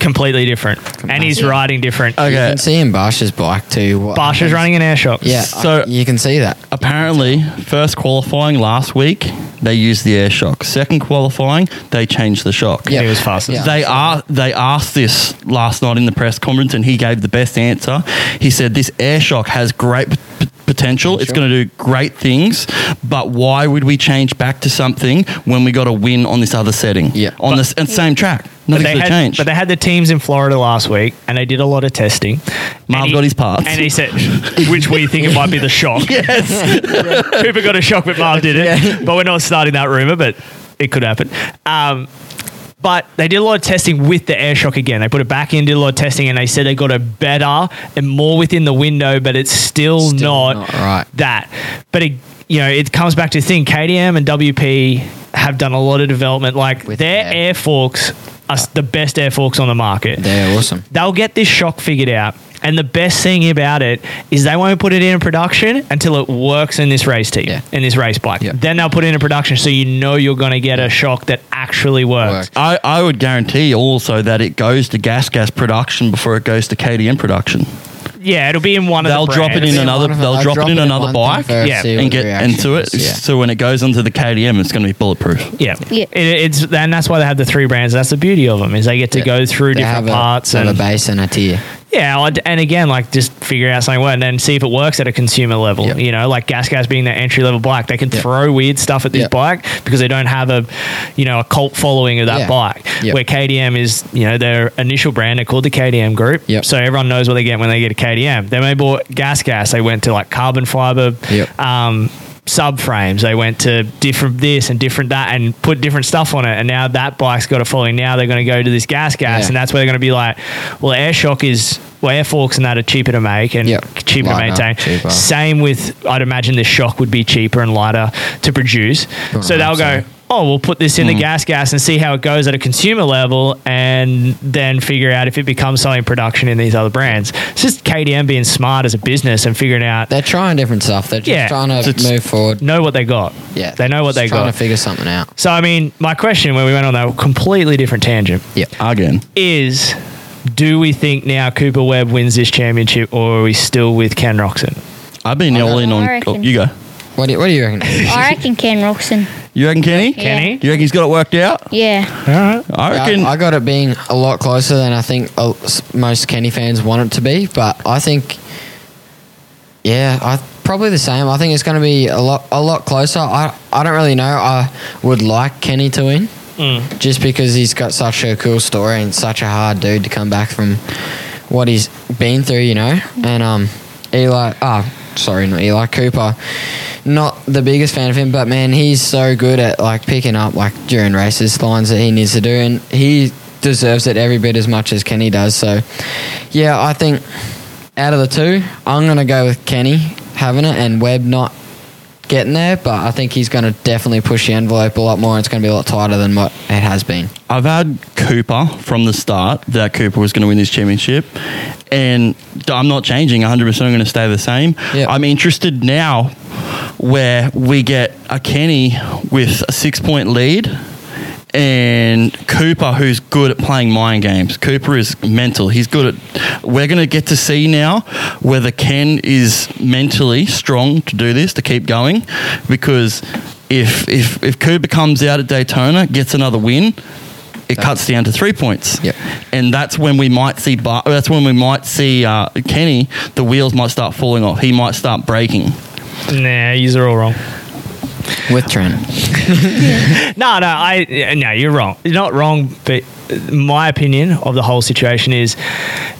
Completely different. And he's riding different.
You can see in Barsha's bike too. What
Barsha's
happens.
running an air shock.
Yeah,
So-
so you can see that.
Apparently, first qualifying last week, they used the air shock. Second qualifying, they changed the shock.
He
Yeah,
was fastest.
Yeah.
They are. They asked this last night in the press conference, and he gave the best answer. He said, "This air shock has great p- p- potential. It's going to do great things, but why would we change back to something when we got a win on this other setting?
Yeah.
on this and same track.
But
Nothing's
they,
going to
had,
change.
but they had the teams in Florida last week and they did a lot of testing.
Marv
And he-
got his parts.
And he said, which we think it might be the shock.
yes,
Cooper got a shock, but Marv did it. But we're not starting that rumor, but it could happen. Um, but they did a lot of testing with the air shock again. They put it back in, did a lot of testing, and they said they got a better and more within the window, but it's still,
Still
not,
not right.
that. But it, you know, it comes back to the thing. KDM and WP have done a lot of development. Like
With
their
air.
air forks are s- the best air forks on the market
They're awesome.
they'll get this shock figured out. And the best thing about it is they won't put it in production until it works in this race team,
Yeah.
in this race bike.
Yeah.
Then they'll put it in production so you know you're going to get a shock that actually works.
Works.
I, I would guarantee also that it goes to Gas Gas production before it goes to KDM production.
Yeah, it'll be in one
They'll
of the
drop it
brands.
in another. They'll drop it in another bike.
Yeah.
and get into it. So when it goes onto the KDM, it's going to be bulletproof.
Yeah,
Yeah.
It, it's and that's why they have the three brands. That's the beauty of them is they get to go through different parts
a,
and
have a base and a tier.
Yeah, and- and again, like just figure out something well and then see if it works at a consumer level.
Yep.
You know, like Gas Gas being that entry level bike, they can throw weird stuff at this
Yep.
bike because they don't have a, you know, a cult following of that
Yeah.
bike.
Yep.
Where KDM is, you know, their initial brand, they're called the KDM Group.
Yep.
So everyone knows what they get when they get a KDM. Then they bought Gas Gas. They went to like carbon fiber.
Yep.
Um, subframes they went to different this and different that and put different stuff on it and now that bike's got a following now they're going to go to this gas gas
Yeah.
and that's where they're going to be like well air shock is well air forks and that are cheaper to make and
Yep.
cheaper
Lighter,
to maintain
cheaper.
same with i'd imagine the shock would be cheaper and lighter to produce
Don't
so
know,
they'll go
so- Hmm.
oh we'll put this in the gas gas and see how it goes at a consumer level and then figure out if it becomes something in production in these other brands it's just kdm being smart as a business and figuring out
They're trying different stuff. They're just
Yeah.
trying to
It's-
move forward.
know what they got
Yeah,
they know what
just
they
trying
got
to figure something out.
so i mean my question when we went on that completely different tangent
Again,
is do we think now Cooper Webb wins this championship or are we still with Ken Roxon?
I've been all in
I
on.
reckon.
Oh, you go.
What do you, what do you reckon?
I reckon Ken Roxon.
You reckon, Kenny?
Kenny?
You reckon he's got it worked out?
Yeah.
I reckon.
I, I got it being a lot closer than I think uh, s- most Kenny fans want it to be, but I think, yeah, I probably the same. I think it's going to be a lot a lot closer. I I don't really know. I would like Kenny to win,
Mm.
just because he's got such a cool story and such a hard dude to come back from what he's been through, you know. And um, Eli, ah, sorry, not Eli Cooper. Not the biggest fan of him, but man, he's so good at like picking up like during races lines that he needs to do, and he deserves it every bit as much as Kenny does. So, yeah, I think out of the two, I'm gonna go with Kenny having it and Webb not getting there, but I think he's gonna definitely push the envelope a lot more. and It's gonna be a lot tighter than what it has been.
I've had Cooper from the start that Cooper was going to win this championship, and I'm not changing. 100. percent I'm going to stay the same.
Yeah.
I'm interested now where we get a Kenny with a six point lead. And Cooper, who's good at playing mind games, Cooper is mental. He's good at. We're going to get to see now whether Ken is mentally strong to do this, to keep going, because if if if Cooper comes out at Daytona, gets another win, it cuts down to three points.
Yep.
And that's when we might see. Bar- that's when we might see uh, Kenny. The wheels might start falling off. He might start breaking.
Nah, yous are all wrong.
With Trent.
No, no, I yeah, no, you're wrong. You're not wrong, but my opinion of the whole situation is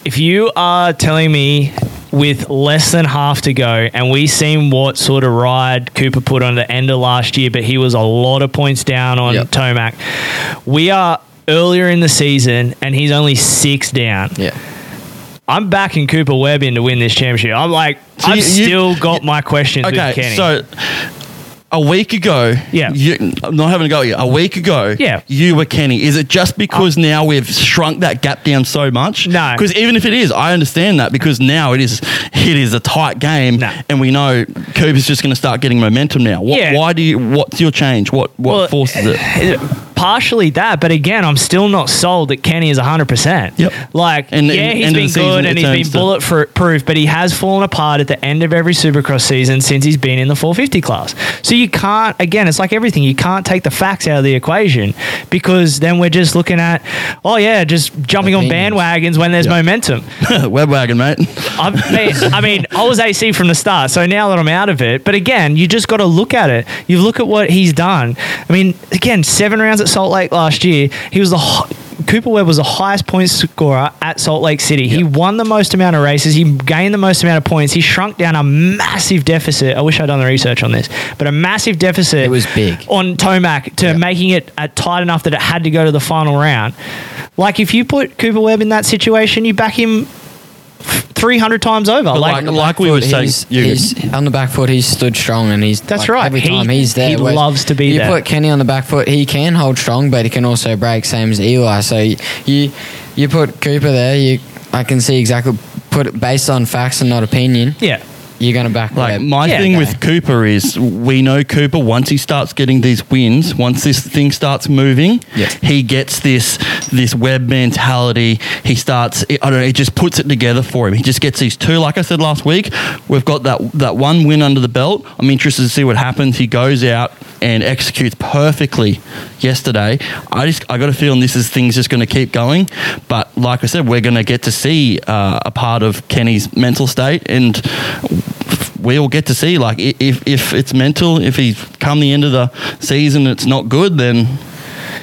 if you are telling me with less than half to go, and we seen what sort of ride Cooper put on the end of last year, but he was a lot of points down on
Yep.
Tomac. We are earlier in the season, and he's only six down.
Yeah.
I'm backing Cooper Webb in to win this championship. I'm like,
So
I've
you- you-
still got my questions with
Okay,
Kenny.
so a week ago,
Yeah.
you, I'm not having a go at you. A week ago,
Yeah. Uh,
you were Kenny. Is it just because now we've shrunk that gap down so much?
No.
because even if it is, I understand that because now it is it is a tight game,
No.
and we know Cooper's just going to start getting momentum now. What,
Yeah.
Why do you? What's your change? What what
Well,
forces it?
partially that, but again, I'm still not sold that Kenny is 100%.
Yep.
Like,
And
yeah,
in- end
he's
of
been
the season,
good and
it
he's
turns
been
to-
bulletproof, but he has fallen apart at the end of every Supercross season since he's been in the 450 class. So you can't, again, it's like everything. You can't take the facts out of the equation because then we're just looking at, oh, yeah, just jumping on
Opinions.
bandwagons when there's
Yep.
momentum.
Web wagon, mate.
I've, mate, I mean, I was AC from the start, so now that I'm out of it, but again, you just got to look at it. You look at what he's done. I mean, again, seven rounds at Salt Lake last year, he was the. hi- Cooper Webb was the highest point scorer at Salt Lake City. He won the most amount of races. He gained the most amount of points. He shrunk down a massive deficit. I wish I'd done the research on this, but a massive deficit.
It was big.
on Tomac to making it uh, tight enough that it had to go to the final round. Like if you put Cooper Webb in that situation, you back him three hundred times over.
But
Like,
like- we were saying,
he's,
you-
he's on the back foot. He's stood strong, and he's
That's
like,
right.
Every
He-
time he's there,
he
whereas
loves to be
you
there.
put Kenny on the back foot, he can hold strong, but he can also break, same as Eli. So you you, you put Cooper there, you I can see exactly put it based on facts and not opinion.
yeah,
You're gonna back
Like
Webb.
my
Yeah,
thing
okay.
with Cooper is we know Cooper once he starts getting these wins, once this thing starts moving,
Yep.
he gets this this web mentality. He starts I don't know, he just puts it together for him. He just gets these two like I said last week, we've got that that one win under the belt. I'm interested to see what happens. He goes out and executes perfectly yesterday. I just I got a feeling this is things just going to keep going, but like I said, we're going to get to see uh, a part of Kenny's mental state and we all get to see. Like i- if if it's mental, if he's come the end of the season, it's not good. Then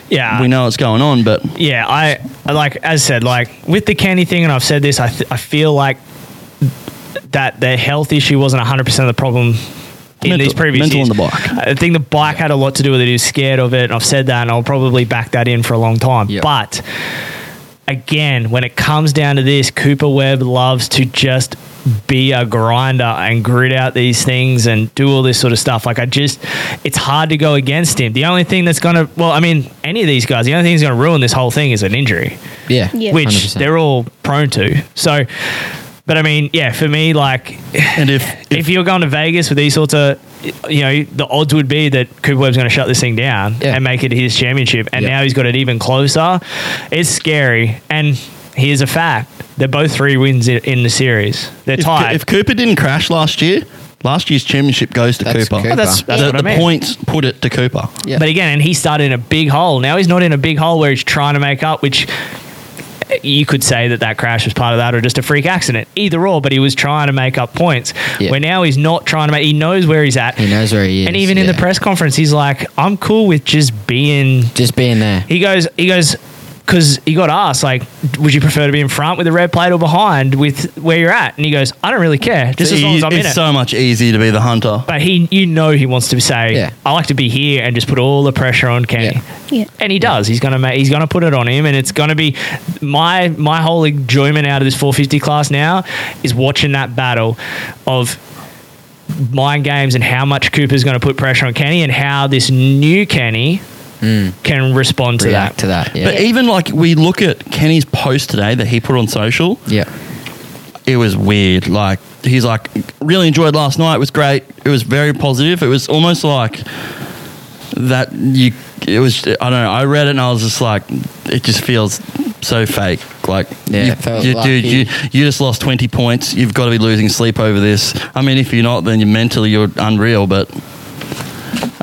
yeah.
we know what's going on. But
yeah, I I like as said, like with the candy thing, and I've said this, I th- I feel like that the health issue wasn't one hundred percent of the problem. In
Mental-
these previous
mental
years.
on the bike.
I think the bike had a lot to do with it. He was scared of it. And I've said that, and I'll probably back that in for a long time.
Yep.
But again, when it comes down to this, Cooper Webb loves to just be a grinder and grit out these things and do all this sort of stuff. Like I just, it's hard to go against him. The only thing that's gonna, well, I mean, any of these guys, the only thing that's gonna ruin this whole thing is an injury
yeah,
Yeah.
which
100%.
they're all prone to. So, but I mean, yeah, for me, like,
and if
if, you're going to Vegas with these sorts of, you know, the odds would be that Cooper Webb's going to shut this thing down
Yeah.
and make it his championship. And
Yeah.
now he's got it even closer. It's scary. And here's a fact they're both three wins in, in the series. They're
if,
tied.
if Cooper didn't crash last year, last year's championship goes to
That's
Cooper.
Cooper.
Oh, that's that's
the,
what I
the
mean.
points put it to Cooper.
Yeah.
But again, and he started in a big hole. Now he's not in a big hole where he's trying to make up, which you could say that that crash was part of that or just a freak accident. Either or, but he was trying to make up points.
Yeah.
Where now he's not trying to make, he knows where he's at.
he knows where he is.
and even in the
yeah.
press conference, he's like, I'm cool with just being
just being there.
he goes, he goes, because he got asked, like, would you prefer to be in front with the red plate or behind with where you're at? And he goes, I don't really care, just as long as I'm
it's
in it.
so much easier to be the hunter.
but he, you know, he wants to say,
Yeah.
I like to be here and just put all the pressure on Kenny
Yeah.
Yeah.
and he does. He's gonna make, he's gonna put it on him, and it's gonna be my my whole enjoyment out of this 450 class now is watching that battle of mind games and how much Cooper's gonna put pressure on Kenny and how this new Kenny can respond to
Mm. React
that.
to that. Yeah,
But even like we look at Kenny's post today that he put on social,
yeah.
it was weird. Like he's like really enjoyed last night. It was great. It was very positive. It was almost like that you. It was I don't know. I read it and I was just like, it just feels so fake. Like
Yeah,
you,
it felt
you-
like
dude,
he-
you you just lost twenty points. You've got to be losing sleep over this. I mean, if you're not, then you're mentally you're unreal. But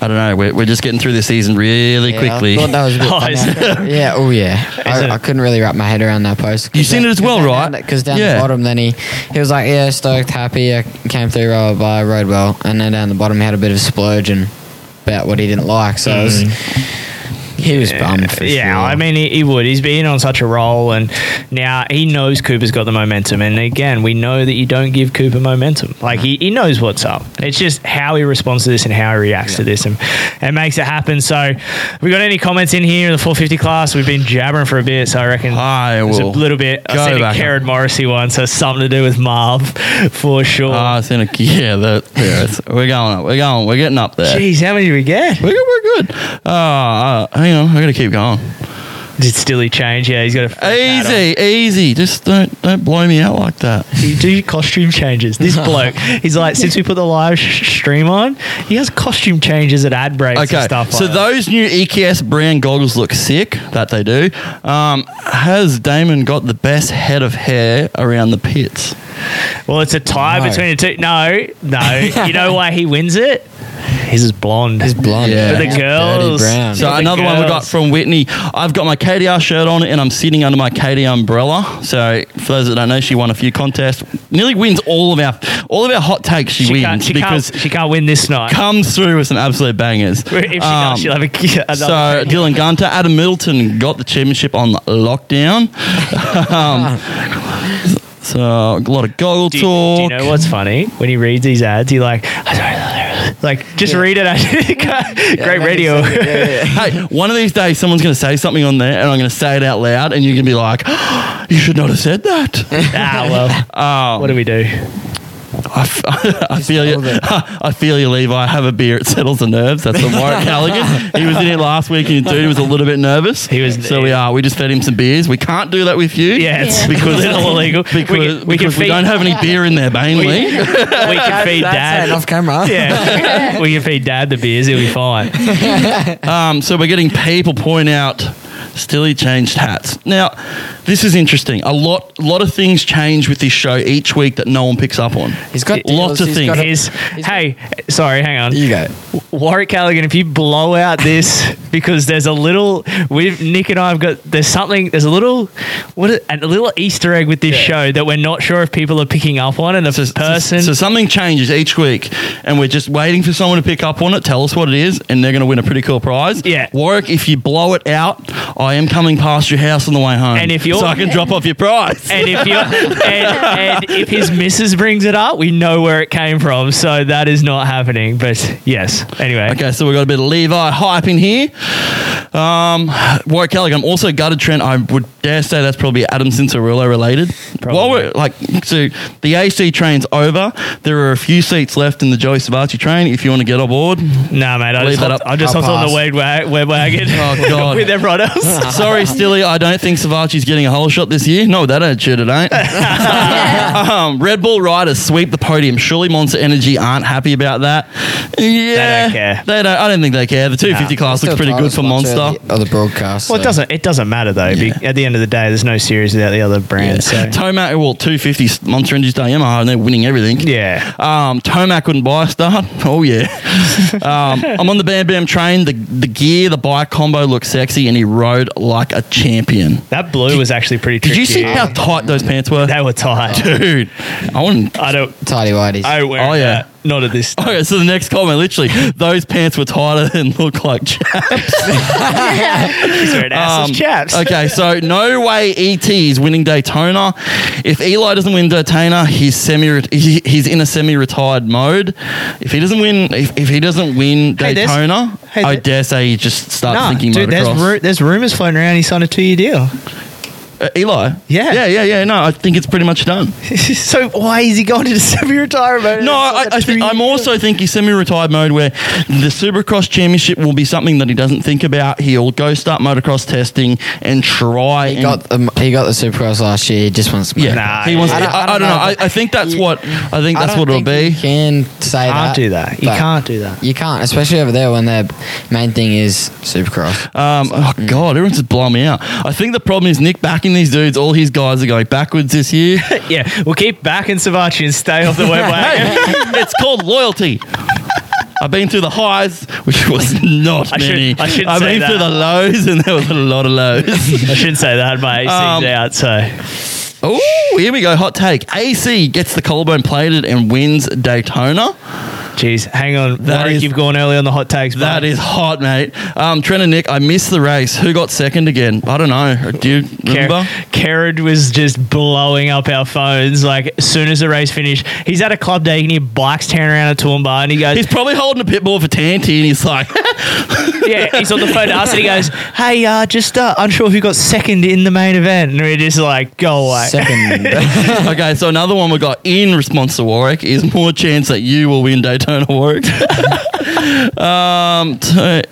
I don't know. We're, we're just getting through this season really
Yeah,
quickly.
I thought that was a bit
Oh, is
funny. yeah, oh yeah.
Is it?
I, I couldn't really wrap my head around that post.
You seen it as well, right?
Because down
Yeah.
the bottom, then he he was like, yeah, stoked, happy, I came through, blah, blah, blah, rode
Mm.
well, and then down the bottom he had a bit of a splurge and about what he didn't like. So it was He was bummed for
yeah,
sure.
I mean, he, he would. He's been on such a roll, and now he knows Cooper's got the momentum. And again, we know that you don't give Cooper momentum. Like, he, he knows what's up. It's just how he responds to this and how he reacts to this and, and makes it happen. So, we got any comments in here in the 450 class? We've been jabbering for a bit, so I reckon
I
there's a
will
little bit.
go
I seen a
back
Karen Morrissey one, so something to do with Marv for sure.
Ah, it's in a yeah. That yeah, it's, we're going up. We're going. We're getting up there.
Jeez, how many do we get?
We're, we're good. Uh, uh, hang on. I gotta keep going.
Did Stilly change? Yeah, he's got a
Easy, easy. Just don't don't blow me out like that.
You do costume changes. This bloke, he's like, since we put the live sh- stream on, he has costume changes at ad breaks and
Okay,
stuff.
so
like that.
those new EKS brand goggles look sick. That they do. Um, has Damon got the best head of hair around the pits?
Well, it's a tie
No.
between the two. No, no. you know why he wins it? His is blonde. His
blonde.
Yeah.
For the
Dirty
girls.
So
For the
another one we got
girls.
from Whitney. I've got my KDR shirt on and I'm sitting under my KDR umbrella. So for those that don't know, she won a few contests. Nearly wins all of our all of our hot takes. She,
She
wins
can't, she,
because
can't, she can't win this night.
comes through with some absolute bangers.
If she
Um,
does, she'll have a, another
so Dylan Gunter, Adam Middleton got the championship on lockdown. um, so a lot of goggle
do, you-
talk.
do you know what's funny? When he reads these ads, he like, like just read it. Great radio.
hey, one of these days someone's going to say something on there and I'm going to say it out loud and you're going to be like, you should not have said that.
ah, well,
Um,
what do we do?
I, f- I feel you. I feel you, Levi. Have a beer. It settles the nerves. That's from Warwick Halligan. He was in here last week, and dude was a little bit nervous. He was. So we are. We just fed him some beers. We can't do that with you.
Yeah, it's
because
a little illegal.
Because we,
We can- we can
because we
feed-
don't have any beer in there, mainly.
we can feed
That's
dad.
it, off camera.
Yeah, we can feed dad the beers. He'll be fine.
um, so we're getting people point out Stilly changed hats. Now, this is interesting. A lot, lot of things change with this show each week that no one picks up on.
He's got
lots
deals,
of
he's
things.
got a-
He's, hey, sorry, hang on.
You go.
Warwick Callaghan, if you blow out this, because there's a little, we've, Nick and I have got, there's something, there's a little, what, is- a little Easter egg with this show that we're not sure if people are picking up on. And the person,
So something changes each week, and we're just waiting for someone to pick up on it, tell us what it is, and they're going to win a pretty cool prize.
Yeah.
Warwick, if you blow it out, I am coming past your house on the way home.
And if you're-
so I can drop off your prize.
and if you and, and if his missus brings it up, we know where it came from. So that is not happening. But yes, anyway.
Okay, so we've got a bit of Levi hype in here. Um, Warwick Kelly, I'm also gutted, Trent. I would dare say that's probably Adam Cincerillo related.
Probably.
While we're like, so the AC train's over. There are a few seats left in the Joey Savati train if you want to get aboard.
Nah, mate. I
Leave
just
that
hopped,
up.
I just
I'll
hopped on
pass.
the web, wa- web wagon
Oh, God.
with everyone else.
Sorry, Stilly, I don't think Savachi's getting a whole shot this year. No, that attitude, it ain't. um, Red Bull riders sweep the podium. Surely Monster Energy aren't happy about that. Yeah,
care.
They don't. I don't think they care. The 250 class looks pretty good for Monster.
Or the broadcast.
Well, it
so-
doesn't. It doesn't matter though. be- At the end of the day, there's no series without the other brand.
Yeah.
So
Tomac, well, 250 Monster Energy's done Yamaha, and they're winning everything.
yeah,
Um, Tomac couldn't buy a start. Oh yeah. Um, I'm on the Bam Bam train. The the gear, the bike combo looks sexy, and he rode like a champion.
that blue was actually pretty
Did
tricky. Um,
you see how tight those pants were?
they were tight?
Dude, I wouldn't.
I don't.
Tidy whities.
I don't wear.
Oh, yeah.
that. Not at this.
Okay, so the next comment, literally, those pants were tighter than look like chaps.
He's wearing assless
Um,
chaps.
okay, so no way ET is winning Daytona. If Eli doesn't win Daytona, he's semi he, he's in a semi-retired mode. If he doesn't win, if, if he doesn't win
Hey, there's-
Daytona,
hey,
I
there-
dare say he just starts
Nah,
thinking
dude, there's,
motocross.
ru- there's rumors floating around. He signed a two year deal.
Uh, Eli,
Yeah.
yeah, yeah, yeah. No, I think it's pretty much done.
so why is he going into semi retirement?
No, I, I think, I'm also thinking semi-retired mode where the Supercross Championship will be something that he doesn't think about. He'll go start motocross testing and try.
He
and-
got the he got the Supercross last year. He just wants
yeah,
Nah,
he wants.
I
I,
don't-
I, don't know. I, I think that's what. I think
I
that's
don't
what it'll
think
be.
You can say
You can't
that.
do that. You
but
can't do that.
You can't, especially over there when their main thing is Supercross.
Um, oh God, everyone's just blowing me out. I think the problem is Nick backing these dudes. All his guys are going backwards this year. hey,
Yeah, we'll keep backing Savachi and stay off the web wagon.
it's called loyalty. I've been through the highs, which was not
I should-
many.
I shouldn't
have
say
been
that.
through the lows, and there was a lot of lows.
I shouldn't say that. My AC's
Um,
out, so
oh, here we go. Hot take. AC gets the collarbone plated and wins Daytona.
Jeez, hang on.
That
Warwick,
is-
you've gone early on the hot takes.
That
bud.
is hot, mate. Um, Trent and Nick, I missed the race. Who got second again? I don't know. Do you remember?
Kerrod was just blowing up our phones. Like as soon as the race finished, he's at a club day. You can hear bikes tearing around a tour bar, and he goes,
He's probably holding a pit bull for Tanty, and he's like,
"Yeah." He's on the phone to us, and he goes, "Hey, uh, just uh, unsure who got second in the main event." And we're just like, "Go away."
okay, so another one we got in response to Warwick is more chance that you will win Daytona Warwick. um, to-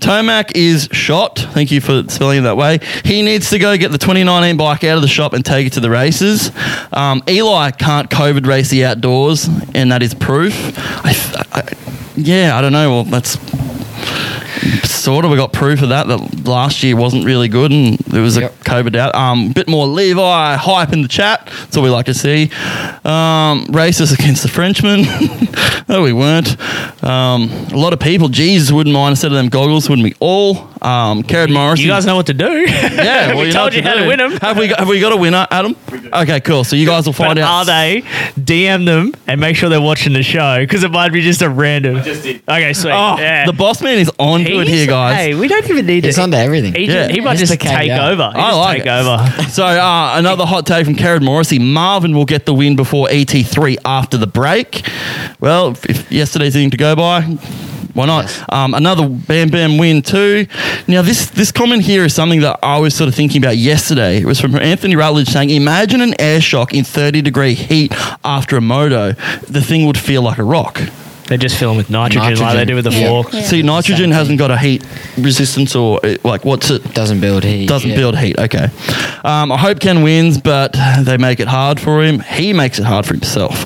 Tomac is shot. Thank you for spelling it that way. He needs to go get the 2019 bike out of the shop and take it to the races. Um, Eli can't COVID race the outdoors, and that is proof. I, I, yeah, I don't know. Well, that's sort of we got proof of that that last year wasn't really good and there was a COVID out. Um, bit more Levi hype in the chat. That's what we like to see. Um, racist against the Frenchmen. no, we weren't. Um, a lot of people. Jesus wouldn't mind a set of them goggles, wouldn't we all? Um, Karen Morris.
You guys know what to do.
Yeah, well,
we
you know
told
what
you how
do.
to win them.
Have we got, have we got a winner, Adam? Okay, cool. So you guys will find
But
out.
are they? DM them and make sure they're watching the show because it might be just a random. Okay, sweet.
Oh,
yeah.
the boss man is on to it
He's-
here, guys.
Hey, we don't even need
It's
to.
under everything.
He,
Yeah.
just, he might just,
Just the
take
KO.
over. He
I
just
like
take
it.
over.
So uh, another hot take from Karen Morrissey. Marvin will get the win before ET3 after the break. Well, if, if yesterday's anything to go by, why not? Um, another Bam Bam win too. Now this this comment here is something that I was sort of thinking about yesterday. It was from Anthony Rutledge saying, "Imagine an air shock in 30 degree heat after a moto. The thing would feel like a rock."
They just fill them with nitrogen, like they
Nitrogen.
do with the
Yeah.
fork.
Yeah.
See, nitrogen hasn't got a heat resistance or uh, like what's it?
Doesn't build heat.
Doesn't
yeah.
build heat. Okay. Um, I hope Ken wins, but they make it hard for him. He makes it hard for himself.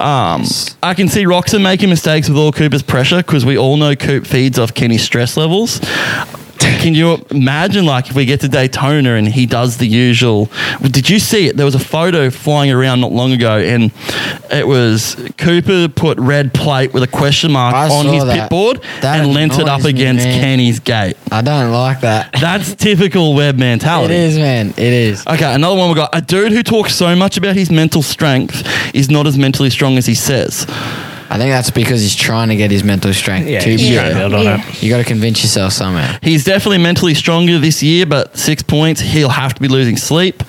Um, I can see Roxon making mistakes with all Cooper's pressure because we all know Coop feeds off Kenny's stress levels. Can you imagine, like, if we get to Daytona and he does the usual? Did you see it? There was a photo flying around not long ago, and it was Cooper put red plate with a question mark
I
on
saw
his pit
that.
board
That
and lent it up
annoys me,
against
man.
Kenny's gate.
I don't like that.
That's typical web
It
mentality.
is, man. It is.
Okay, another one we got. A dude who talks so much about his mental strength is not as mentally strong as he says.
I think that's because he's trying to get his mental strength.
Yeah,
to
he's
be-
trying to build on
Yeah.
it.
You got to convince yourself somehow.
He's definitely mentally stronger this year, but six points, he'll have to be losing sleep.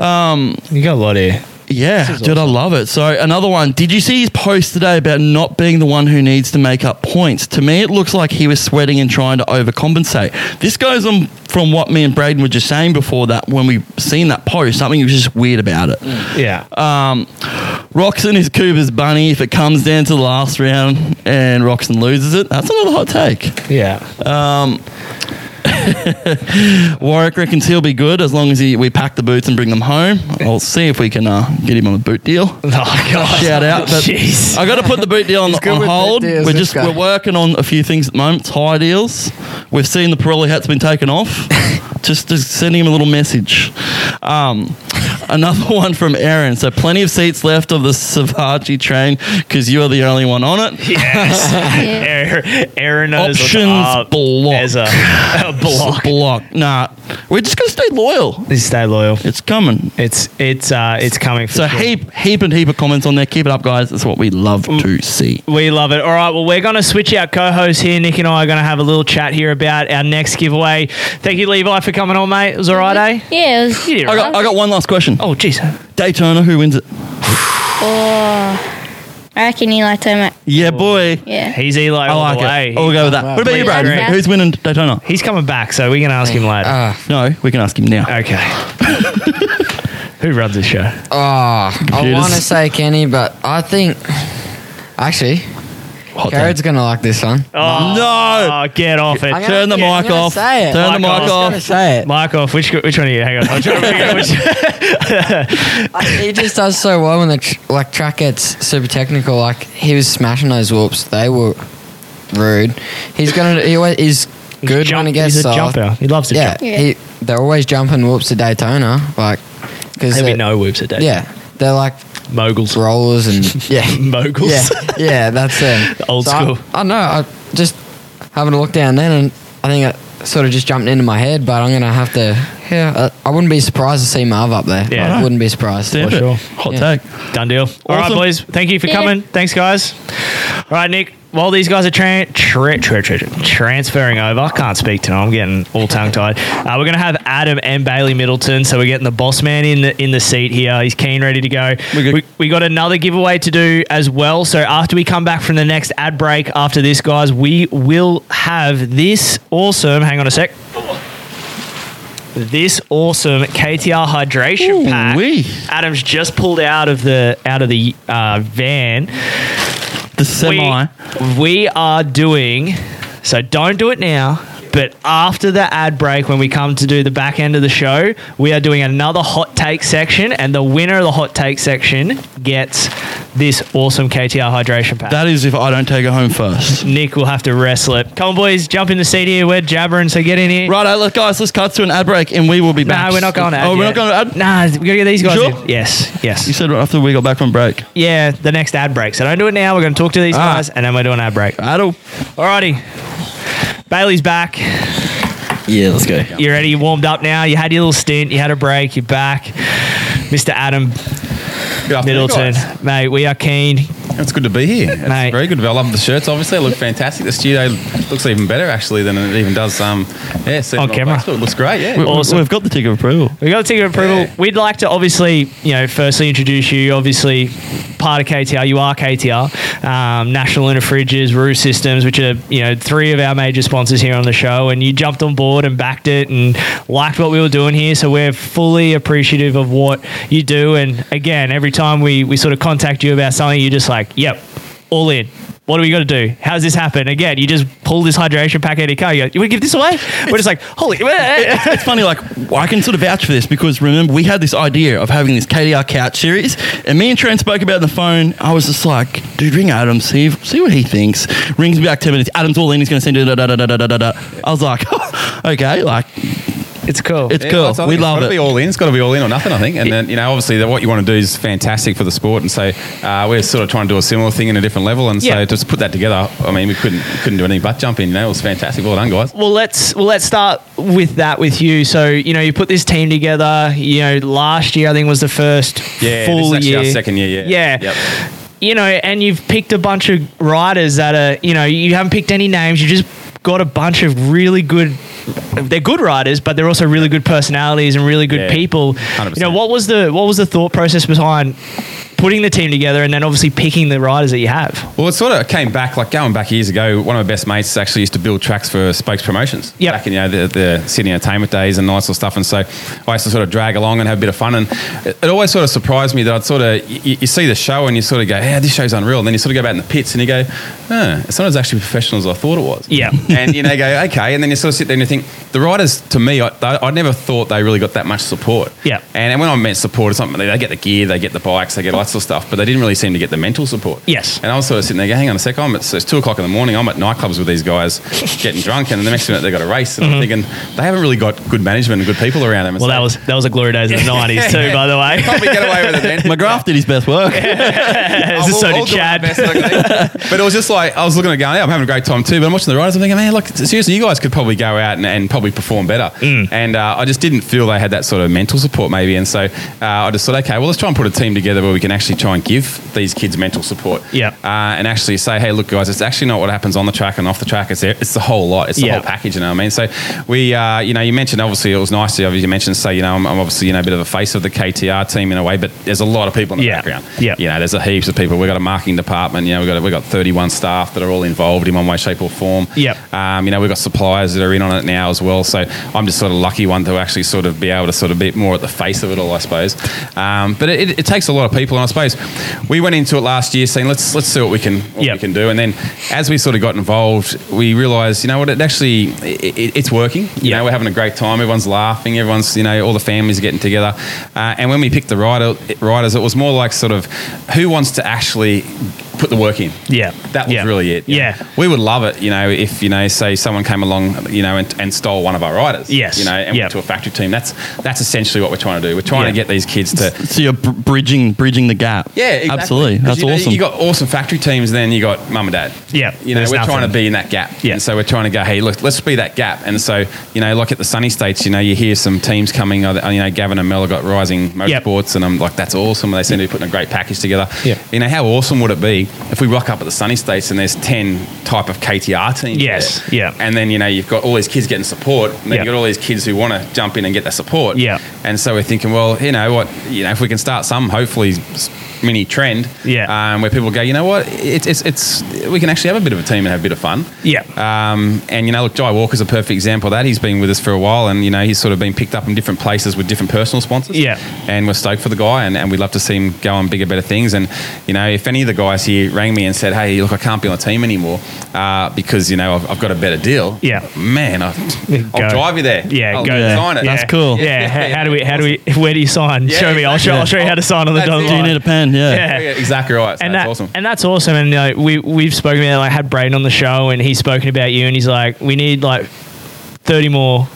Um,
You got a lot here.
Yeah, dude, I love it. So, another one. Did you see his post today about not being the one who needs to make up points? To me, it looks like he was sweating and trying to overcompensate. This goes on from what me and Braden were just saying before that when we seen that post, something was just weird about it.
Mm. Yeah.
Um, Roxon is Cooper's bunny. If it comes down to the last round and Roxon loses it, that's another hot take.
yeah.
Um, Warwick reckons he'll be good as long as he, we pack the boots and bring them home. I'll see if we can uh, get him on a boot deal.
oh, God.
Shout out, but-
Jeez.
I got to put the boot deal on,
good
on
with
hold.
boot deals,
we're
this
just
guy.
we're working on a few things at the moment. It's high deals. We've seen the Pirelli hat's been taken off. just, just sending him a little message. Um, another one from Aaron. So plenty of seats left of the Savachi train because you are the only one on it.
Yes. Aaron- Aaron knows what's
Options
up.
block.
There's a, a block.
Block. Nah, we're just gonna stay loyal.
Please stay loyal.
It's coming.
It's it's uh it's coming. For
So
sure.
heap, heap and heap of comments on there. Keep it up, guys. That's what we love
Mm.
to see.
We love it. All right, well, we're going to switch our co hosts here. Nick and I are going to have a little chat here about our next giveaway. Thank you, Levi, for coming on, mate. It was all right, eh?
Mm-hmm.
Yeah, it was.
You did
I
all
got,
right.
I got one last question.
Oh, jeez.
Daytona, who wins it?
Oh, I reckon Eli Tomac.
Yeah, boy.
Yeah.
Oh. He's Eli
I
all
like
the way.
it. I'll go with that.
Wow.
What about you,
Wait,
Brad?
Brad.
Who's winning Daytona? Ah.
He's coming back, so we can ask him later.
Uh,
No, we can ask him now.
okay. Who runs this show?
oh, I
Computers.
want to say Kenny, but I think actually,
Hot
Carrot's gonna like this one.
Oh,
No.
oh, get off it.
I'm
Turn the
I'm
mic
gonna
off.
say it.
Turn the
Mic
mic
I'm
off.
gonna say it.
Mike off. Which which one are you? Hang on. I'm trying to figure out which.
he just does so well when the tr- like track gets super technical. Like he was smashing those whoops. They were rude. He's gonna. He always is good when he gets
He's a
soft.
jumper. He loves to
Yeah,
jump.
Yeah.
He, they're always jumping whoops at Daytona, like because
There'll be no whoops at that.
yeah, they're like
Moguls.
rollers and yeah,
Moguls.
yeah, yeah. That's them.
Old school.
I, I know. I just having a look down then, and I think it sort of just jumped into my head, but I'm gonna have to yeah, uh, I wouldn't be surprised to see Marv up there.
Yeah.
I wouldn't be surprised.
For sure.
Hot
take. Done deal. All right,
Awesome.
boys. Thank you for
Yeah.
coming. Thanks, guys. All right, Nick. While these guys are tra- tra- tra- tra- transferring over, I can't speak tonight. I'm getting all tongue tied. Uh, we're going to have Adam and Bailey Middleton, so we're getting the boss man in the in the seat here. He's keen, ready to go. We, we got another giveaway to do as well. So after we come back from the next ad break, after this, guys, we will have this awesome. Hang on a sec this awesome KTR hydration pack. Adam's just pulled out of the out of the uh, van.
The semi.
We, we are doing so. Don't do it now. But after the ad break, when we come to do the back end of the show, we are doing another hot take section, and the winner of the hot take section gets this awesome KTR hydration pack.
That is if I don't take it home first.
Nick will have to wrestle it. Come on, boys, jump in the seat here. We're jabbering, so get in here.
Righto, let's guys, let's cut to an ad break and we will be back.
No, we're not going to ad
Oh, we're not
yet.
going to ad.
Nah, we gotta get these guys.
Sure?
in. Yes, yes.
You said right after we got back from break.
Yeah, the next ad break. So don't do it now. We're going to talk to these
Ah.
guys, and then we're doing ad break.
Adel.
Alrighty. Bailey's back.
Yeah, let's go.
You ready? You warmed up now. You had your little stint. You had a break. You're back, Mr. Adam Middleton, mate. We are keen.
It's good to be here. It's very good. I love the shirts. Obviously, they look fantastic. The studio looks even better actually than it even does. Um, yeah, see
On
it
camera.
Facebook. It looks great. Yeah,
We- we- Awesome. we've
got the ticket of approval.
We got a ticket of approval. We'd like to obviously, you know, firstly introduce you. Obviously, part of KTR, you are KTR, um, National Lunar Fridges, Roo Systems, which are you know three of our major sponsors here on the show. And you jumped on board and backed it and liked what we were doing here. So we're fully appreciative of what you do. And again, every time we we sort of contact you about something, you're just like, yep, all in. What do we got to do? How does this happen? Again, you just pull this hydration pack out of your car. You go, you want to give this away? We're just like, holy.
it's, it's funny, like, I can sort of vouch for this because remember, we had this idea of having this KDR couch series, and me and Trent spoke about it on the phone. I was just like, dude, ring Adam, see, if, see what he thinks. Rings me back 10 minutes. Adam's all in, he's going to send you da da da da da da da da. I was like, okay, like,
it's cool.
It's
Yeah,
cool.
that's- I
We
think it's
love
gotta
it.
Be all in. It's got to be all in or nothing. I think. And then you know, obviously, that what you want to do is fantastic for the sport. And so uh, we're sort of trying to do a similar thing in a different level. And so
Yeah.
just put that together. I mean, we couldn't couldn't do anything but jump in. You know, it was fantastic. Well done, guys.
Well, let's well let's start with that with you. So you know you put this team together. You know last year I think was the first
Yeah, this
full
is actually
year,
our second year. Yeah.
yeah.
Yep.
You know, and you've picked a bunch of riders that are you know you haven't picked any names. You just got a bunch of really good. They're good riders, but they're also really good personalities and really good
Yeah,
people. You know what was the what was the thought process behind putting the team together and then obviously picking the riders that you have?
Well, it sort of came back, like going back years ago, one of my best mates actually used to build tracks for Spokes Promotions Yeah, back in you know, the, the Sydney Entertainment Days and all that sort of stuff. And so I used to sort of drag along and have a bit of fun. And it, it always sort of surprised me that I'd sort of, you, you see the show and you sort of go, yeah, this show's unreal. And then you sort of go back in the pits and you go, huh, it's not as actually professional as I thought it was.
Yeah.
and you know, go okay, and then you sort of sit there and you think the riders. To me, I, I, I never thought they really got that much support.
Yeah.
And, and when I meant support, it's something they, they get the gear, they get the bikes, they get all that sort of stuff, but they didn't really seem to get the mental support.
Yes.
And I was sort of sitting there, going, hang on a sec, I'm at, so it's two o'clock in the morning, I'm at nightclubs with these guys, getting drunk, and the next minute they got a race, and
Mhm.
I'm thinking they haven't really got good management and good people around them.
Well, that was that was a glory days of the nineties too, by the way.
Probably get away with it then.
McGrath did his best work.
This is so did Chad.
but it was just like I was looking at it going, yeah, I'm having a great time too. But I'm watching the riders, I'm thinking, man, look, seriously, you guys could probably go out and, and probably perform better.
Mm.
And uh, I just didn't feel they had that sort of mental support, maybe. And so uh, I just thought, okay, well, let's try and put a team together where we can actually try and give these kids mental support.
Yeah.
Uh, and actually say, hey, look, guys, it's actually not what happens on the track and off the track. It's the, it's the whole lot. It's the
Yeah.
whole package. You know what I mean? So we, uh, you know, you mentioned obviously it was nice. to- You mentioned, so you know, I'm, I'm obviously you know a bit of a face of the KTR team in a way, but there's a lot of people in the background. Yeah. You know, there's a heaps of people. We've got a marketing department. You know, we've got we've got 31 staff that are all involved in one way, shape, or form.
Yep.
Um, you know, we've got suppliers that are in on it now as well. So I'm just sort of lucky one to actually sort of be able to sort of be more at the face of it all, I suppose. Um, but it, it, it takes a lot of people, and I suppose we went into it last year saying let's let's see what we can what we can do, and then as we sort of got involved, we realised you know what it actually it, it, it's working. You know, we're having a great time. Everyone's laughing. Everyone's you know all the families are getting together, uh, and when we picked the rider, riders, it was more like sort of who wants to actually put the work in.
Yeah.
That was really it. Yeah. We would love it, you know, if, you know, say someone came along, you know, and, and stole one of our riders.
Yes.
You know, and
Yeah.
went to a factory team. That's that's essentially what we're trying to do. We're trying to
Yeah.
get these kids to
So you're br- bridging bridging the gap.
yeah, exactly.
absolutely.
'Cause,
That's
you know,
awesome.
You got awesome factory teams, then you got mum and dad.
Yeah,
you know,
there's
we're trying
nothing.
to be in that gap. Yeah, and so we're trying to go, hey, look, let's be that gap. And so you know, like at the sunny states, you know, you hear some teams coming. uh, You know, Gavin and Mel have got Rising Motorsports, and I'm like, that's awesome. They seem to be putting a great package together.
Yeah.
you know, how awesome would it be if we rock up at the sunny states and there's ten type of KTR teams?
Yes, yeah.
And then you know, you've got all these kids getting support, and then
Yeah.
you've got all these kids who want to jump in and get that support.
Yeah.
And so we're thinking, well, you know what, you know, if we can start some hopefully s- mini trend, yeah, um, where people go, you know what, it's it's it's we can actually have a bit of a team and have a bit of fun.
Yeah.
Um, and you know, look, Jai Walker's a perfect example of that. He's been with us for a while, and you know, he's sort of been picked up in different places with different personal sponsors.
Yeah.
And we're stoked for the guy, and, and we'd love to see him go on bigger, better things. And you know, if any of the guys here rang me and said, "Hey, look, I can't be on the team anymore uh, because you know I've, I've got a better deal,"
Yeah.
man, I,
Go.
I'll drive you there.
Oh, Yeah,
I'll
go
sign
there.
it.
Yeah. Yeah. How, how do we? How do we? Where do you sign?
Yeah,
show me. I'll show.
exactly.
I'll show you how to sign on the
That's
dollar.
it. Do you need a
pen?
Yeah. exactly right. So
and
that's
that-
awesome.
And that's awesome. And like, we we've spoken about. Like, I had Braden on the show, and he's spoken about you, and he's like, we need like thirty more.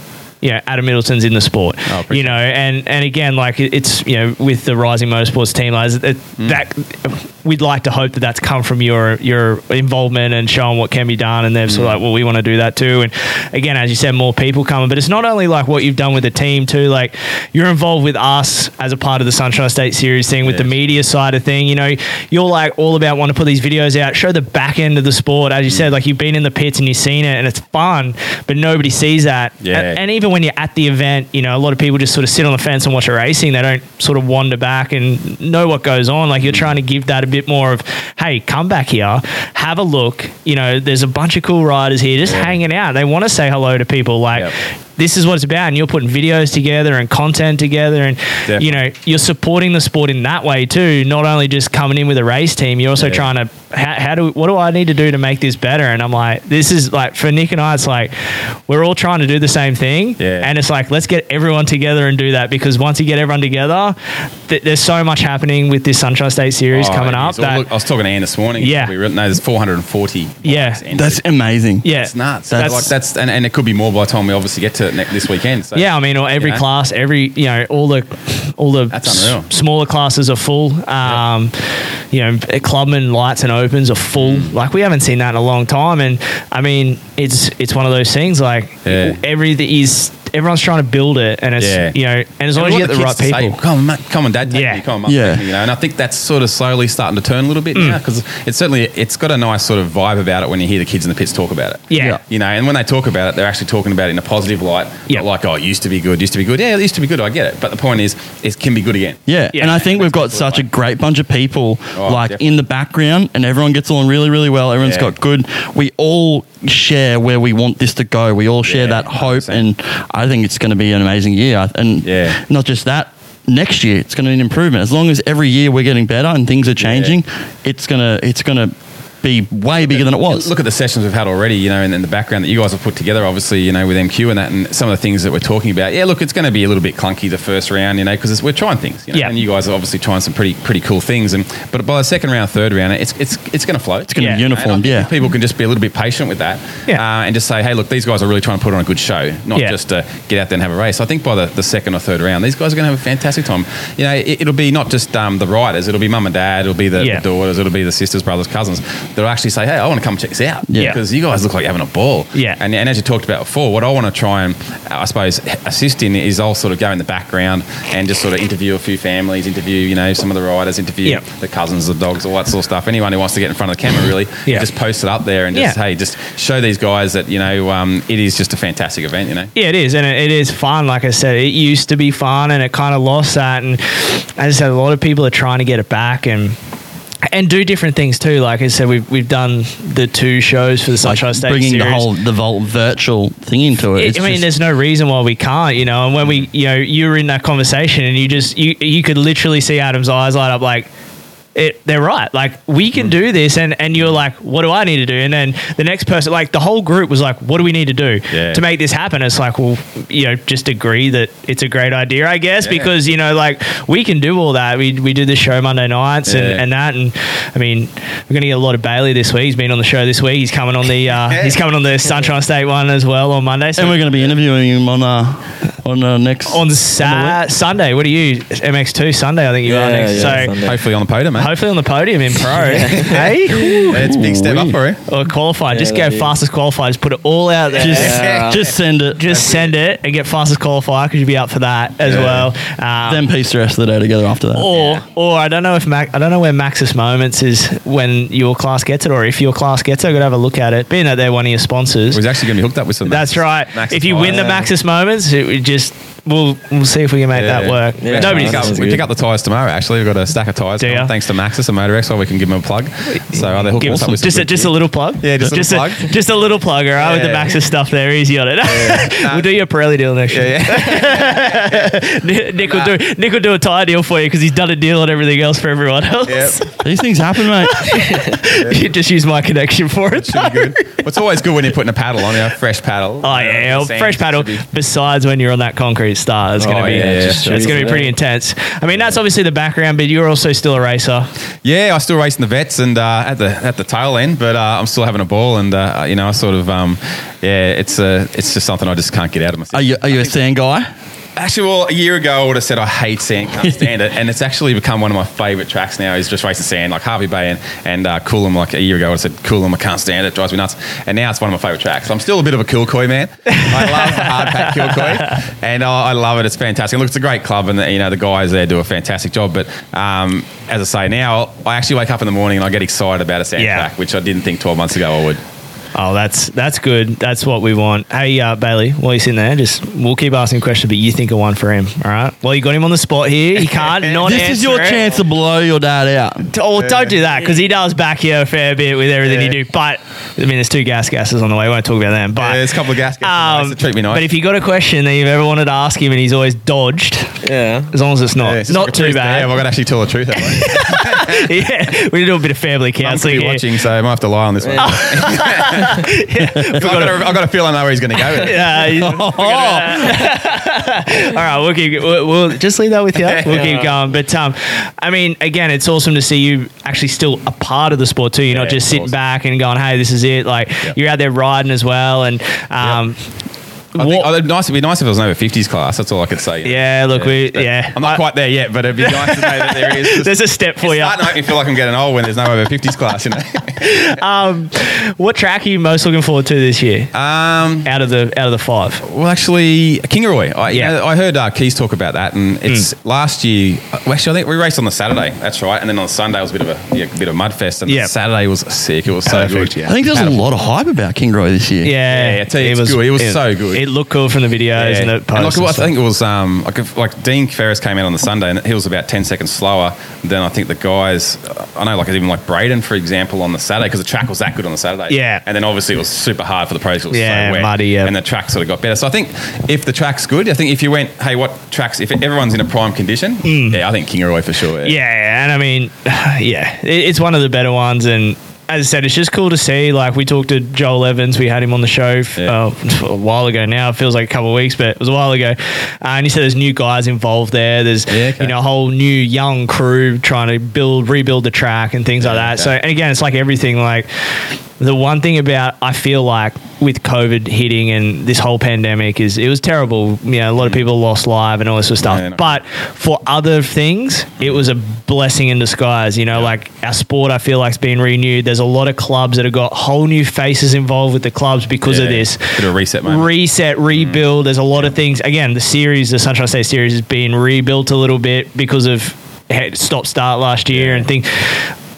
You know, Adam Middleton's in the sport.
Oh,
you know, and and again, like it- it's you know, with the rising motorsports team, like, it,
Mm.
that we'd like to hope that that's come from your your involvement and showing what can be done. And they're
Mm.
sort of like, well, we want to do that too. And again, as you said, more people coming, but it's not only like what you've done with the team too. Like you're involved with us as a part of the Sunshine State Series thing with the media side of thing. You know, you're like all about wanting to put these videos out, show the back end of the sport. As you said, like you've been in the pits and you've seen it, and it's fun, but nobody sees that.
Yeah.
And, and even when you're at the event, you know, a lot of people just sort of sit on the fence and watch a racing. They don't sort of wander back and know what goes on. Like you're trying to give that a bit more of, hey, come back here, have a look. You know, there's a bunch of cool riders here just hanging out. They want to say hello to people. Like this is what it's about. And you're putting videos together and content together. And, you know, you're supporting the sport in that way too. Not only just coming in with a race team, you're also
Yeah.
trying to, how, how do, what do I need to do to make this better? And I'm like, this is like, for Nick and I, it's like, we're all trying to do the same thing.
Yeah.
And it's like, let's get everyone together and do that because once you get everyone together, th- there's so much happening with this Sunshine State series
Oh,
coming
it
up
is. Well,
that,
look, I was talking to Anne this morning.
Yeah.
we were, no, there's 440.
yeah.
That's amazing.
Yeah.
It's nuts.
That's-
That's, like that's and, and it could be more by the time we obviously get to it ne- this weekend. So,
yeah, I mean, or every
you know.
class, every you know, all the all the
That's unreal.
s- smaller classes are full. Um, You know, clubman lights and opens are full.
Mm.
Like we haven't seen that in a long time, and I mean, it's it's one of those things. Like
Yeah.
everything is everyone's trying to build it, and it's
Yeah.
you know, and as long
And I
as you
want
get the, right
kids to say,
people,
come on, mate, come on, dad, take me, come on, mum,
Yeah.
take me," you know. And I think that's sort of slowly starting to turn a little bit
Mm.
now because it's certainly it's got a nice sort of vibe about it when you hear the kids in the pits talk about it.
Yeah. Yeah.
you know, and when they talk about it, they're actually talking about it in a positive light. Yeah, like oh, it used to be good, used to be good. Yeah, it used to be good. I get it, but the point is, it can be good again.
Yeah. and I think we've got such a great bunch of people like in the background, and everyone gets along really, really well. Everyone's
Oh, Yeah.
got good. We all share where we want this to go. We all share that hope, and I think it's going to be an amazing year. I- And not just that. Next year, it's going to be an improvement. As long as every year we're getting better and things are changing, it's gonna it's gonna be way bigger than it was.
Look at the sessions we've had already, you know, and, and the background that you guys have put together, obviously, you know, with MQ and that, and some of the things that we're talking about. Yeah, look, it's going to be a little bit clunky the first round, you know, because we're trying things, you know,
Yeah.
and you guys are obviously trying some pretty pretty cool things. And but by the second round, third round, it's it's it's going to flow. It's
gonna be uniform, yeah.
People can just be a little bit patient with that, yeah, uh, and just say, hey, look, these guys are really trying to put on a good show, not
Yeah.
just to get out there and have a race. I think by the, the second or third round, these guys are going to have a fantastic time. You know, it, it'll be not just um, the riders, it'll be mum and dad, it'll be the,
Yeah.
the daughters, it'll be the sisters, brothers, cousins. They'll actually say, hey, I want to come check this out
Yeah.
because you guys look like you're having a ball.
Yeah.
And, and as you talked about before, what I want to try and, uh, I suppose, h- assist in is I'll sort of go in the background and just sort of interview a few families, interview, you know, some of the riders, interview
Yeah.
the cousins, the dogs, all that sort of stuff. Anyone who wants to get in front of the camera, really,
Yeah.
just post it up there and just,
Yeah.
hey, just show these guys that, you know, um, it is just a fantastic event, you know.
Yeah, it is, and it, it is fun. Like I said, it used to be fun, and it kind of lost that. And as I said, a lot of people are trying to get it back, and and do different things too. Like I said, we've we've done the two shows for the Sunshine State
bringing
series.
the whole the whole virtual thing into it.
I-
It's
I mean,
just-
there's no reason why we can't, you know. And when we, you know, you were in that conversation, and you just you you could literally see Adam's eyes light up, like, it, they're right. Like we can do this, and and you're like, what do I need to do? And then the next person, like the whole group, was like, what do we need to do
Yeah.
to make this happen? It's like, well, you know, just agree that it's a great idea, I guess,
Yeah.
because you know, like we can do all that. We we do the show Monday nights
Yeah.
and, and that, and I mean, we're gonna get a lot of Bailey this week. He's been on the show this week. He's coming on the uh, he's coming on the Sunshine State one as well on Monday. So
And we're going to be interviewing him on uh, on uh, next
on Sa- Sunday. What are you? MX2 Sunday, I think you are
Yeah,
next.
yeah,
so
Sunday.
Hopefully on the podium, mate.
hopefully on the podium in pro. Hey,
it's a big step up for him.
Or qualified.
Yeah,
just go
that'd be-
fastest qualified. Just put it all out there.
Just- Yeah. just send it.
Just send it and get fastest qualifier because you'll be up for that as
Yeah.
well. Um,
Then piece the rest of the day together after that.
or, or I don't know if Mac, I don't know where Maxis Moments is when your class gets it, or if your class gets it. I could have a look at it. Being that they're one of your sponsors,
He's actually going to be hooked up with some.
that's right.
Maxis
if you win the
Moments.
Maxis Moments, it, would just we'll we'll see if we can make that work.
Yeah,
Nobody's
we, pick up, we pick up the tyres tomorrow. Actually, we've got a stack of tyres.
Do ya?
Thanks to Maxis and Motor X, we can give them a plug. So are they hooked
Give
us up with some
just a,
good
just a
gear?
little plug.
Yeah, just a little
a, Just a little plug, all right, with the
Yeah.
Maxis stuff there. Easy on it. we'll do your Pirelli deal next year. Nick, Nick will do Nick will do a tire deal for you because he's done a deal on everything else for everyone else.
These things happen, mate.
you just use my connection for it. though.
Well, it's always good when you're putting a paddle on, you know, fresh paddle.
Oh yeah,
sand
fresh paddle. Besides when you're on that concrete star, it's gonna
Oh,
be
yeah, yeah,
it's
yeah.
gonna be pretty intense. I mean, that's obviously the background, but you're also still a racer.
Yeah, I still race in the vets and uh, at the at the tail end, but uh, I'm still having a ball, and uh, you know, I sort of um, yeah, it's uh, it's just something I just can't get out of myself.
Are you are you a sand guy?
Actually, well, a year ago I would have said I hate sand, can't stand it, and it's actually become one of my favourite tracks now. Is just racing sand, like Harvey Bay and and uh, Coolum. Like a year ago, I would have said Coolum, I can't stand it, drives me nuts. And now it's one of my favourite tracks. I'm still a bit of a cool koi man. I love hard pack cool koi, and uh, I I love it. It's fantastic. Look, it's a great club, and you know the guys there do a fantastic job. But um, as I say now, I actually wake up in the morning and I get excited about a sand
Yeah.
track, which I didn't think 12 months ago I would.
Oh, that's that's good. That's what we want. Hey, uh, Bailey, while you're sitting there, just we'll keep asking questions, but you think of one for him, all right? Well, you got him on the spot here. You can't not.
This is your
answer it.
chance to blow your dad out.
Oh, well, don't do that because he does back you a fair bit with everything you do. But I mean, there's two gas gases on the way. We won't talk about them. But Um,
There's a couple of gas gases. treat me nice.
but if you got a question that you've ever wanted to ask him and he's always dodged,
yeah,
as long as it's not
Yeah, it's just
not
like a
too
truth
bad.
Damn, I got to actually tell the truth. haven't I?
yeah, we do a bit of family
I'm
counselling.
pretty
here.
watching, so I might have to lie on this one. I've got a- I've got a feeling I know where he's going to go. with it.
Yeah. you- forget about that. All right, we'll keep. We'll, we'll just leave that with you. We'll keep going. But um, I mean, again, it's awesome to see you actually still a part of the sport too. You're
Yeah,
not just
of
sitting
course.
back and going, "Hey, this is it." Like you're out there riding as well, and um,
I think, oh, it'd, be nice, it'd be nice if it was an over 50s Oh, class. That's all I could say.
yeah. Look, we yeah.
I'm not quite there yet, but it'd be nice to know that there is.
There's a step for you.
starting to make me feel like I'm getting old when there's no over 50s class, you know?
Um, what track are you most looking forward to this year?
Um,
out of the out of the five.
Well, actually, Kingaroy. I, you
Yeah. Mm.
know, I heard uh, Keys talk about that, and it's last year. well, Actually, I think we raced on the Saturday. That's right, and then on Sunday was a bit of a, yeah, a bit of mud fest, and
Yeah.
the Saturday was sick. It was so good.
I think there's a lot of hype about Kingroy this year.
Yeah,
Yeah, I tell you, it's good. It was so good.
It looked cool from the videos and the posts.
And like,
and
I
stuff.
think it was um, like, if, like Dean Ferris came out on the Sunday and he was about 10 seconds slower than I think the guys. uh, I know, like even like Braden, for example, on the Saturday because the track was that good on the Saturday.
Yeah.
And then obviously it was super hard for the pros. It was
Yeah,
so wet,
muddy, yeah.
And the track sort of got better. So I think if the track's good, I think if you went, hey, what tracks? If everyone's in a prime condition, yeah, I think Kingaroy for sure. Yeah.
Mm. Yeah, and I mean, yeah, it, it's one of the better ones. And as I said, it's just cool to see. Like we talked to Joel Evans, we had him on the show f-
Yeah.
uh, a while ago. Now it feels like a couple of weeks, but it was a while ago. Uh, and he said there's new guys involved there. There's you know a whole new young crew trying to build, rebuild the track and things like that. So and again, it's like everything. Like the one thing about I feel like with COVID hitting and this whole pandemic is it was terrible. You know, a lot of people lost life and all this sort of stuff.
Mm. Yeah, I know.
but for other things, it was a blessing in disguise. You know, like our sport, I feel like has been renewed. There's a lot of clubs that have got whole new faces involved with the clubs because of
Yeah.
this
Bit of a reset moment.
reset, rebuild. There's a lot of things. Again, the series, the Sunshine State series, is being rebuilt a little bit because of stop start last year and things.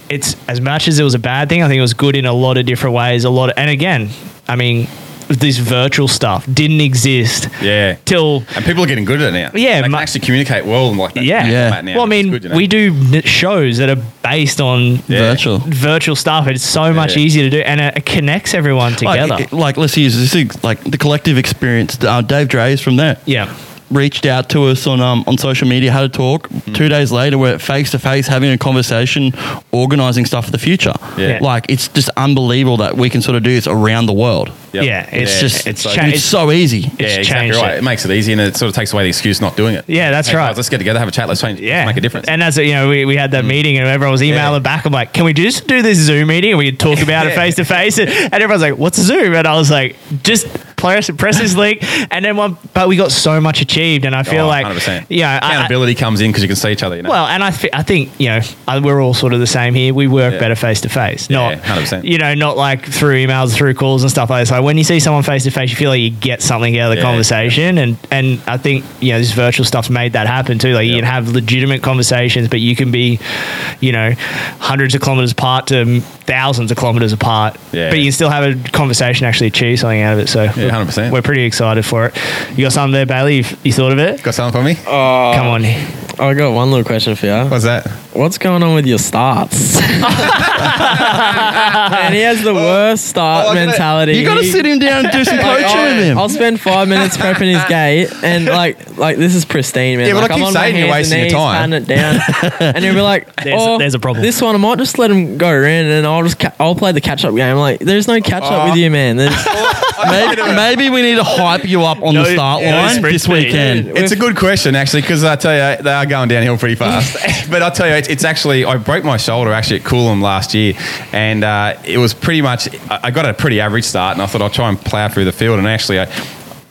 It's as much as it was a bad thing. I think it was good in a lot of different ways. A lot, of, and again, I mean, this virtual stuff didn't exist
yeah.
till
And people are getting good at it now.
Yeah,
They can
mu-
actually communicate well and like that.
yeah.
Like that now.
Well, I
It's
mean,
good, you know?
we do n- shows that are based on
Virtual.
virtual stuff. It's so much
yeah.
easier to do, and it, it connects everyone
Like,
together.
it- like, let's use this ex- like the collective experience. Uh, Dave Dre is from there.
yeah.
reached out to us on um, on social media, had a talk.
Mm-hmm.
Two days later, we're face to face having a conversation, organising stuff for the future.
Yeah.
Like it's just unbelievable that we can sort of do this around the world.
Yep.
Yeah,
it's
Yeah,
just
it's
it's,
like-
so easy.
yeah, exactly
changed
right.
it.
It. makes it easy, and it sort of takes away the excuse not doing it.
Yeah, that's
Hey, guys,
right.
let's get together, have a chat, let's change,
Yeah.
make a difference. Mm.
And as you know, we, we had that meeting and everyone was emailing back. I'm like, can we just do this Zoom meeting? And we could talk about it face to face. And and everyone's like, what's Zoom? And I was like, just press, press this link. And then one, but we got so much achieved. And I feel
Oh,
like,
100%.
yeah, I- I,
accountability comes in because you can see each other. You know?
well, and I, thi- I think, you know, I, we're all sort of the same here. We work
Yeah.
better face to face,
Yeah,
not,
100%.
you know, not like through emails, through calls and stuff like this. Like when you see someone face to face, you feel like you get something out of the
Yeah.
conversation. And, and I think, you know, this virtual stuff's made that happen too. Like you
Yeah.
can have legitimate conversations, but you can be, you know, hundreds of kilometers apart to thousands of kilometers apart.
Yeah.
But you can still have a conversation, actually achieve something out of it. So we're-
100%.
we're pretty excited for it. You got something there, Bailey? You, you thought of it?
got something for me?
Come on.
Oh,
I got one little question for you.
What's that?
What's going on with your starts? and he has the worst start
oh, I gotta-
mentality.
You got to sit him down and do some
Like,
coaching
I'll,
with him.
I'll spend five minutes prepping his gate, and like, like this is pristine, man.
Yeah, but
like,
I
I'm
keep
on my
saying you're
hands and
wasting your
knees,
time.
patting it down, and he'll be like,
There's-
oh,
there's a problem."
This one, I might just let him go in, and I'll just, ca- I'll play the catch up game. Like, there's no catch up
Oh.
with you, man. There's,
Maybe, maybe we need to hype you up on
No-
the start
no
line
sprint
this
speed.
weekend.
It's a good question actually, because I tell you they are going downhill pretty fast. but I'll tell you, it's, it's actually I broke my shoulder actually at Coolum last year, and uh, it was pretty much I I got a pretty average start, and I thought I'll try and plow through the field, and actually I.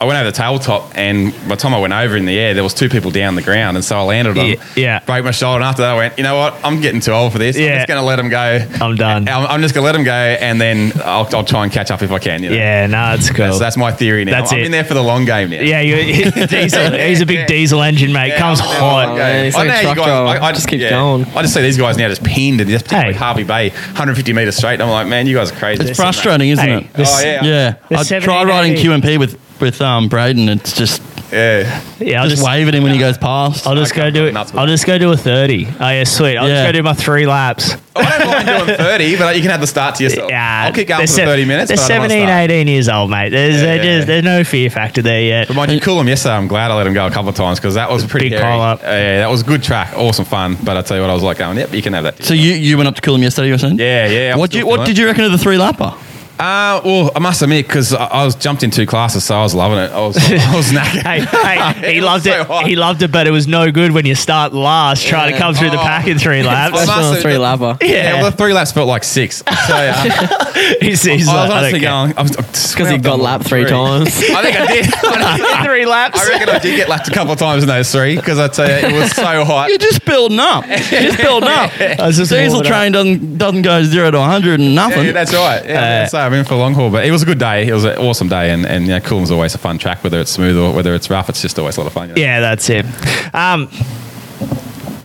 I went over the tabletop, and by the time I went over in the air, there was two people down the ground, and so I landed on
Yeah,
them,
yeah.
broke my shoulder, and after that I went, you know what, I'm getting too old for this. I'm
Yeah.
just going to let them go.
I'm done.
I'm, I'm just going to let them go, and then I'll, I'll try and catch up if I can. You know?
Yeah, no, it's cool.
So that's my theory now.
That's
I'm
it.
in there for the long game now.
Yeah, you, diesel. He's a big diesel engine, mate. Comes
Oh,
hot.
yeah. man, he's
I
like
know
a
you
truck
guys.
driver.
I, I
Just
just
keep
keep yeah.
going.
going. I just see these guys now just pinned and just particularly
Hey.
Harvey Bay, 150 meters straight. And I'm like, man, you guys are crazy.
It's frustrating, isn't
Hey,
it?
this-
Oh, yeah.
Yeah.
The
I
17,
tried riding
18.
QMP with with um, Braden. It's just
Yeah.
Yeah, I'll
just,
just,
wave at him when he goes past.
I'll just
I
go
can't
do
go
it.
nuts with
I'll
it.
just go do a thirty. Oh yeah, sweet. I'll
Yeah.
just go do my three laps.
I don't mind doing 30, but you can have the start to yourself.
Yeah,
I'll kick
they're
out for
se-
30 minutes.
They're
but I don't wanna
17,
start.
18 years old, mate. There's,
Yeah,
they're
yeah,
just,
yeah.
there's no fear factor there yet.
But mind you, Coolum yesterday, I'm glad I let him go a couple of times because that was a pretty
Big
hairy.
call-up.
Yeah, that was a good track, awesome fun. But I tell you what, I was like, going, yep, you can have that.
So you, you went up to kill him yesterday, you were saying?
Yeah, yeah, I'm
What, do you,
still
what
feeling
did you reckon of the three lapper?
Uh, well, I must admit, because I, I was jumped in two classes, so I was loving it. I was, I was knackered.
Hey, hey, he
It was
loved
so
it.
hot.
He loved it, but it was no good when you start last trying to
Yeah.
come through the
Oh.
pack in three laps.
Well,
that's
must
on a
have-
three lapper.
yeah,
Yeah.
well, the three laps felt like six. So yeah.
he's, he's
I
like,
was
I
honestly
don't care.
going.
because
Because
he got lapped three times.
I think I did. I
three laps.
reckon I did get lapped a couple of times in those three because I tell you it was so hot.
You're just building up. You're just building up.
was just
Diesel
warming up.
train doesn't doesn't go zero to 100 and nothing.
Yeah, that's right. Yeah, yeah, so I'm in for the long haul, but it was a good day. It was an awesome day, and and yeah, Coolum's always a fun track, whether it's smooth or whether it's rough. It's just always a lot of fun. you know?
Yeah, that's it. Um,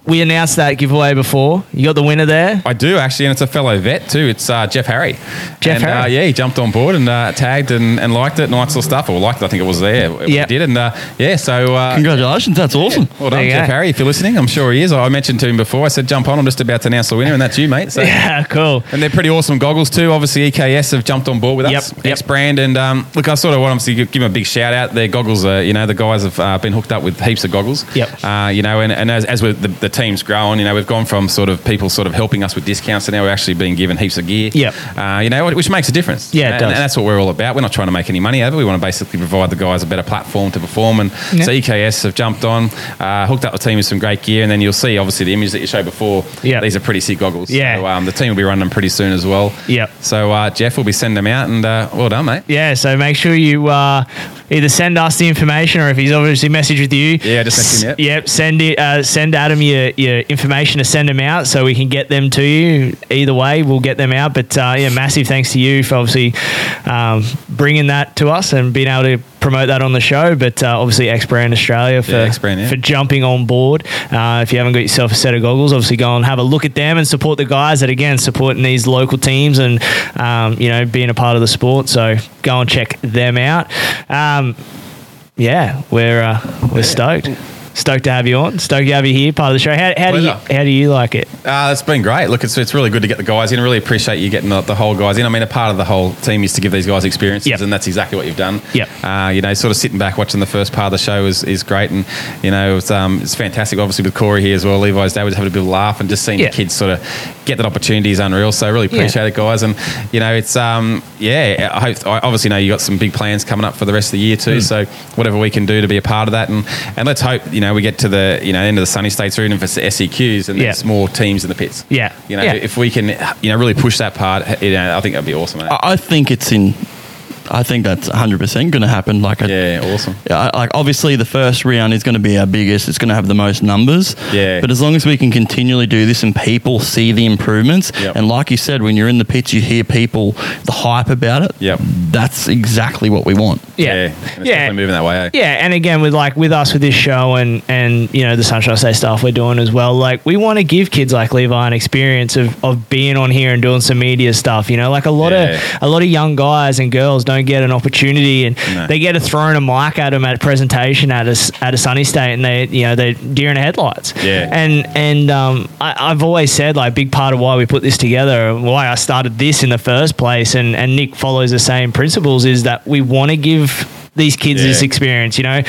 we announced that giveaway before. You got the winner there.
I do actually, and it's a fellow vet too. It's uh, Jeff Harry.
Jeff
and, Uh,
Harry.
yeah, he jumped on board and uh, tagged and, and liked it. Nice little stuff, or liked. It, I think it was there. It
Yep.
did, and uh, yeah. So uh,
Congratulations. That's awesome.
Well
There
done,
you
Jeff
go.
Harry. If you're listening, I'm sure he is. I mentioned to him before. I said, "Jump on! I'm just about to announce the winner, and that's you, mate." So,
Yeah, cool.
And they're pretty awesome goggles too. Obviously, EKS have jumped on board with us,
Yep, yep.
X brand. And um, look, I sort of want to give them a big shout out. Their goggles, are, you know, the guys have uh, been hooked up with heaps of goggles.
Yep.
Uh, you know, and, and as, as with the, the team's growing, you know, we've gone from sort of people sort of helping us with discounts, and now we're actually being given heaps of gear.
Yep.
Uh, you know, which makes a difference.
Yeah, it
and,
does.
and that's what we're all about. We're not trying to make any money out of it. We want to basically provide the guys a better platform to perform. And
Yeah.
so EKS have jumped on, uh, hooked up the team with some great gear, and then you'll see obviously the image that you showed before.
Yeah.
These are pretty sick goggles.
Yeah.
So, um, the team will be running them pretty soon as well.
Yep.
So uh, Jeff will be sending them out, and uh, well done, mate.
Yeah, so make sure you uh, either send us the information or if he's obviously messaged with you.
Yeah, I just messaged him, yep.
s- Yep, send it, uh, send Adam your, your information to send them out so we can get them to you. Either way, we'll get them out. But uh, yeah, massive thanks to you for obviously um, bringing that to us and being able to promote that on the show. But uh, obviously, X Brand Australia for,
Yeah, X Brand, yeah.
for jumping on board. Uh, if you haven't got yourself a set of goggles, obviously go and have a look at them and support the guys that again supporting these local teams and um, you know being a part of the sport. So go and check them out. Um, yeah, we're uh, we're stoked. Stoked to have you on. Stoked to have you here, part of the show. How, how do you how do you like it?
Uh, it's been great. Look, it's, it's really good to get the guys in. I really appreciate you getting the, the whole guys in. I mean, a part of the whole team is to give these guys experiences, and that's exactly what you've done.
Yep.
Uh, you know, sort of sitting back watching the first part of the show is, is great, and you know, it's um, it's fantastic. Obviously, with Corey here as well, Levi's dad was having a bit of a laugh, and just seeing
Yeah.
the kids sort of get that opportunity is unreal. So I really
Yeah.
appreciate it, guys. And you know, it's um, yeah. I hope I obviously know you got some big plans coming up for the rest of the year too.
Mm.
So whatever we can do to be a part of that, and and let's hope you know we get to the you know end of the E sunny states or even for SEQs and
Yeah.
there's more teams in the pits.
Yeah.
You know,
Yeah.
if we can, you know, really push that part, you know, I think that'd be awesome. mate.
Oh,
I I think it's in. I think that's 100% going to happen. Like, a,
yeah, awesome.
like obviously the first round is going to be our biggest. It's going to have the most numbers.
Yeah.
But as long as we can continually do this and people see the improvements,
Yep.
and like you said, when you're in the pits, you hear people the hype about it.
Yep.
That's exactly what we want.
Yeah.
yeah, and it's definitely moving that way. eh?
Yeah, and again with like with us with this show and and you know the Sunshine State stuff we're doing as well, like we want to give kids like Levi an experience of, of being on here and doing some media stuff. You know, like a lot
Yeah.
of a lot of young guys and girls don't get an opportunity and
No.
they get a thrown a mic at them at a presentation at a s- at a sunny state and they you know they deer in the headlights.
Yeah.
and and um, I, I've always said like big part of why we put this together, and why I started this in the first place, and and Nick follows the same principles is that we want to give these kids
Yeah.
this experience. You know,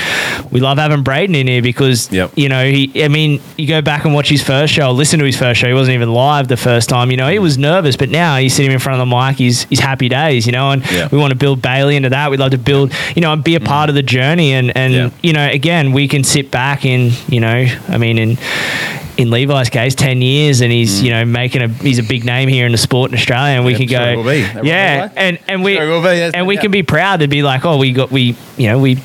we love having Braden in here because you know he. I mean, you go back and watch his first show, listen to his first show. He wasn't even live the first time. You know, he was nervous, but now he's sitting in front of the mic. He's he's happy days. You know, and
Yeah. Mm.
we want to build Bailey into that. We'd love to build you know and be a part of the journey. And and you know, again, we can sit back in you know, I mean in. In Levi's case, ten years, and he's
Mm.
you know making a he's a big name here in the sport in Australia, and we
Yeah,
can
sure
go
he will be. Everyone
yeah,
will be.
and and we
Sure he will be, yes,
and we
yeah.
can be proud to be like, oh, we got we you know we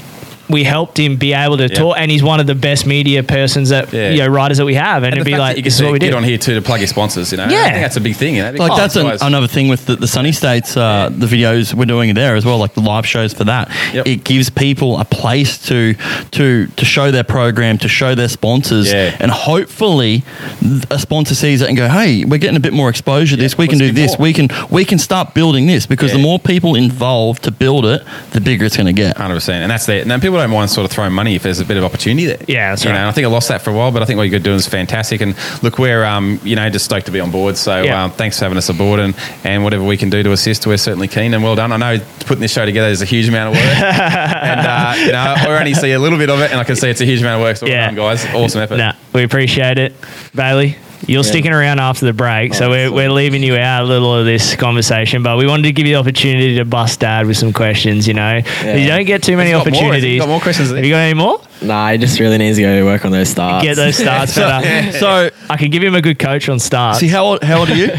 we helped him be able to talk, and he's one of the best media persons that
Yeah.
you know writers that we have, and,
the
it'd be
fact that
like
you
this is what we
get
did.
on here too to plug your sponsors. You know,
Yeah.
I think that's a big thing. You know,
Like
because
that's an,
guys-
another thing with the, the Sunny States, uh, the videos we're doing there as well, like the live shows for that. It gives people a place to to to show their program, to show their sponsors,
Yeah.
and hopefully th- a sponsor sees it and go, "Hey, we're getting a bit more exposure. to this we can
let's
do
do
this.
more."
We can we can start building this because the more people involved to build it, the bigger it's going to get."
Hundred percent, and that's there. And then people don't mind sort of throwing money if there's a bit of opportunity there.
Yeah, that's
you
right.
Know, and I think I lost that for a while, but I think what you're doing is fantastic. And look, we're um, you know just stoked to be on board. So
Yeah.
um, thanks for having us aboard, and and whatever we can do to assist, we're certainly keen. And well done. I know putting this show together is a huge amount of work, and uh, you know I only see a little bit of it, and I can see it's a huge amount of work. So well
Yeah.
done, guys, awesome effort.
Nah, we appreciate it, Bailey. You're sticking around after the break,
Oh,
so we're, we're leaving you out a little of this conversation. But we wanted to give you the opportunity to bust Dad with some questions. You know, you don't get too many
He's got more,
opportunities.
has he? He's got more questions.
Have you got any more?
Nah, he just really needs to go work on those starts.
Get those starts better.
So
I could give him a good coach on starts.
See how old, how old are you?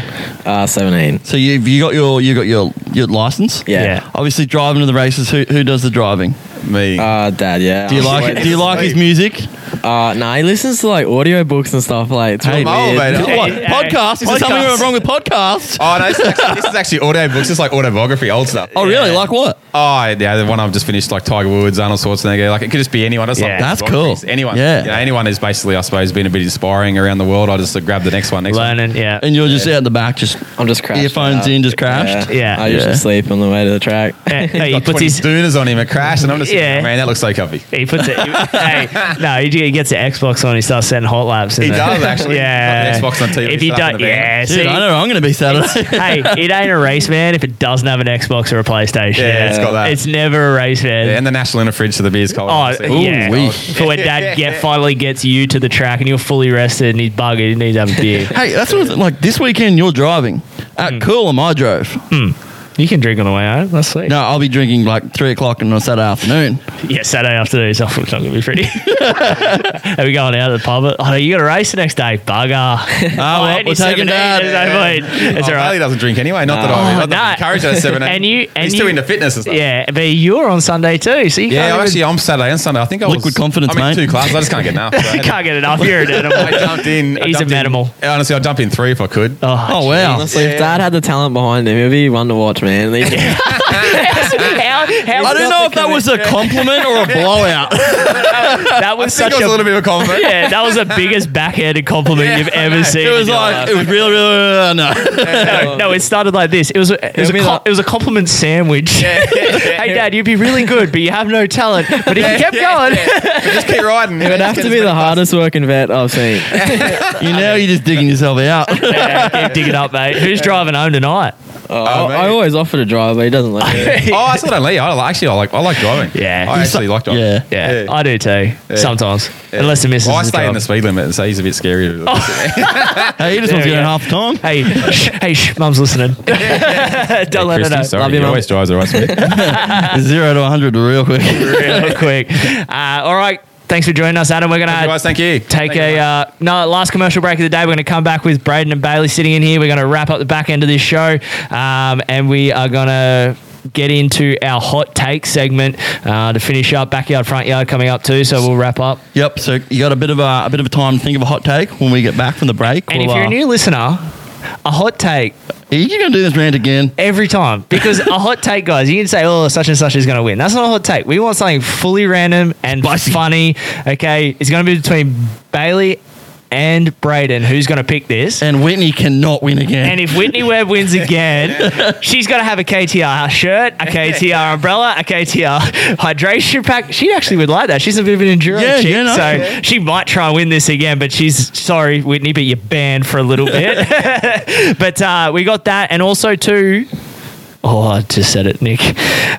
uh, seventeen.
So you you got your you got your your license?
Yeah. Yeah.
Obviously, driving to the races. Who who does the driving?
Me.
Uh, Dad, yeah.
Do you like it? Do you like his music?
Uh, nah, he listens to like audiobooks and stuff. Like, it's
Hey,
really
I'm old,
weird.
mate.
What
Hey,
podcast? Is there something
Podcast.
wrong with podcasts?
Oh no, this is actually, this is actually audiobooks. It's like autobiography, old stuff.
Oh, really? Like what?
Oh yeah, the one I've just finished, like Tiger Woods, Arnold Schwarzenegger. Like it could just be anyone. It's
Yeah.
like
That's
biographies.
cool.
Anyone.
Yeah.
You know, anyone who's basically, I suppose, been a bit inspiring around the world. I just uh, grab the next one. Next one.
Learning, yeah.
And you're just out the back, just
I'm just crashing.
earphones
out.
in, just crashed.
Yeah.
I usually
Yeah.
sleep on the way to the track.
Yeah, he
Got
puts
20
his
Dooners on him, a crash, and I'm just
Yeah.
yeah. man, that looks so comfy.
He puts it. hey, no, he he gets the Xbox on. He starts setting hot laps. in
He
there.
does, actually.
Yeah,
Got the Xbox on TV,
If you
set up
don't,
in the van.
yeah.
Dude,
see,
I know I'm going to be Saturday.
hey, it ain't a race van if it doesn't have an Xbox or a PlayStation.
Yeah, it's got that.
It's never a race van.
Yeah, and the national in a fridge, so the beer's cold.
Oh
Obviously.
yeah! For when Dad get finally gets you to the track and you're fully rested and he's buggered, he needs to have a beer. Hmm.
hey, that's what it's like. This weekend you're driving at Coolum. I drove.
you can drink on the way home. That's sweet.
No, I'll be drinking like three o'clock on a Saturday afternoon.
Yeah, Saturday afternoon is often not going to be pretty. Are we going out of the pub? Oh, you got a race the next day. Bugger. Oh,
Ah, well, we're taking Dad.
There's no point. It's
Oh,
all right.
Bailey doesn't drink anyway. Not that I, not that I encourage her at seven.
And you, and
he's
you,
too into fitness and stuff.
Yeah, but you're on Sunday too, so you
Yeah,
can't,
I'm
even-
actually, I'm Saturday and Sunday. I think I was
Liquid confidence,
I'm in
mate.
two classes. I just can't get enough.
you can't get enough. You're an animal.
I jumped in. I
He's
jumped
an animal.
In, honestly, I'd jump in three if I could.
Oh wow.
Honestly, if Dad had the talent behind him, it'd be one to watch, man. He-
how, how,
I don't know if that was a compliment compliment or a blowout?
that was
I think
such
it was a little bit of a compliment.
Yeah, that was the biggest backhanded compliment you've ever seen.
It was like- it was really, really, really no.
no, no. It started like this. It was a, it was a,
It'll be
co-
like-
it was a compliment sandwich. hey, Dad, you'd be really good, but you have no talent. But if you kept going,
just keep riding.
It would have to be the hardest working vet I've seen.
you know, you're just digging yourself out.
keep digging up, mate. Who's driving home tonight?
Oh, I, I always offer to drive, but he doesn't let me.
oh, I still don't leave. I like- actually I like I like driving.
Yeah,
I actually like driving.
Yeah.
yeah, I do too. Sometimes, unless the missus.
Well, I
is Oh,
stay in
driving.
the speed limit, so he's a bit scary.
Hey, he just
There
wants
we
to get
go.
half the time.
Hey, shh, hey, shh, mum's listening. Don't let her know.
Christy, sorry,
Love
he
you, mum.
always drives the right speed.
Zero to 100 real quick.
Real quick. Uh, all right. Thanks for joining us, Adam. We're gonna
Thank you, guys. Thank you.
take
Thank you
a uh, no last commercial break of the day. We're going to come back with Braden and Bailey sitting in here. We're going to wrap up the back end of this show, um, and we are going to get into our hot take segment uh, to finish up. Backyard, front yard coming up too. So we'll wrap up.
Yep. So you got a bit of a, a bit of a time to think of a hot take when we get back from the break.
And if you're a new listener, a hot take
you're gonna do this rant again.
every time because a hot take, guys, you can say, "Oh, such and such is going to win." That's not a hot take. We want something fully random and funny. Okay, it's going to be between Bailey and Braden. Who's going to pick this?
And Whitney cannot win again.
And if Whitney Webb wins again, she's got to have a KTR shirt, a KTR umbrella, a KTR hydration pack. She actually would like that. She's a bit of an enduro
Yeah,
chick,
yeah, no,
so
yeah.
she might try and win this again. But she's sorry, Whitney, but you're banned for a little bit. but uh, we got that, and also too. Oh, I just said it, Nick.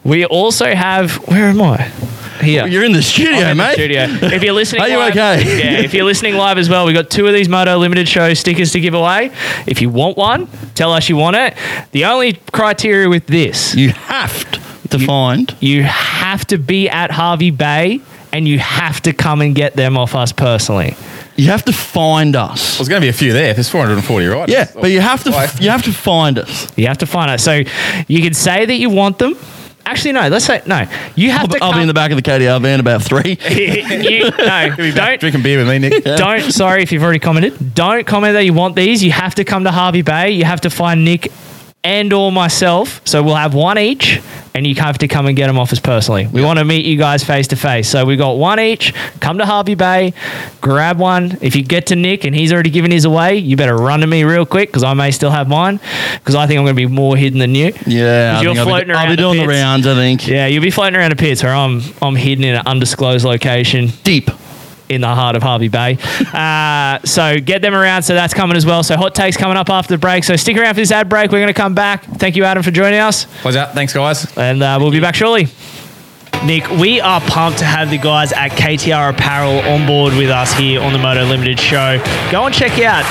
We also have. Where am I? Here.
you're in the studio,
I'm in the
mate.
studio. If you're listening,
Are you
live,
okay?
Yeah. If you're listening live as well, we got two of these Moto Limited Show stickers to give away. If you want one, tell us you want it. The only criteria with this,
You have to find.
you have to be at Harvey Bay and you have to come and get them off us personally.
You have to find us.
There's going to be a few there. There's 440 right?
Yeah, but you have to you have to find us.
You have to find us. So you can say that you want them. Actually, no. Let's say no. You have to.
I'll, I'll be in the back of the KDR van about three.
you, no, don't
Drinking beer with me, Nick.
don't sorry if you've already commented don't comment that you want these you have to come to harvey bay you have to find nick and or myself so we'll have one each and you have to come and get them off us personally we want to meet you guys face to face so we got one each come to harvey bay grab one if you get to nick and he's already given his away you better run to me real quick because i may still have mine because i think i'm going to be more hidden than you
Yeah, I
you're
think I'll be-
floating
I'll
around
be
the
doing the
pits.
rounds. I think
yeah you'll be floating around a pits where i'm i'm hidden in an undisclosed location
deep.
in the heart of Harvey Bay. Uh, so get them around. So that's coming as well. So hot takes coming up after the break. So stick around for this ad break. We're going to come back. Thank you, Adam, for joining us,
Pleasure. Thanks, guys.
and uh, we'll be back shortly. Nick, we are pumped to have the guys at KTR Apparel on board with us here on the Moto Limited show. Go and check out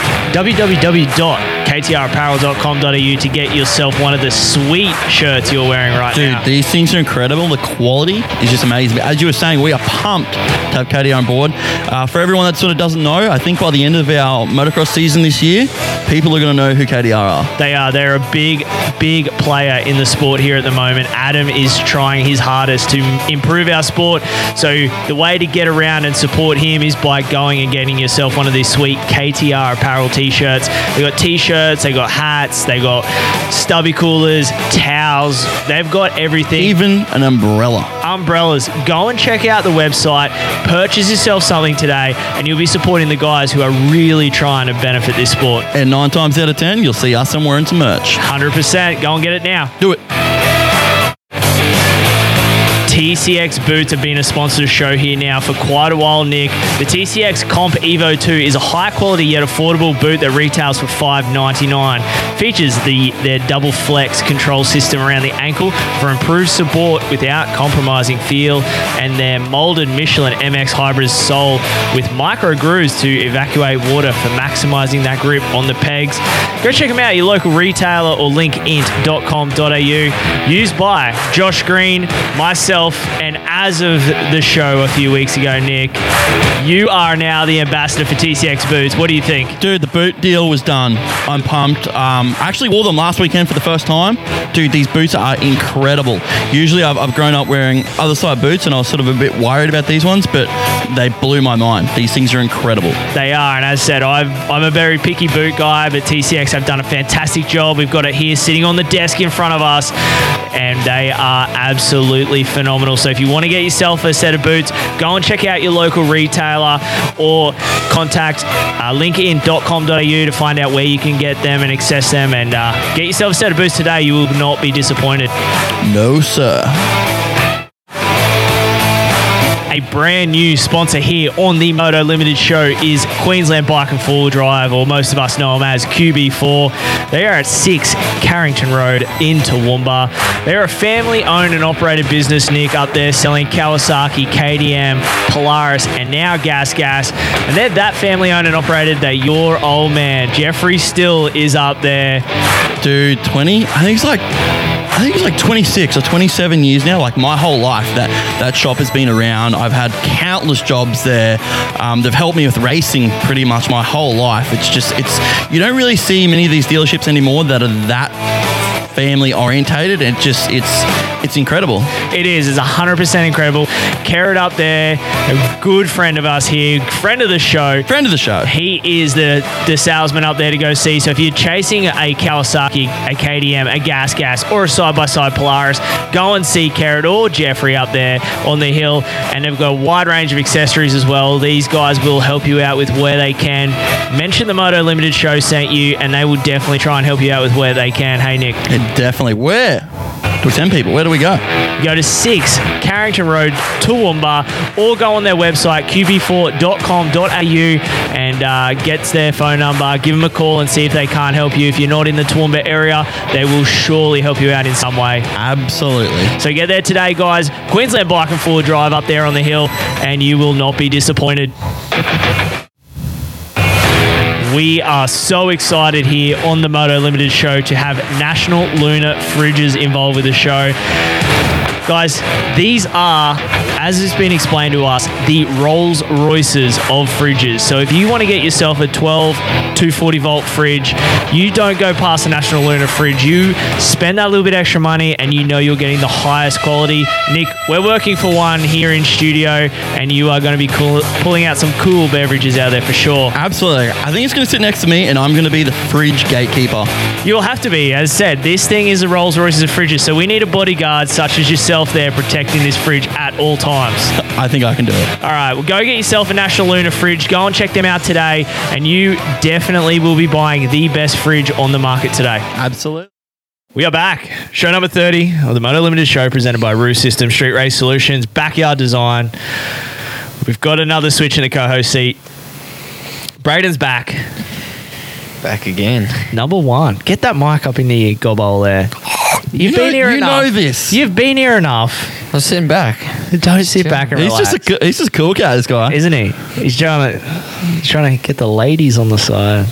www.ktrapparel.com.au to get yourself one of the sweet shirts you're wearing right
Dude,
now.
these things are incredible. The quality is just amazing. But As you were saying, we are pumped to have Katie on board. Uh, for everyone that sort of doesn't know, I think by the end of our motocross season this year, people are going to know who KDR are.
They are. They're a big, big player in the sport here at the moment. Adam is trying his hardest to improve our sport. So the way to get around and support him is by going and getting yourself one of these sweet KTR apparel t-shirts. They got t-shirts, they got hats, they got stubby coolers, towels. They've got everything
Even an umbrella.
umbrellas. Go and check out the website, purchase yourself something today, and you'll be supporting the guys who are really trying to benefit this sport.
And nine times out of ten, you'll see us somewhere in some merch.
100%. Go and get it now.
Do it.
TCX boots have been a sponsor of the show here now for quite a while, Nick. The TCX Comp Evo 2 is a high quality yet affordable boot that retails for $5.99. Features the their double flex control system around the ankle for improved support without compromising feel, and their molded Michelin MX Hybrid sole with micro grooves to evacuate water for maximizing that grip on the pegs. Go check them out at your local retailer or linkint.com.au. Used by Josh Green, myself, and as of the show a few weeks ago, Nick, you are now the ambassador for TCX Boots. What do you think?
Dude, the boot deal was done. I'm pumped. Um, I actually wore them last weekend for the first time. Dude, these boots are incredible. Usually I've, I've grown up wearing other side boots and I was sort of a bit worried about these ones, but they blew my mind. These things are incredible.
They are, and as I said, I'm, I'm a very picky boot guy, but TCX have done a fantastic job. We've got it here sitting on the desk in front of us, and they are absolutely phenomenal. phenomenal. So if you want to get yourself a set of boots, go and check out your local retailer or contact uh, linkedin.com.au to find out where you can get them and access them and uh, get yourself a set of boots today. You will not be disappointed.
No, sir.
A brand new sponsor here on the Moto Limited show is Queensland Bike and Four Wheel Drive, or most of us know them as QB4. They are at 6 Carrington Road in Toowoomba. They're a family owned and operated business, Nick, up there selling Kawasaki, KDM, Polaris, and now Gas Gas. And they're that family owned and operated that your old man, Jeffrey Still, is up there.
Dude, 20? I think it's like I think it's like 26 or 27 years now. Like my whole life, that that shop has been around. I've had countless jobs there. Um, they've helped me with racing pretty much my whole life. It's just it's you don't really see many of these dealerships anymore that are that family orientated. It just it's it's incredible.
It is. It's 100% incredible. Carrot up there, a good friend of us here, friend of the show.
Friend of the show.
He is the, the salesman up there to go see. So if you're chasing a Kawasaki, a KDM, a Gas Gas, or a side by side Polaris, go and see Carrot or Jeffrey up there on the hill. And they've got a wide range of accessories as well. These guys will help you out with where they can. Mention the Moto Limited show sent you, and they will definitely try and help you out with where they can. Hey, Nick.
It definitely. Where? To 10 people. Where do we go?
Go to 6 Carrington Road, Toowoomba, or go on their website, qb4.com.au, and uh, get their phone number, give them a call, and see if they can't help you. If you're not in the Toowoomba area, they will surely help you out in some way.
Absolutely.
So get there today, guys. Queensland Bike and Four Drive up there on the hill, and you will not be disappointed. We are so excited here on the Moto Limited show to have National Lunar Fridges involved with the show. Guys, these are, as has been explained to us, the Rolls Royces of fridges. So if you want to get yourself a 12 240 volt fridge, you don't go past the National Lunar fridge. You spend that little bit extra money and you know you're getting the highest quality. Nick, we're working for one here in studio and you are going to be cool, pulling out some cool beverages out there for sure.
Absolutely. I think it's going to sit next to me, and I'm going to be the fridge gatekeeper.
You'll have to be, as said, this thing is a Rolls Royce of fridges, so we need a bodyguard such as yourself there protecting this fridge at all times.
I think I can do it.
All right, well, go get yourself a National Lunar fridge. Go and check them out today, and you definitely will be buying the best fridge on the market today.
Absolutely.
We are back. Show number 30 of the Moto Limited show presented by Roo System Street Race Solutions, Backyard Design. We've got another switch in the co host seat. Braden's back.
Back again.
Number one. Get that mic up in the ear, gobble there.
You
You've been
know-
here
you
enough.
know this.
You've been here enough.
I'm sitting back.
Don't sit back and
He's
relax.
just a coo- he's just a cool cat. This guy,
isn't he? He's trying to he's trying to get the ladies on the side.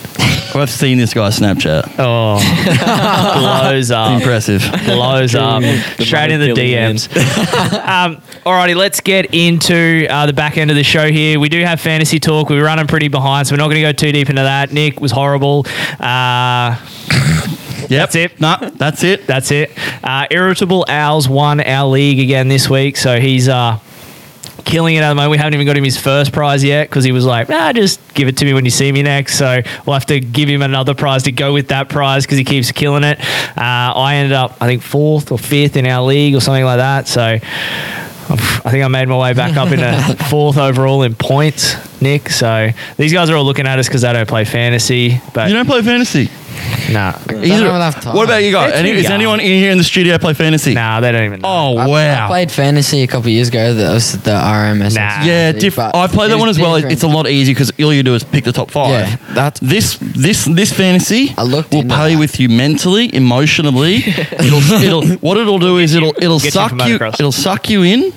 I've seen this guy's Snapchat.
Oh, blows up.
Impressive.
Blows up.
um, The
Straight in the
mother-killing
DMs. um, alrighty, let's get into uh, the back end of the show here. We do have fantasy talk. We're running pretty behind, so we're not going to go too deep into that. Nick was horrible. Uh,
Yep.
That's it.
Nah, that's it.
That's it. Uh, Irritable Owls won our league again this week, so he's uh, killing it at the moment. We haven't even got him his first prize yet because he was like, "Nah, just give it to me when you see me next." So we'll have to give him another prize to go with that prize because he keeps killing it. Uh, I ended up, I think, fourth or fifth in our league or something like that. So. I think I made my way back up into fourth overall in points, Nick. So these guys are all looking at us because they don't play fantasy. But
You don't play fantasy.
nah,
Either- What about you guys?
They're
Any,
too
is
young.
anyone in here in the studio play fantasy?
Nah, they don't even. Know.
Oh
I
wow.
played fantasy a couple of years ago. That was the RMS. Nah.
yeah, diff- I played that one as well. It's a lot easier because all you do is pick the top five.
Yeah, that's
This this this fantasy I
looked
will play with you mentally, emotionally. it'll, it'll what it'll do is it'll it'll
Get you
suck
from
you
motocross.
it'll suck you in,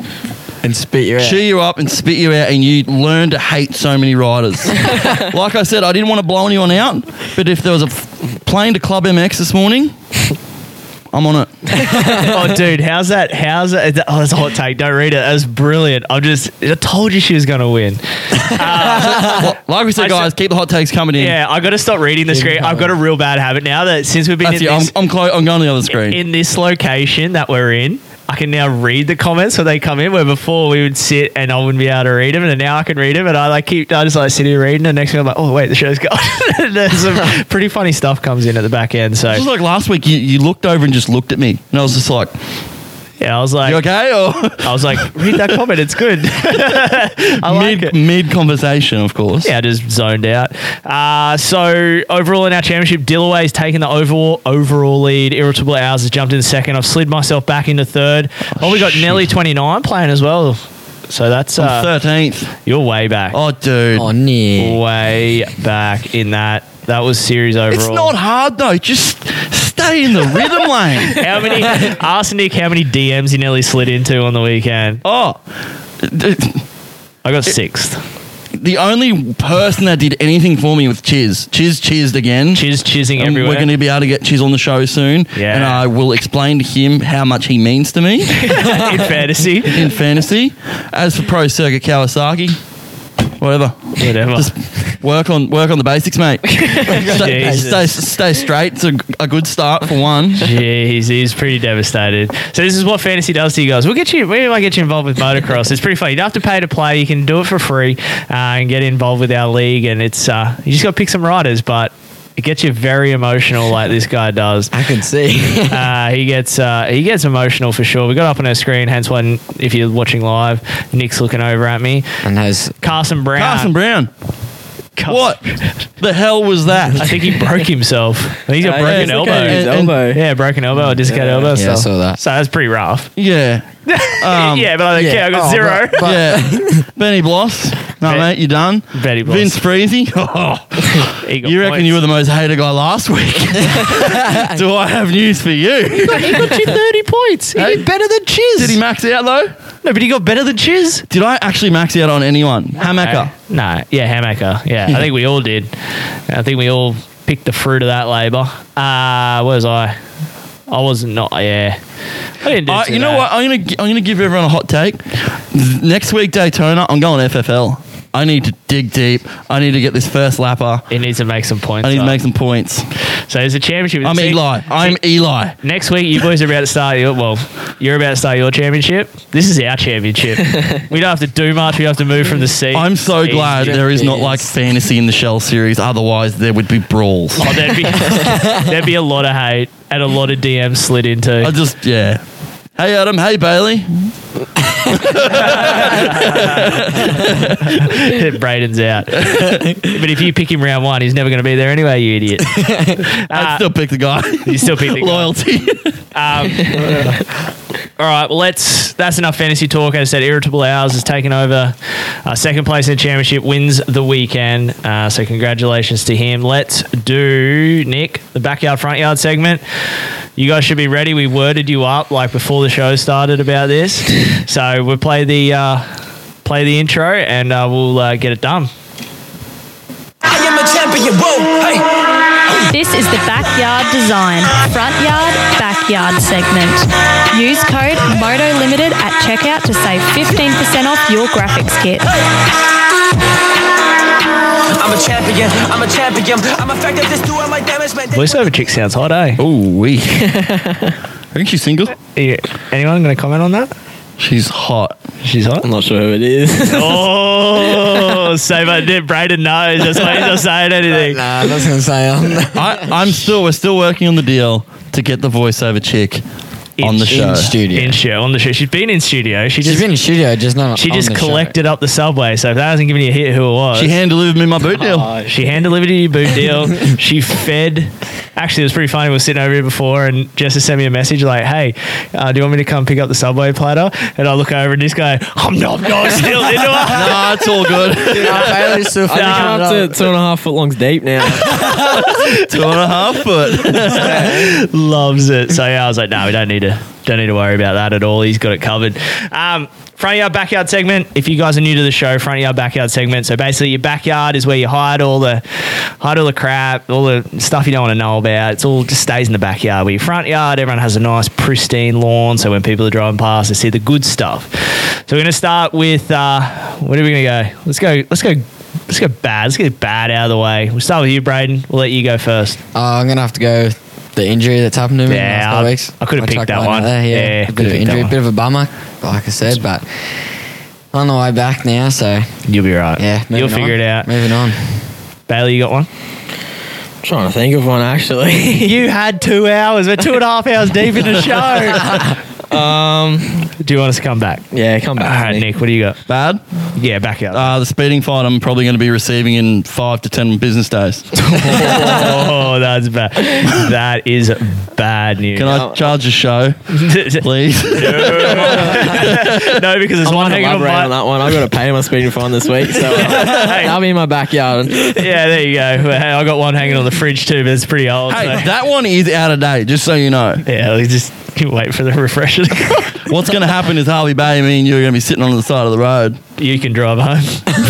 and spit your
cheer you up, and spit you out, and you learn to hate so many riders. like I said, I didn't want to blow anyone out, but if there was a f- plane to Club MX this morning, I'm on it.
oh, dude, how's that? How's that? Oh, that's a hot take. Don't read it. That was brilliant. I just, I told you she was going to win.
Like we said,
I
guys, keep the hot takes coming in.
Yeah, I got to stop reading the screen. I've got a real bad habit now that since we've been
That's
in
it. I'm,
this,
I'm, clo- I'm going to the other screen.
in this location that we're in. I can now read the comments when they come in. Where before we would sit and I wouldn't be able to read them, and now I can read them. And I like keep, I just like sit here reading. And next thing I'm like, oh wait, the show's gone. And There's some pretty funny stuff comes in at the back end. So
Just like last week, you, you looked over and just looked at me, and I was just like,
Yeah, I was like, you
okay? Or
I was like, read that comment. It's good. I
mid, mid conversation, of course.
Yeah, just zoned out. Uh, so overall in our championship, Dillaway's taken the overall overall lead. Irritable Hours has jumped in second. I've slid myself back into third. Oh, we got Nelly twenty nine playing as well. So that's
I'm
uh,
13th.
You're way back.
Oh, dude.
Oh, Nick.
way back in that. That was series overall.
It's not hard, though. Just stay in the rhythm lane.
How many ask Nick how many DMs he nearly slid into on the weekend?
Oh,
I got sixth.
the only person that did anything for me was Chiz. Chiz cheered again.
Chiz chizzing
And
everywhere.
We're going to be able to get Chiz on the show soon.
Yeah.
And I will explain to him how much he means to me
in fantasy.
in fantasy. As for Pro Circuit Kawasaki, whatever.
Whatever.
Just work on work on the basics, mate. stay,
Jesus.
stay, stay straight. It's a, a good start for one.
Jeez, he's pretty devastated. So this is what fantasy does to you guys. We'll get you. We might get you involved with motocross. It's pretty fun. You don't have to pay to play. You can do it for free uh, and get involved with our league. And it's uh, you just got to pick some riders, but it gets you very emotional, like this guy does.
I can see.
Uh, he gets uh, he gets emotional for sure. We got up on our screen. Hence why, if you're watching live, Nick's looking over at me.
and has
Carson Brown.
Carson Brown.
Carson-
What the hell was
I
that? Uh,
think he broke himself. I think he's got
Yeah,
broken
yeah, look
elbow.
at his
And-
elbow.
Yeah, broken elbow, or dislocated elbow.
Yeah,
so.
I saw that.
So that's pretty rough.
Yeah. Um,
yeah, but I don't
yeah.
care. I got
Oh,
zero.
but- but-
yeah. Benny Bloss. No,
Ben-
mate, you done.
Benny Bloss.
Vince Freezy. Oh.
He got
you reckon
points.
you were the most hated guy last week? Do I have news for you?
He got you thirty points. He
Hey.
did better than Chiz.
Did he max out though?
no, but he got better than Chiz.
Did I actually max out on anyone? Hamaka.
No, yeah, Hamaker. Yeah, I think we all did. I think we all picked the fruit of that labour. Uh, where was I? I was not. Yeah, I didn't do.
I,
too
you know
bad.
what? I'm gonna gi- I'm gonna give everyone a hot take. Next week Daytona, I'm going FFL. I need to dig deep. I need to get this first lapper.
He needs to make some points.
I need to
up.
make some points.
So there's a championship.
I'm
See,
Eli. I'm Eli.
Next week, you boys are about to start your well. You're about to start your championship. This is our championship. we don't have to do much. We have to move from the seat.
I'm so glad there is not like fantasy in the Shell series. Otherwise, there would be brawls.
Oh, there'd be there'd be a lot of hate and a lot of DMs slid into.
I just yeah. Hey Adam. Hey Bailey.
Braden's out. but if you pick him round one, he's never going to be there anyway. You idiot. Uh,
I'd still pick the guy.
You still pick the guy. Uh,
Loyalty. Um,
All right, well, let's. That's enough fantasy talk. As I said, Irritable Hours has taken over uh, second place in the championship, wins the weekend. Uh, so, congratulations to him. Let's do, Nick, the backyard, front yard segment. You guys should be ready. We worded you up like before the show started about this. so, we'll play the. Uh, Play the intro and uh, we'll uh, get it done.
This is the Backyard Design Front Yard Backyard segment. Use code Moto Limited at checkout to save 15% off your graphics kit.
I'm a champion, I'm a champion, I'm a fact that this do I might damage my
Voiceover chick sounds hot, eh?
Ooh wee. I think she's single.
Anyone going to comment on that?
She's hot.
She's hot.
I'm not sure who it is.
Oh, so my did Braden knows. That's why he's not saying anything.
nah, I was gonna say um,
I, I'm still. We're still working on the deal to get the voiceover chick on
In-
the show.
in studio.
In show on the show. She's been in studio. She
She's
just
been in studio, just not.
she
on
just
the show.
collected up the subway. So if that hasn't given you a hit, who it was?
She hand delivered me my boot deal.
Uh, she hand delivered you your boot deal. she fed. Actually, it was pretty funny. We were sitting over here before, and Jessica sent me a message like, "Hey, uh, do you want me to come pick up the subway platter?" And I look over, and this guy, I'm not, not Oh, still into it.
nah, it's all good.
Nah, Bailey's still
I'm
finishing it
up
up.
to two and a half foot longs deep now.
Two and a half foot.
loves it. So yeah, I was like, no, we don't need to don't need to worry about that at all. He's got it covered. Um, front yard backyard segment. If you guys are new to the show, front yard backyard segment. So basically, your backyard is where you hide all the hide all the crap, all the stuff you don't want to know about. It's all just stays in the backyard. Where your front yard, everyone has a nice pristine lawn. So when people are driving past, they see the good stuff. So we're gonna start with uh, what are we gonna go? Let's go. Let's go. Let's go bad. Let's get bad out of the way. We'll start with you, Braden. We'll let you go first.
Oh, I'm gonna have to go. The injury that's happened to me in the
Yeah,
last couple
I-
weeks.
I could've
My
picked
truck
that
line out
one.
There, yeah,
Yeah,
a
could've
bit of
picked that
injury,
one.
bit of a bummer, like I said, but on the way back now. So
You'll be right.
yeah, moving
you'll figure
on.
it out.
Moving on.
Bailey, you got one?
I'm trying to think of one actually.
You had two hours. We're two and a half hours deep in the show. Um, do you want us to come back?
Yeah, come back.
All right, Nick, what do you got?
Bad?
Yeah, back out.
Uh, the speeding fine I'm probably going to be receiving in five to ten business days.
oh, that's bad. That is bad news.
Can I charge a show, please?
no, because it's
I'm
one
gonna
hanging on
elaborate
my-
on that one. I've got to pay my speeding fine this week, so uh,
Hey.
that'll be in my backyard.
yeah, there you go. Hey, I got one hanging on the fridge too, but it's pretty old.
Hey, that one is out of date, just so you know.
Yeah, we just wait for the refresher.
What's going to happen is Harvey Bay, me and you are going to be sitting on the side of the road.
You can drive home.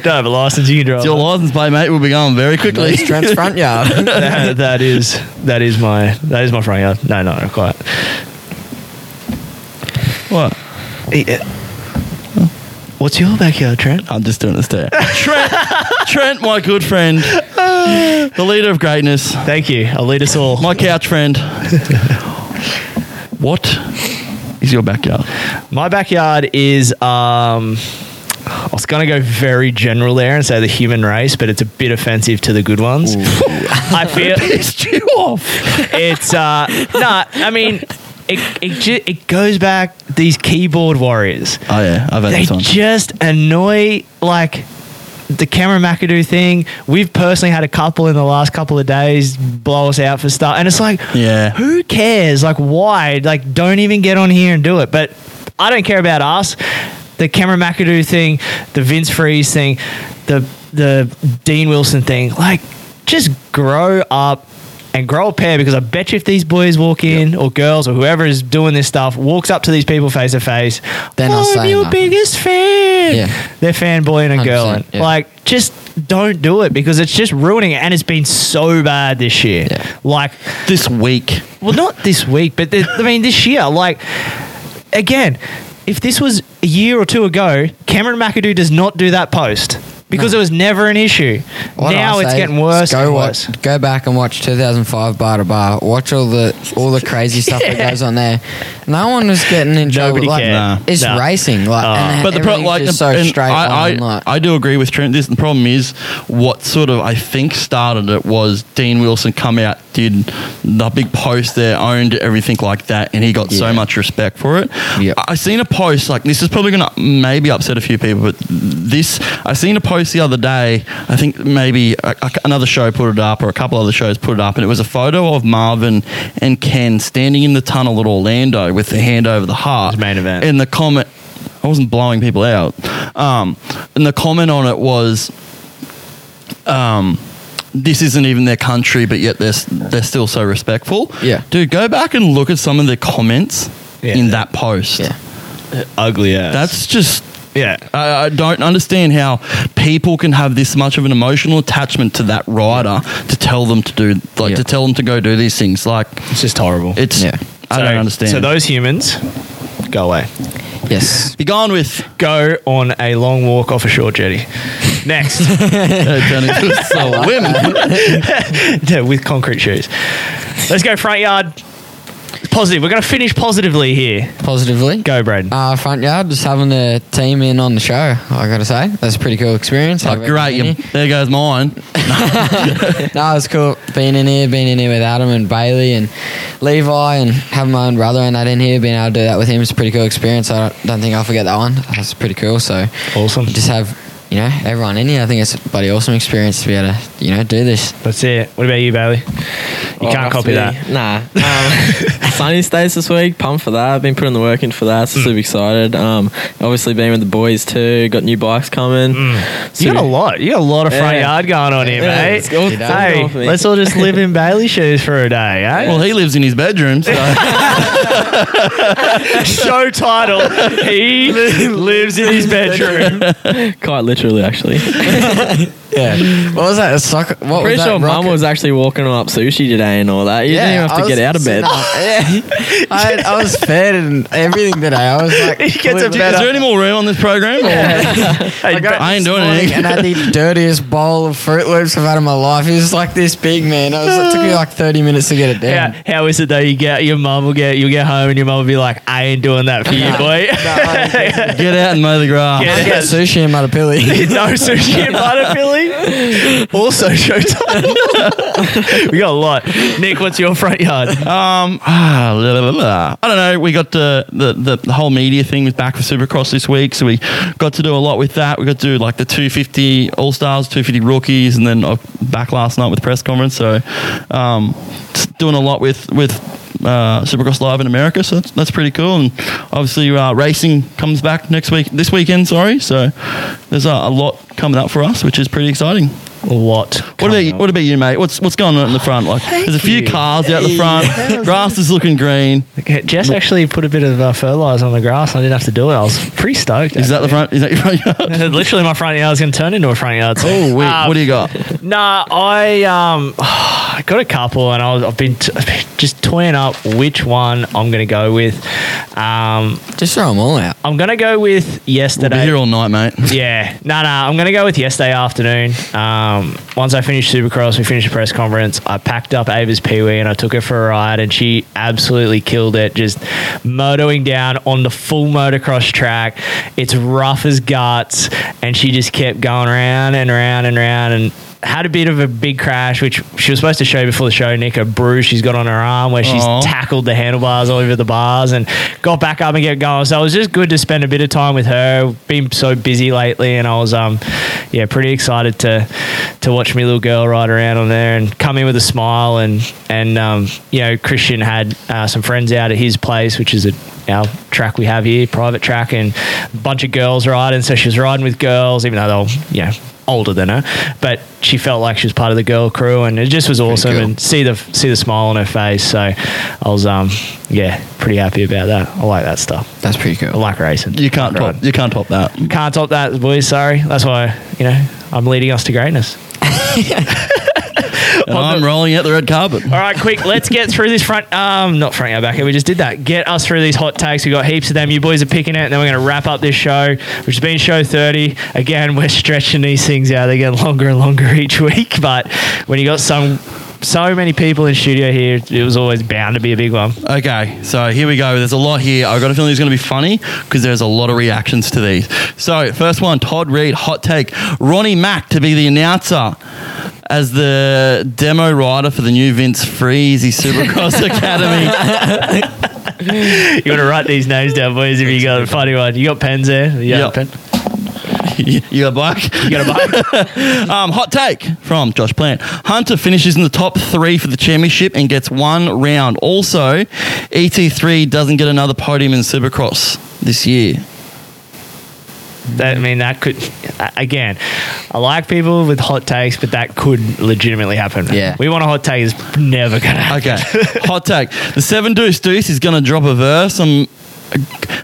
Don't have a license, you can drive.
It's your license plate, mate. We'll be going very quickly.
Nice Trent's front
yard.
That- that is that is my that is my front yard. No, no, no, quiet. What? uh, What's your backyard, Trent?
I'm just doing a stare. Trent, Trent, my good friend, the leader of greatness.
Thank you. I'll lead us all.
My couch friend. what is your backyard?
My backyard is. Um, I was going to go very general there and say the human race, but it's a bit offensive to the good ones. I feel
pissed you off.
It's uh, nah. I mean, it it, ju- it goes back these keyboard warriors.
Oh yeah, I've had
they
this on.
just annoy like the Cameron McAdoo thing. We've personally had a couple in the last couple of days blow us out for stuff, and it's like,
Yeah.
who cares? Like, why? Like, don't even get on here and do it. But I don't care about us. The Cameron McAdoo thing, the Vince Freeze thing, the the Dean Wilson thing. Like, just grow up and grow a pair because I bet you if these boys walk in or girls or whoever is doing this stuff walks up to these people face to face, "Oh,
They're not
I'm
saying
your
nothing."
biggest fan.
Yeah.
They're fanboying and
100%,
girling.
yeah.
Like, just don't do it because it's just ruining it. And it's been so bad this year. Like,
this week.
Well, not this week, but the, I mean, this year. Like, again, if this was a year or two ago, Cameron McAdoo does not do that post because it was never an issue.
What do I
now it's
say?
getting worse.
Just Go
and
watch, go back and watch 2005 bar to bar. Watch all the all the crazy stuff
Yeah.
that goes on there. No one was getting in trouble.
Nobody
like,
cared. Nah.
It's
Nah.
racing. Like,
Oh.
and
Uh, but the problem,
everything's
like,
just
the-
so
and
straight
I,
on.
I,
like,
I do agree with Trent. This the problem is what sort of I think started it was Dean Wilson come out did the big post there, owned everything like that, and he got so much respect for it. I I seen a post like this is probably gonna maybe upset a few people, but this I seen a post the other day. I think maybe a, a- another show put it up or a couple other shows put it up, and it was a photo of Marvin and Ken standing in the tunnel at Orlando with the hand over the heart. main event. And the comment. I wasn't blowing people out. Um, and the comment on it was, um, this isn't even their country, but yet they're, s- they're still so respectful. Yeah. Dude, go back and look at some of the comments in that post. Yeah.
Uh, Ugly ass.
That's just.
Yeah.
I, I don't understand how people can have this much of an emotional attachment to that rider to tell them to do, like, to tell them to go do these things. Like,
it's just horrible.
It's, I don't understand.
So those humans, go away.
Yes.
Be gone with.
Go on a long walk off a shore jetty. Next. Yeah, with concrete shoes. Let's go front yard. Positive. We're going to finish positively here.
Positively.
Go, Braden.
Uh, front yard, just having the team in on the show. I got to say, that's a pretty cool experience.
Oh, great. You- there goes mine.
no, it's cool being in here, being in here with Adam and Bailey and Levi, and having my own brother and that in here. Being able to do that with him is a pretty cool experience. I don't, don't think I'll forget that one. That's pretty cool. So
awesome.
Just have you know everyone in here. I think it's a bloody awesome experience to be able to you know do this.
That's it. What about you, Bailey? You can't copy that.
Oh, Nah. Um, sunny stays this week. Pumped for that. Been putting the work in for that.
Hmm.
So super excited. Um, obviously been with the boys too. Got new bikes coming.
Hmm. You got a lot. You got a lot of front
Yeah.
yard going on here,
Yeah,
mate.
it's all- it's all
hey,
going for me.
let's all just live in Bailey shoes for a day, eh?
Well, he lives in his bedroom, so.
Show title. He lives in his bedroom.
Quite literally, actually.
yeah. What was that? A soccer? What
Pretty
was that?
sure mum was actually walking them up sushi today and all that. You
Yeah,
didn't even have
I
to
was
get out of bed.
sitting up. Yeah. I, I was fed and everything today. I was like,
He gets a
Is there any more room on this program?
I, got up
I ain't
this
doing
morning
anything.
And I had the dirtiest bowl of Fruit Loops I've had in my life. It was like this big, man. I was, it took me like 30 minutes to get it down.
Yeah. How is it though? You get your mum will get you'll get home and your mum will be like, I ain't doing that for you, boy.
Get out and mow the grass.
Get
I
out.
got Oh, sushi and Matapilli.
no sushi and butter, Billy. Also, showtime. we got a lot. Nick, what's your front yard?
Um, ah, la, la, la, la. I don't know. We got the, the, the, the whole media thing was back for Supercross this week, so we got to do a lot with that. We got to do like the 250 All Stars, 250 rookies, and then uh, back last night with the press conference. So, um, just doing a lot with with uh, Supercross Live in America. So that's, that's pretty cool. And obviously, uh, racing comes back next week, this weekend. Sorry. So there's a, a lot coming up for us, which is pretty exciting.
A lot.
What about you, what about you, mate? What's what's going on in the front? Like, there's a few
you.
cars out the
Hey.
front. Grass is looking green.
Okay, Jess actually put a bit of uh, fertilizer on the grass. And I didn't have to do it. I was pretty stoked.
Is that the front? Is that your front yard?
actually. Literally, my front yard is going to turn into a front yard. soon.
Oh, wait,
Um,
what do you got?
Nah, I um, I got a couple, and I was, I've been, t- I've been just toying up which one I'm going to go with. Um,
just throw them all out.
I'm going to go with yesterday.
here all night, mate.
Yeah, no, no. I'm going to go with yesterday afternoon. Um, once I finished Supercross, we finished the press conference. I packed up Ava's Pee Wee and I took her for a ride, and she absolutely killed it. Just motoring down on the full motocross track. It's rough as guts, and she just kept going round and round and round and. Had a bit of a big crash, which she was supposed to show before the show. Nick, a bruise she's got on her arm where she's
Aw.
tackled the handlebars over the bars and got back up and get going. So it was just good to spend a bit of time with her. Been so busy lately, and I was um, yeah, pretty excited to to watch me little girl ride around on there and come in with a smile. And and um, you know, Christian had uh, some friends out at his place, which is a our track we have here, private track, and a bunch of girls riding. So she was riding with girls, even though they'll yeah. Older than her, but she felt like she was part of the girl crew, and it just was awesome.
cool.
And see the see the smile on her face. So I was um yeah pretty happy about that. I like that stuff.
That's pretty cool.
I like racing.
You can't top. You can't top that.
Can't top that, boys. Sorry. That's why you know I'm leading us to greatness.
And I'm rolling out the red carpet.
All right, quick. Let's get through this front. Um, not front yard back. We just did that. Get us through these hot takes. We got heaps of them. You boys are picking it, and then we're going to wrap up this show, which has been show thirty. Again, we're stretching these things out. They get longer and longer each week. But when you got some so many people in studio here, it was always bound to be a big one.
Okay, so here we go. There's a lot here. I've got a feeling it's going to be funny because there's a lot of reactions to these. So, first one Todd Reed, hot take. Ronnie Mack to be the announcer as the demo rider for the new Vince Freezy Supercross Academy.
you want to write these names down, boys, if you got a funny one. You got pens there? You got a pen?
you got a bike?
You got a
bike? um, hot take from Josh Plant. Hunter finishes in the top three for the championship and gets one round. Also, ET3 doesn't get another podium in Supercross this year.
That, I mean, that could, a- again, I like people with hot takes, but that could legitimately happen. Yeah. We want a hot take, it's never going to happen.
Okay, hot take. The seven deuce deuce is going to drop a verse on.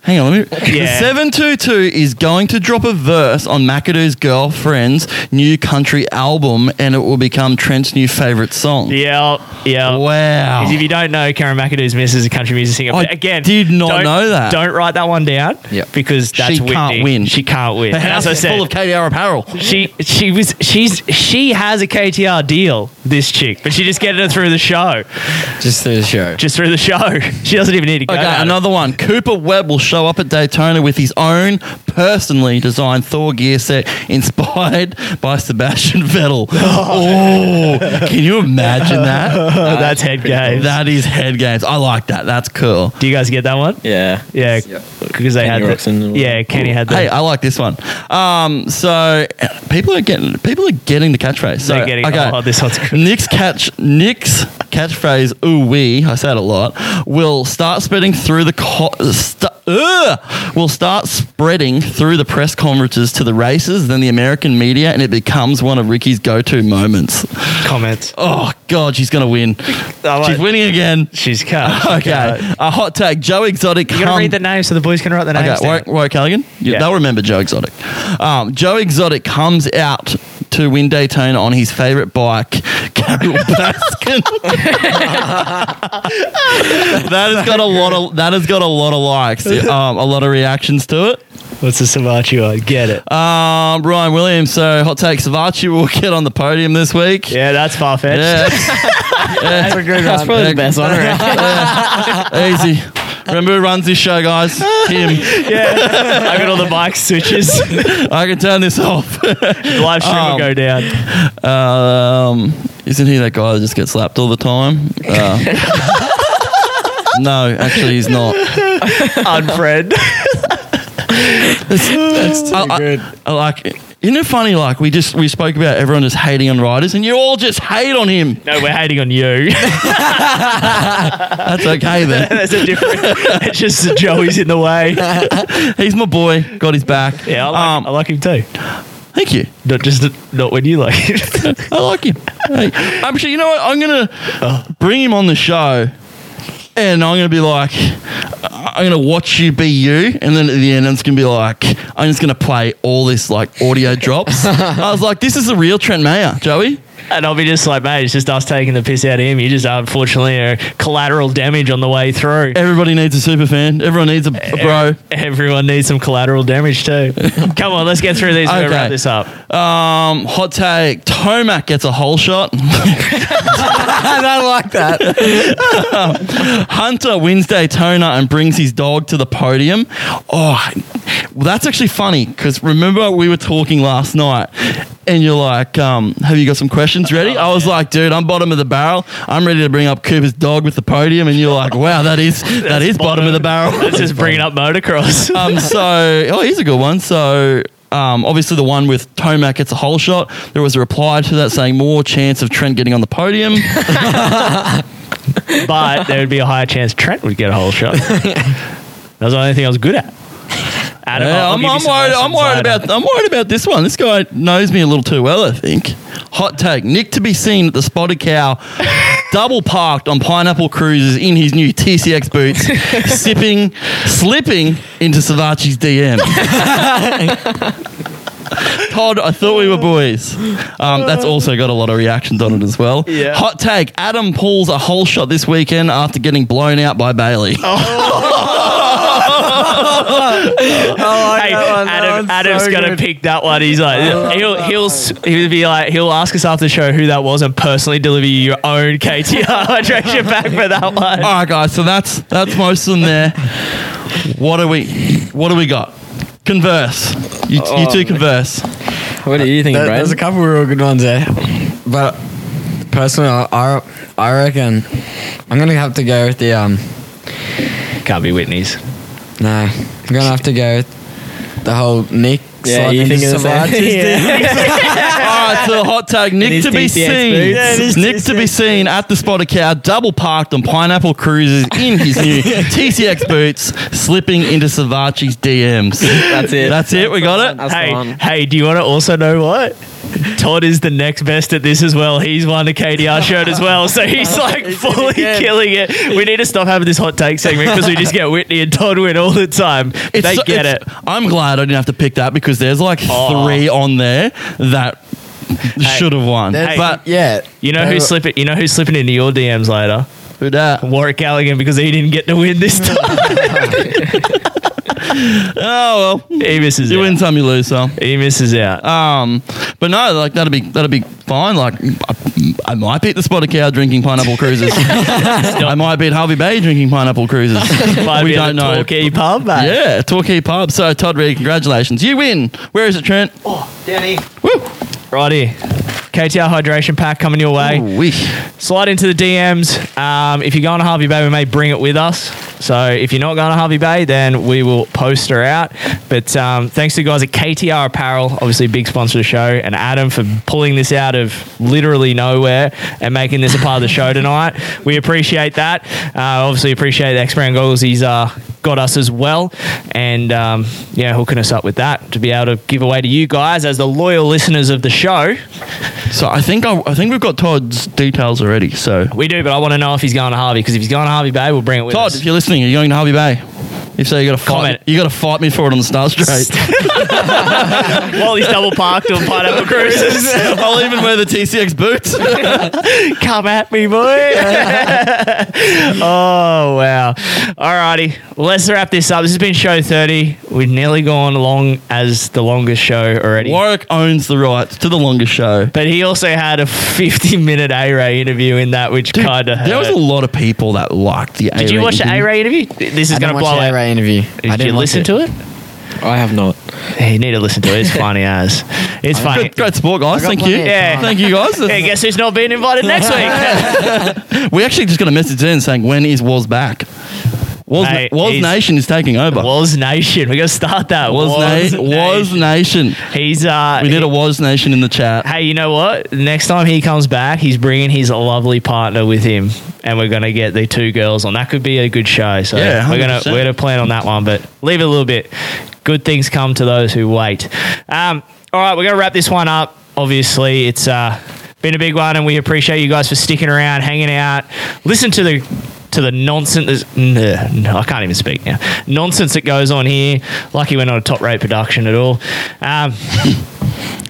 Hang on, let me.
Yeah.
The seven two two is going to drop a verse on McAdoo's girlfriend's new country album, and it will become Trent's new favorite song.
Yeah, yeah.
Wow.
'Cause if you don't know, Karen McAdoo's miss is a country music singer.
I
But again,
did not
don't-
know that.
Don't write that one down.
Yeah.
Because that's
She
Whitney.
can't win.
She can't win.
Her
And
house
as I
is
said,
full of KDR apparel.
She she was she's she has a KTR deal. This chick, but she just getting it through the show.
Just through the show.
Just through the show. She doesn't even need to go.
Okay,
at it.
another one. Cooper Webb will show up at Daytona with his own personally designed Thor gear set inspired by Sebastian Vettel. Oh, can you imagine that?
Oh, That's head games.
That is head games. I like that. That's cool.
Do you guys get that one?
Yeah.
Yeah, because they
Kenny
had
Roxon and
the,
all
yeah, Kenny had the
Hey, I like this one. Um, so people are getting people are getting the catchphrase. So
They're getting- oh, this one's good.
Nick's catch Nick's catchphrase. Ooh wee, I say it a lot. Will start spreading through the co- st- ugh, will start spreading through the press conferences to the races, then the American media, and it becomes one of Ricky's go-to moments.
comments.
Oh God, she's gonna win. She's winning again.
She's cut.
Okay, a hot take. Joe Exotic.
You gotta
hum-
read the name so the boys can write the names.
Okay,
down.
Warwick, Warwick Halligan. You-
Yeah.
They'll remember Joe Exotic. Um, Joe Exotic comes out to win Daytona on his favourite bike, Carol Baskin. that has got a lot of that has got a lot of likes, um, a lot of reactions to it.
What's the Savachi one? Get it.
Um, Ryan Williams. So hot take: Savachi will get on the podium this week.
Yeah, that's far fetched.
Yeah.
That's a good
That's
one.
probably the best one.
Yeah. Easy. Remember who runs this show, guys? Him.
yeah, I got all the bike switches.
I can turn this off.
Live stream
Um,
will go down.
Um, Isn't he that guy that just gets slapped all the time? Uh, no, actually, he's not.
Unfred.
that's, too I, good. I, I like it. Isn't it funny? Like we just we spoke about everyone just hating on riders, and you all just hate on him.
No, we're hating on you.
That's okay then.
That's a different. It's just that Joey's in the way.
He's my boy. Got his back. Um,
Yeah, I like, I like him too.
Thank you.
Not just not when you like it.
I like him. Hey, actually, you know what? I'm gonna bring him on the show, and I'm gonna be like, I'm gonna watch you be you, and then at the end, I'm just gonna be like, I'm just gonna play all this like audio drops. I was like, this is the real Trent Mayer, Joey.
And I'll be just like, mate, it's just us taking the piss out of him. You just unfortunately are collateral damage on the way through. E-,
Everybody needs a super fan. Everyone needs a, a bro.
Everyone needs some collateral damage too. Come on, let's get through these. and We'll wrap
Okay.
this up.
Um, hot take: Tomac gets a whole shot. I like that. Hunter wins Daytona and brings his dog to the podium. Oh, well, that's actually funny because remember we were talking last night, and you're like, um, "Have you got some questions ready?"
Oh,
I was like, "Dude, I'm bottom of the barrel. I'm ready to bring up Cooper's dog with the podium," and you're like, "Wow, that is that is bottom of the barrel."
Let's just bring up motocross.
um, so, oh, here's a good one. So, um, obviously, the one with Tomac gets a whole shot. There was a reply to that saying more chance of Trent getting on the podium.
but there would be a higher chance Trent would get a whole shot. that was the only thing I was good at. Adam,
Yeah,
I'll
I'm,
give you
I'm
some
worried. I'm
lessons
worried
later.
about. I'm worried about this one. This guy knows me a little too well. I think. Hot take: Nick to be seen at the Spotted Cow, double parked on Pineapple Cruises in his new TCX boots, sipping, slipping into Savachi's DM. Todd, I thought we were boys. Um, that's also got a lot of reactions on it as well.
Uh. Yeah.
Hot take: Adam pulls a whole shot this weekend after getting blown out by Bailey.
hey, Adam, Adam's gonna pick that one. He's like, he'll he'll s- he'll be like, he'll ask us after the show who that was and personally deliver you your own KTR hydration pack for that one.
All right, guys. So that's that's most of them there. What do we what do we got? Converse. You, you two converse.
What do you
think, Brad?
There's a couple of real good ones there, but personally, I, I, I reckon I'm gonna have to go with the um.
Can't be Whitney's.
No, I'm gonna have to go with the whole Nick.
Yeah, you thinking
sliding into
the same?
Savage
All right, so the hot tag. Nick
These
to be
TCX
seen.
boots. Yeah, these
Nick to be seen at the Spotted Cow, double parked on Pineapple Cruises in his new TCX boots, slipping into Savachi's DMs. That's
it.
That's it. We got it.
Hey, hey, do you want to also know what? Todd is the next best at this as well. He's won a KDR shirt as well, so he's like fully killing it. We need to stop having this hot take segment because we just get Whitney and Todd win all the time. they
so-
get it.
it's- I'm glad I didn't have to pick that because there's like
Oh.
three on there that should have won.
Hey.
but
yeah,
You know
They
who
were-
slip it? You know who's slipping into your DMs later?
Who that?
Warwick Galligan because he didn't get to win this time.
Oh well,
he misses.
You win some, you lose some.
He misses out.
Um, but no, like that'd be that'd be fine. Like I, I might beat the spotted cow drinking pineapple cruises. I might beat Harvey Bay drinking pineapple cruises.
Might
we
be at
don't
the
know.
Torquay pub, mate.
Yeah, Torquay pub. So Todd Reed, congratulations, you win. Where is it, Trent?
Danny. Right here. KTR hydration pack coming your way. Slide into the DMs. Um, if you're going to Harvey Bay, we may bring it with us. So if you're not going to Harvey Bay, then we will post her out. But um, thanks to the guys at KTR Apparel, obviously big sponsor of the show, and Adam for pulling this out of literally nowhere and making this a part of the show tonight. We appreciate that. Uh, obviously appreciate the X Brand goggles he's uh, got us as well. And um, yeah, hooking us up with that to be able to give away to you guys as the loyal listeners of the show.
So I think I, I think we've got Todd's details already. So
We do, but I want to know if he's going to Harvey because if he's going to Harvey Bay, we'll bring it with
Todd,
us.
if you're listening, are you going to Harvey Bay? If so, you got to fight.
Comment.
You got to fight me for it on the Star Straight.
While he's double parked on Pineapple Cruises.
I'll even wear the TCX boots.
Come at me, boy. oh, wow. Alrighty. Let's wrap this up. This has been show 30. We've nearly gone along as the longest show already.
Warwick owns the rights to the longest show.
But he also had a 50 minute A Ray interview in that, which kind of
There was a lot of people that liked the.
Did you watch the A Ray interview? This is
I
going
didn't
to
watch
blow
the
out.
A-Ray interview. I
Did
didn't
you
watch
listen
it.
to it?
I have not.
you need to listen to it. It's funny as. It's
Good-
funny.
Great, sport, guys.
I got
Thank
plenty
you.
of time.
Yeah. Thank you, guys.
Yeah, guess who's not being invited next
week? we actually just got a message in saying, when is Wars back? Wars,
Mate,
Wars
he's-
Nation is taking over.
Was Nation. We got to start that.
Was,
Was
Na- Was Nation.
He's uh
We need a Was Nation in the chat.
Hey, you know what? Next time he comes back, he's bringing his lovely partner with him, and we're gonna get the two girls on. That could be a good show. So
Yeah,
we're gonna
100%.
we're gonna plan on that one, but leave it a little bit. Good things come to those who wait. Um, all right, we're gonna wrap this one up. Obviously, it's uh, been a big one, and we appreciate you guys for sticking around, hanging out. Listen to the to the nonsense. that's- No, no, I can't even speak now. Nonsense that goes on here. Lucky we're not a top rate production at all. Um,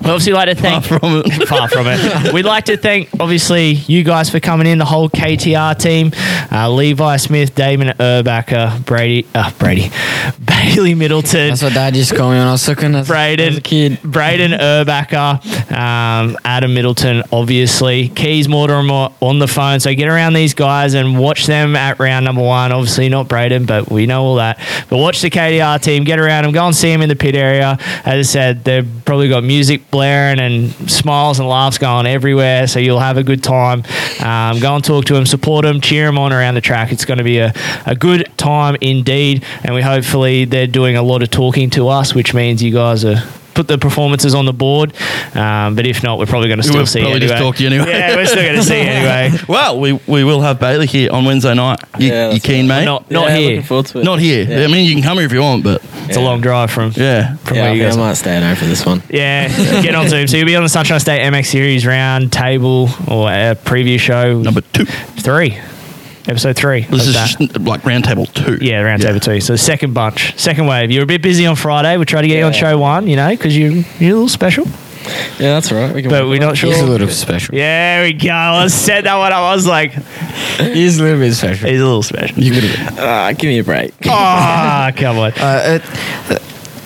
we obviously like to thank far
from it.
far from it. We'd like to thank obviously you guys for coming in, the whole KTR team, uh, Levi Smith, Damon Erbacker, Brady, uh, Brady, Bailey Middleton. That's
what Dad used to call me when I was looking. That's
Braden, kid. Braden Erbacker, um, Adam Middleton, obviously. Keys Mortimer on the phone. So get around these guys and watch them at round number one. Obviously, not Braden, but we know all that. But watch the KDR team. Get around them. Go and see them in the pit area. As I said, they've probably got music blaring and smiles and laughs going everywhere. So you'll have a good time. Um, go and talk to them, support them, cheer them on around the track. It's going to be a, a good time indeed. And we hopefully they're doing a lot of talking to us, which means you guys are. Put the performances on the board, um, but if not, we're probably going to still
We'll
see
probably
you anyway.
just talk to you anyway.
Yeah, we're still going to see you anyway.
well, we, we will have Bailey here on Wednesday night. You, you keen, mate?
Not- not Yeah, here. looking forward to it.
Not here.
Yeah.
I mean, you can come here if you want, but
it's a long drive from
yeah
from where
I,
you
think
guys
I
are.
might stay at home for this one.
Yeah, get on Zoom. So you'll be on the Sunshine State MX Series round table or a preview show
number two,
three, episode three.
This
of
is
that.
just like round table two.
Yeah, round table two. So second bunch, second wave. You're a bit busy on Friday. We try to get you on show one, you know, because you you're a little special.
Yeah, that's all right. We can
But we're not sure.
special.
Yeah, there we go. I set that one up. I was like,
He's a little bit special.
He's a little special.
You could
uh, give me a break.
Ah, come on.
Uh, it,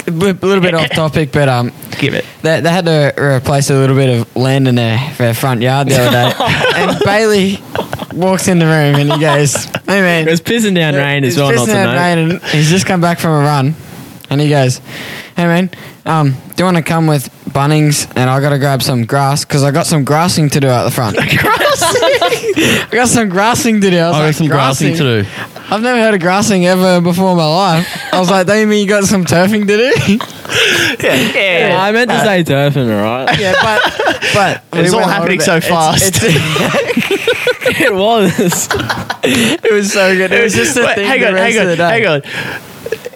a little bit off topic, but um,
give it.
They, they had to replace a little bit of land in their, their front yard the other day, and Bailey walks in the room and he goes, "Hey man,
it's pissing down rain as
it's
well. Not
pissing
to
down
know.
rain," and he's just come back from a run, and he goes, "Hey man, um, do you want to come with Bunnings? And I got to grab some grass because I got some grassing to do out the front. I got some grassing to do. I, was
I got
like,
some grassing to do.
I've never heard of grassing ever before in my life. I was like, don't you mean you got some turfing to do?
yeah,
Yeah, I meant to say turfing, alright?
Yeah, but but
It's all
went on a
happening
bit.
so
It's-
fast.
it was.
it was so good. It was just a
Wait,
thing.
hang
the
on,
rest
hang
of the
on,
day.
hang on.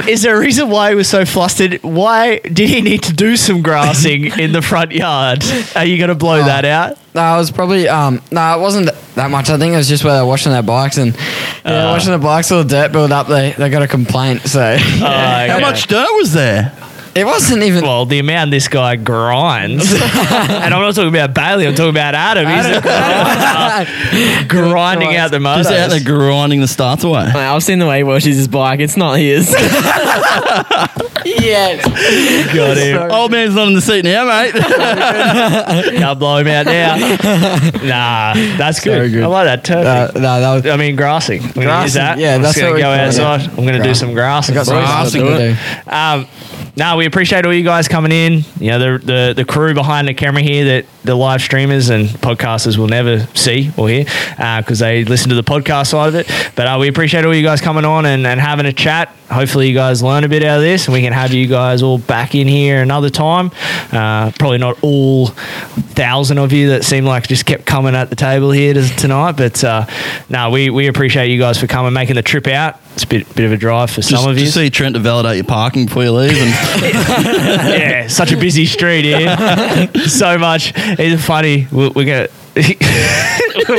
Is there a reason why he was so flustered? Why did he need to do some grassing in the front yard? Are you going to blow that out?
No, it was probably um no, it wasn't that much. I think it was just where they're washing their bikes and yeah,
Ah.
watching the bikes all the dirt build up. They they got a complaint. So
How much dirt was there?
It wasn't even.
Oh, Well, the amount this guy grinds, and I'm not talking about Bailey. I'm talking about Adam. He's a grinder, grinding out the motor.
Just out there grinding the starts away.
Mate, I've seen the way he washes his bike. It's not his.
yes.
Got him.
Old man's not in the seat now, mate.
Can't blow him out now. Nah, that's
So
good.
good.
I like that turf.
No, no, that was.
I mean, grassing. I'm gonna use
Grassing,
that.
yeah,
I'm
that's
just gonna
what we
go
call it.
outside. I'm gonna do
Grass.
some grassing.
I got some Grassing. grassing to
Um, no, we appreciate all you guys coming in. You know, the, the the crew behind the camera here that the live streamers and podcasters will never see or hear because they listen to the podcast side of it. But uh, we appreciate all you guys coming on and, and having a chat. Hopefully, you guys learn a bit out of this and we can have you guys all back in here another time. Uh, probably not all thousand of you that seem like just kept coming at the table here to, tonight. But uh, no, we, we appreciate you guys for coming, making the trip out. It's a bit, bit of a drive for
Just-
some of you.
just see Trent to validate your parking before you leave. And
yeah, such a busy street here. so much. It's funny. We're, we're gonna.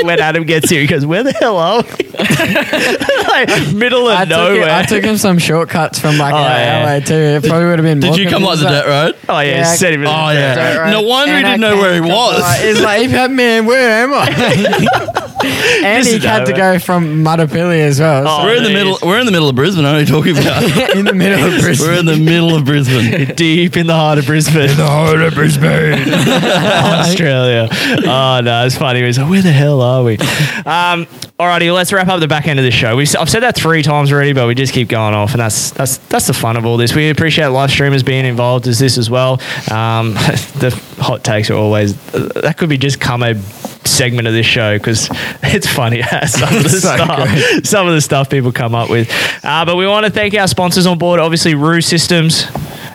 when Adam gets here, he goes, "Where the hell are we?" like middle of
I took,
nowhere.
it, I took him some shortcuts from like our
yeah.
way too. It probably would have been.
did you
walking.
come like
It's
the dirt road?
oh yeah,
Yeah,
set him. in the
Oh
dirt.
yeah.
Dirt road.
No wonder he
And I
didn't know where he
came from,
was.
like, He's like, man, where am I? And
This
he
is
had to
over.
go from Mudapilly as well.
Oh,
so-
we're in the middle. We're in the middle of Brisbane. What are you talking about?
in the middle of Brisbane.
We're in the middle of Brisbane.
Deep in the heart of Brisbane.
the heart of Brisbane.
Australia. Oh no, it's funny. He's like, where the hell are we? Um, alrighty, let's wrap up the back end of the show. We've, I've said that three times already, but we just keep going off, and that's that's that's the fun of all this. We appreciate live streamers being involved as this as well. Um, the hot takes are always that could be just come a segment of this show because it's funny as some of the
So
stuff some of the stuff people come up with. Uh, but we want to thank our sponsors on board. Obviously, Rue Systems.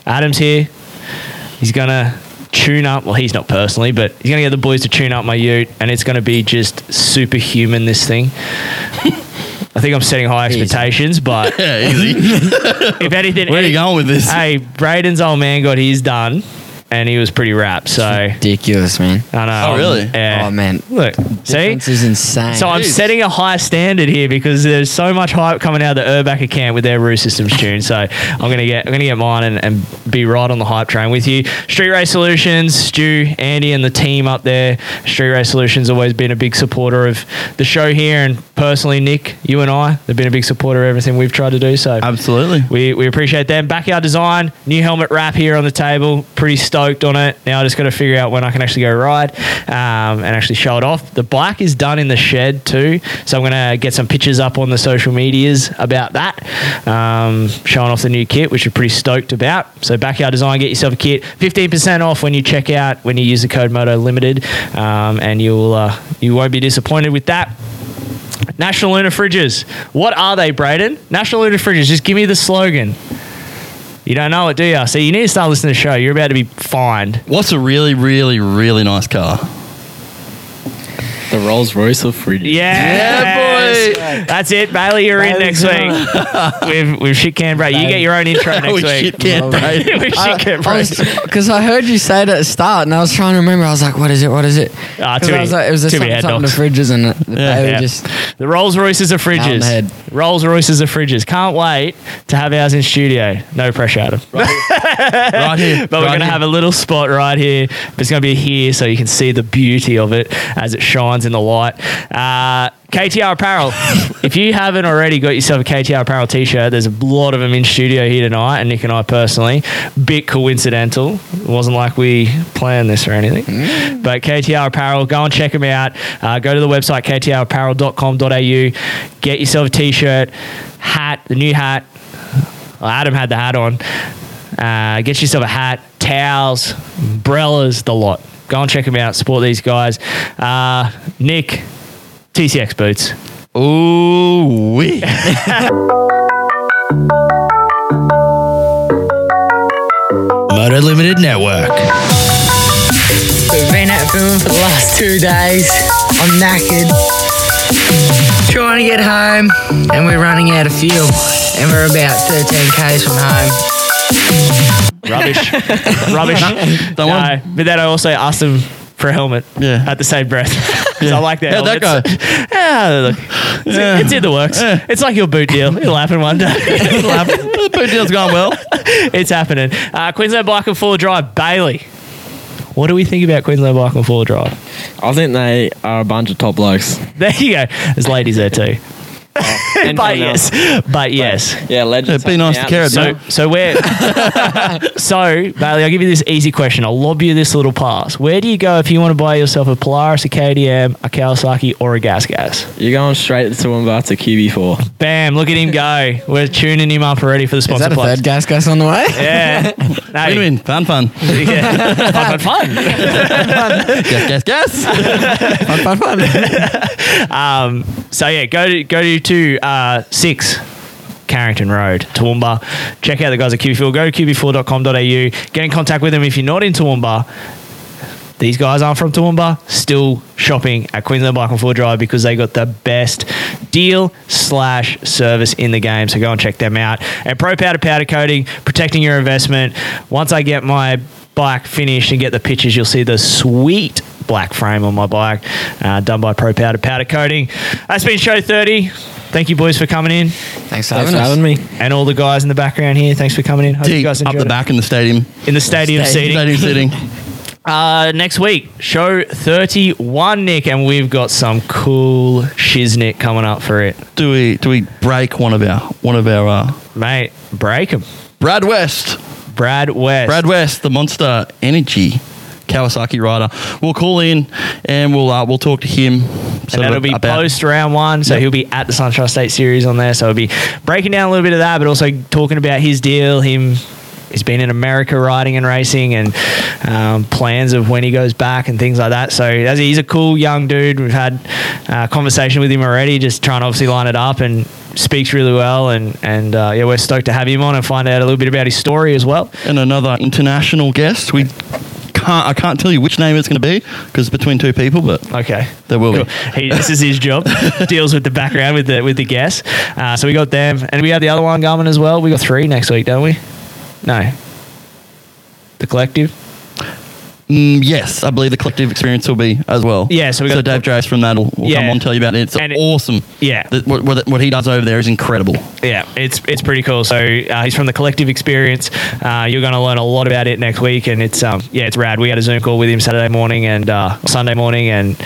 Adam's here. He's gonna tune up. Well, he's not personally, but he's gonna get the boys to tune up my Ute, and it's gonna be just superhuman. This thing. I think I'm setting high expectations, but if anything, where are you
going with this?
Hey, Braden's old man got his done, and he was pretty wrapped. So
ridiculous, man.
I know.
Oh, really?
Yeah.
Oh, man.
Look, see,
This is insane.
so I'm setting a high standard here because there's so much hype coming out of the Urbacher camp with their Roo Systems tune. So I'm gonna get I'm gonna get mine and, and be right on the hype train with you. Street Race Solutions, Stu, Andy, and the team up there. Street Race Solutions always been a big supporter of the show here, and personally, Nick, you and I, they've been a big supporter of everything we've tried to do. So
absolutely,
we we appreciate them. Backyard Design, new helmet wrap here on the table. Pretty stoked on it. Now I just got to figure out when I can actually go ride um, and actually show it off. The bike is done in the shed too, so I'm gonna get some pictures up on the social medias about that, um, showing off the new kit, which we're pretty stoked about. So Backyard Design, get yourself a kit, 15% off when you check out when you use the code Moto Limited, um, and you'll uh, you won't be disappointed with that. National Lunar Fridges. What are they, Braden? National Lunar Fridges. Just give me the slogan. You don't know it, do you? So you need to start listening to the show. You're about to be fined.
What's a really, really, really nice car?
The Rolls Royce of Fridges.
Yes. Yeah, boy. That's it, Bailey. You're in next
Bailey's
week. we've we've shit can Braden. You get your own intro next
We
week.
shit can Braden.
we shit can Braden.
Because I, heard you say it at the start, and I was trying to remember. I was like, "What is it? What is it?"
Ah,
'Cause
too
I was
many-
like, "It was
too
just
many
something,
head
something to
knocks.
fridges," and it- the
Yeah.
baby
Yeah.
just
the Rolls Royces are
Down the
fridges.
head.
Rolls Royces are fridges. Can't wait to have ours in studio. No pressure, Adam.
Right here.
But we're
right
going to
here.
have a little spot right here. It's going to be here so you can see the beauty of it as it shines in the light. Uh, KTR Apparel. if you haven't already got yourself a KTR Apparel t shirt, there's a lot of them in studio here tonight, and Nick and I personally. Bit coincidental. It wasn't like we planned this or anything.
Mm.
But KTR Apparel, go and check them out. Uh, go to the website, ktrapparel.com.au. Get yourself a t shirt, hat, the new hat. Well, Adam had the hat on. Uh, get yourself a hat, towels, umbrellas, the lot. Go and check them out. Support these guys. Uh, Nick, TCX boots.
Ooh wee. Motor Limited Network.
We've been at filming for the last two days. I'm knackered. Trying to get home, and we're running out of fuel. And we're about 13 k's from home.
Rubbish. Rubbish. no, But then I also asked them for a helmet yeah. at the same breath. 'Cause I like that.
How'd that
helmets. yeah, look, it's, it's in the works. It's like your boot deal. It'll happen one day. It'll happen. the boot deal's gone well. it's happening. Uh, Queensland Bike and Four Drive, Bailey. What do we think about Queensland Bike and Four Drive?
I think they are a bunch of top blokes. Oh,
There you go. There's ladies there too. but yes, but yes,
yeah, legends.
It'd be nice to carry it,
So,
mate.
so where? so Bailey, I'll give you this easy question. I'll lob you this little pass. Where do you go if you want to buy yourself a Polaris, a KDM, a Kawasaki, or a Gas Gas?
You're going straight to Wambata QB4.
Bam! Look at him go. We're tuning him up already for the sponsor.
that a
plugs.
third gas gas on the way?
Yeah. No.
Win-win. Fun, fun.
Yeah. fun, fun, fun.
Yes, yes, yes.
fun, fun, fun.
Um, so yeah, go to go to, to uh, six. Carrington Road, Toowoomba. Check out the guys at QB4. Go to qb4.com.au. Get in contact with them if you're not in Toowoomba. These guys aren't from Toowoomba. Still shopping at Queensland Bike and Four Drive because they got the best deal slash service in the game. So go and check them out. And Pro Powder Powder Coating, protecting your investment. Once I get my bike finished and get the pictures, you'll see the sweet black frame on my bike, uh, done by Pro Powder Powder Coating. That's been show 30. Thank you, boys, for coming in.
Thanks
for Thanks having for us. having
me. And all the guys in the background here, thanks for coming in. Hope you
Deep
guys
up
enjoyed
the
it.
back in the stadium.
In the stadium
Stadium
seating.
seating.
Uh, next week, show 31, Nick, and we've got some cool shiznick coming up for it.
Do we do we break one of our one of our uh,
mate? Break him,
Brad West.
Brad West.
Brad West, the Monster Energy Kawasaki rider. We'll call in and we'll uh, we'll talk to him.
and
sort of
that'll be
about-
post round one, so
Yep.
he'll be at the Sunshine State Series on there. So he'll be breaking down a little bit of that, but also talking about his deal, him. He's been in America riding and racing, and um, plans of when he goes back and things like that. So as he's a cool young dude. We've had uh, conversation with him already, just trying to obviously line it up, and speaks really well. And and uh, yeah, we're stoked to have him on and find out a little bit about his story as well.
and another international guest. We can't I can't tell you which name it's going to be because between two people, but
okay,
there will be.
He, this is his job. Deals with the background with the with the guests. Uh, so we got them, and we have the other one coming as well. We got three next week, don't we? No. The collective.
Mm, yes, I believe the collective experience will be as well.
Yeah, so we got-
Dave Drace from that will, will
Yeah.
come on and tell you about it. It's awesome.
Yeah.
The- what, what, what he does over there is incredible.
Yeah, it's it's pretty cool. So uh, he's from the collective experience. Uh, you're going to learn a lot about it next week, and it's um yeah, it's rad. We had a Zoom call with him Saturday morning and uh, Sunday morning, and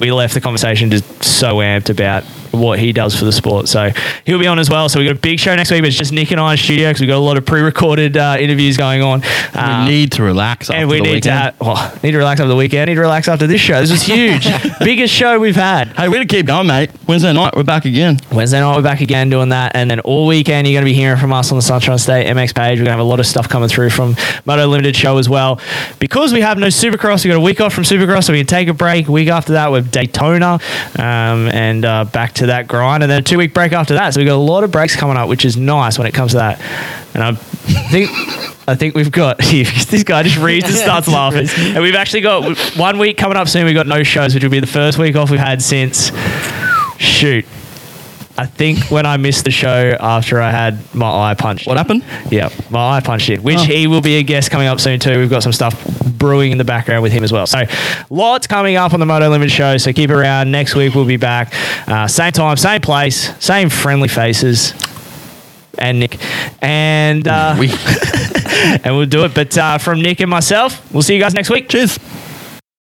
we left the conversation just so amped about what he does for the sport. So he'll be on as well. So we got a big show next week, but it's just Nick and I in studio because we've got a lot of pre-recorded uh, interviews going on. Um,
we need to relax. After
and we
the
need to
weekend.
ha- well, need to relax after the weekend. Need to relax after this show. This is huge, biggest show we've had.
Hey, we're gonna keep going, mate. Wednesday night we're back again.
Wednesday night we're back again doing that, and then all weekend you're going to be hearing from us on the Sunshine State MX page. We're going to have a lot of stuff coming through from Moto Limited show as well. Because we have no Supercross, we got a week off from Supercross, so we can take a break. Week after that we're Daytona, um, and uh, back to that grind, and then a two week break after that. So we got a lot of breaks coming up, which is nice when it comes to that. And I think. I think we've got this guy just reads and starts laughing. And we've actually got one week coming up soon. We've got no shows, which will be the first week off we've had since shoot. I think when I missed the show after I had my eye punched. What
happened?
Yeah, my eye punched in, which he will be a guest coming up soon too. We've got some stuff brewing in the background with him as well. So lots coming up on the Moto Limited show. So keep around. Next week we'll be back. Uh, same time, same place, same friendly faces. And Nick. And uh, we. and we'll do it. But uh, from Nick and myself, we'll see you guys next week.
Cheers.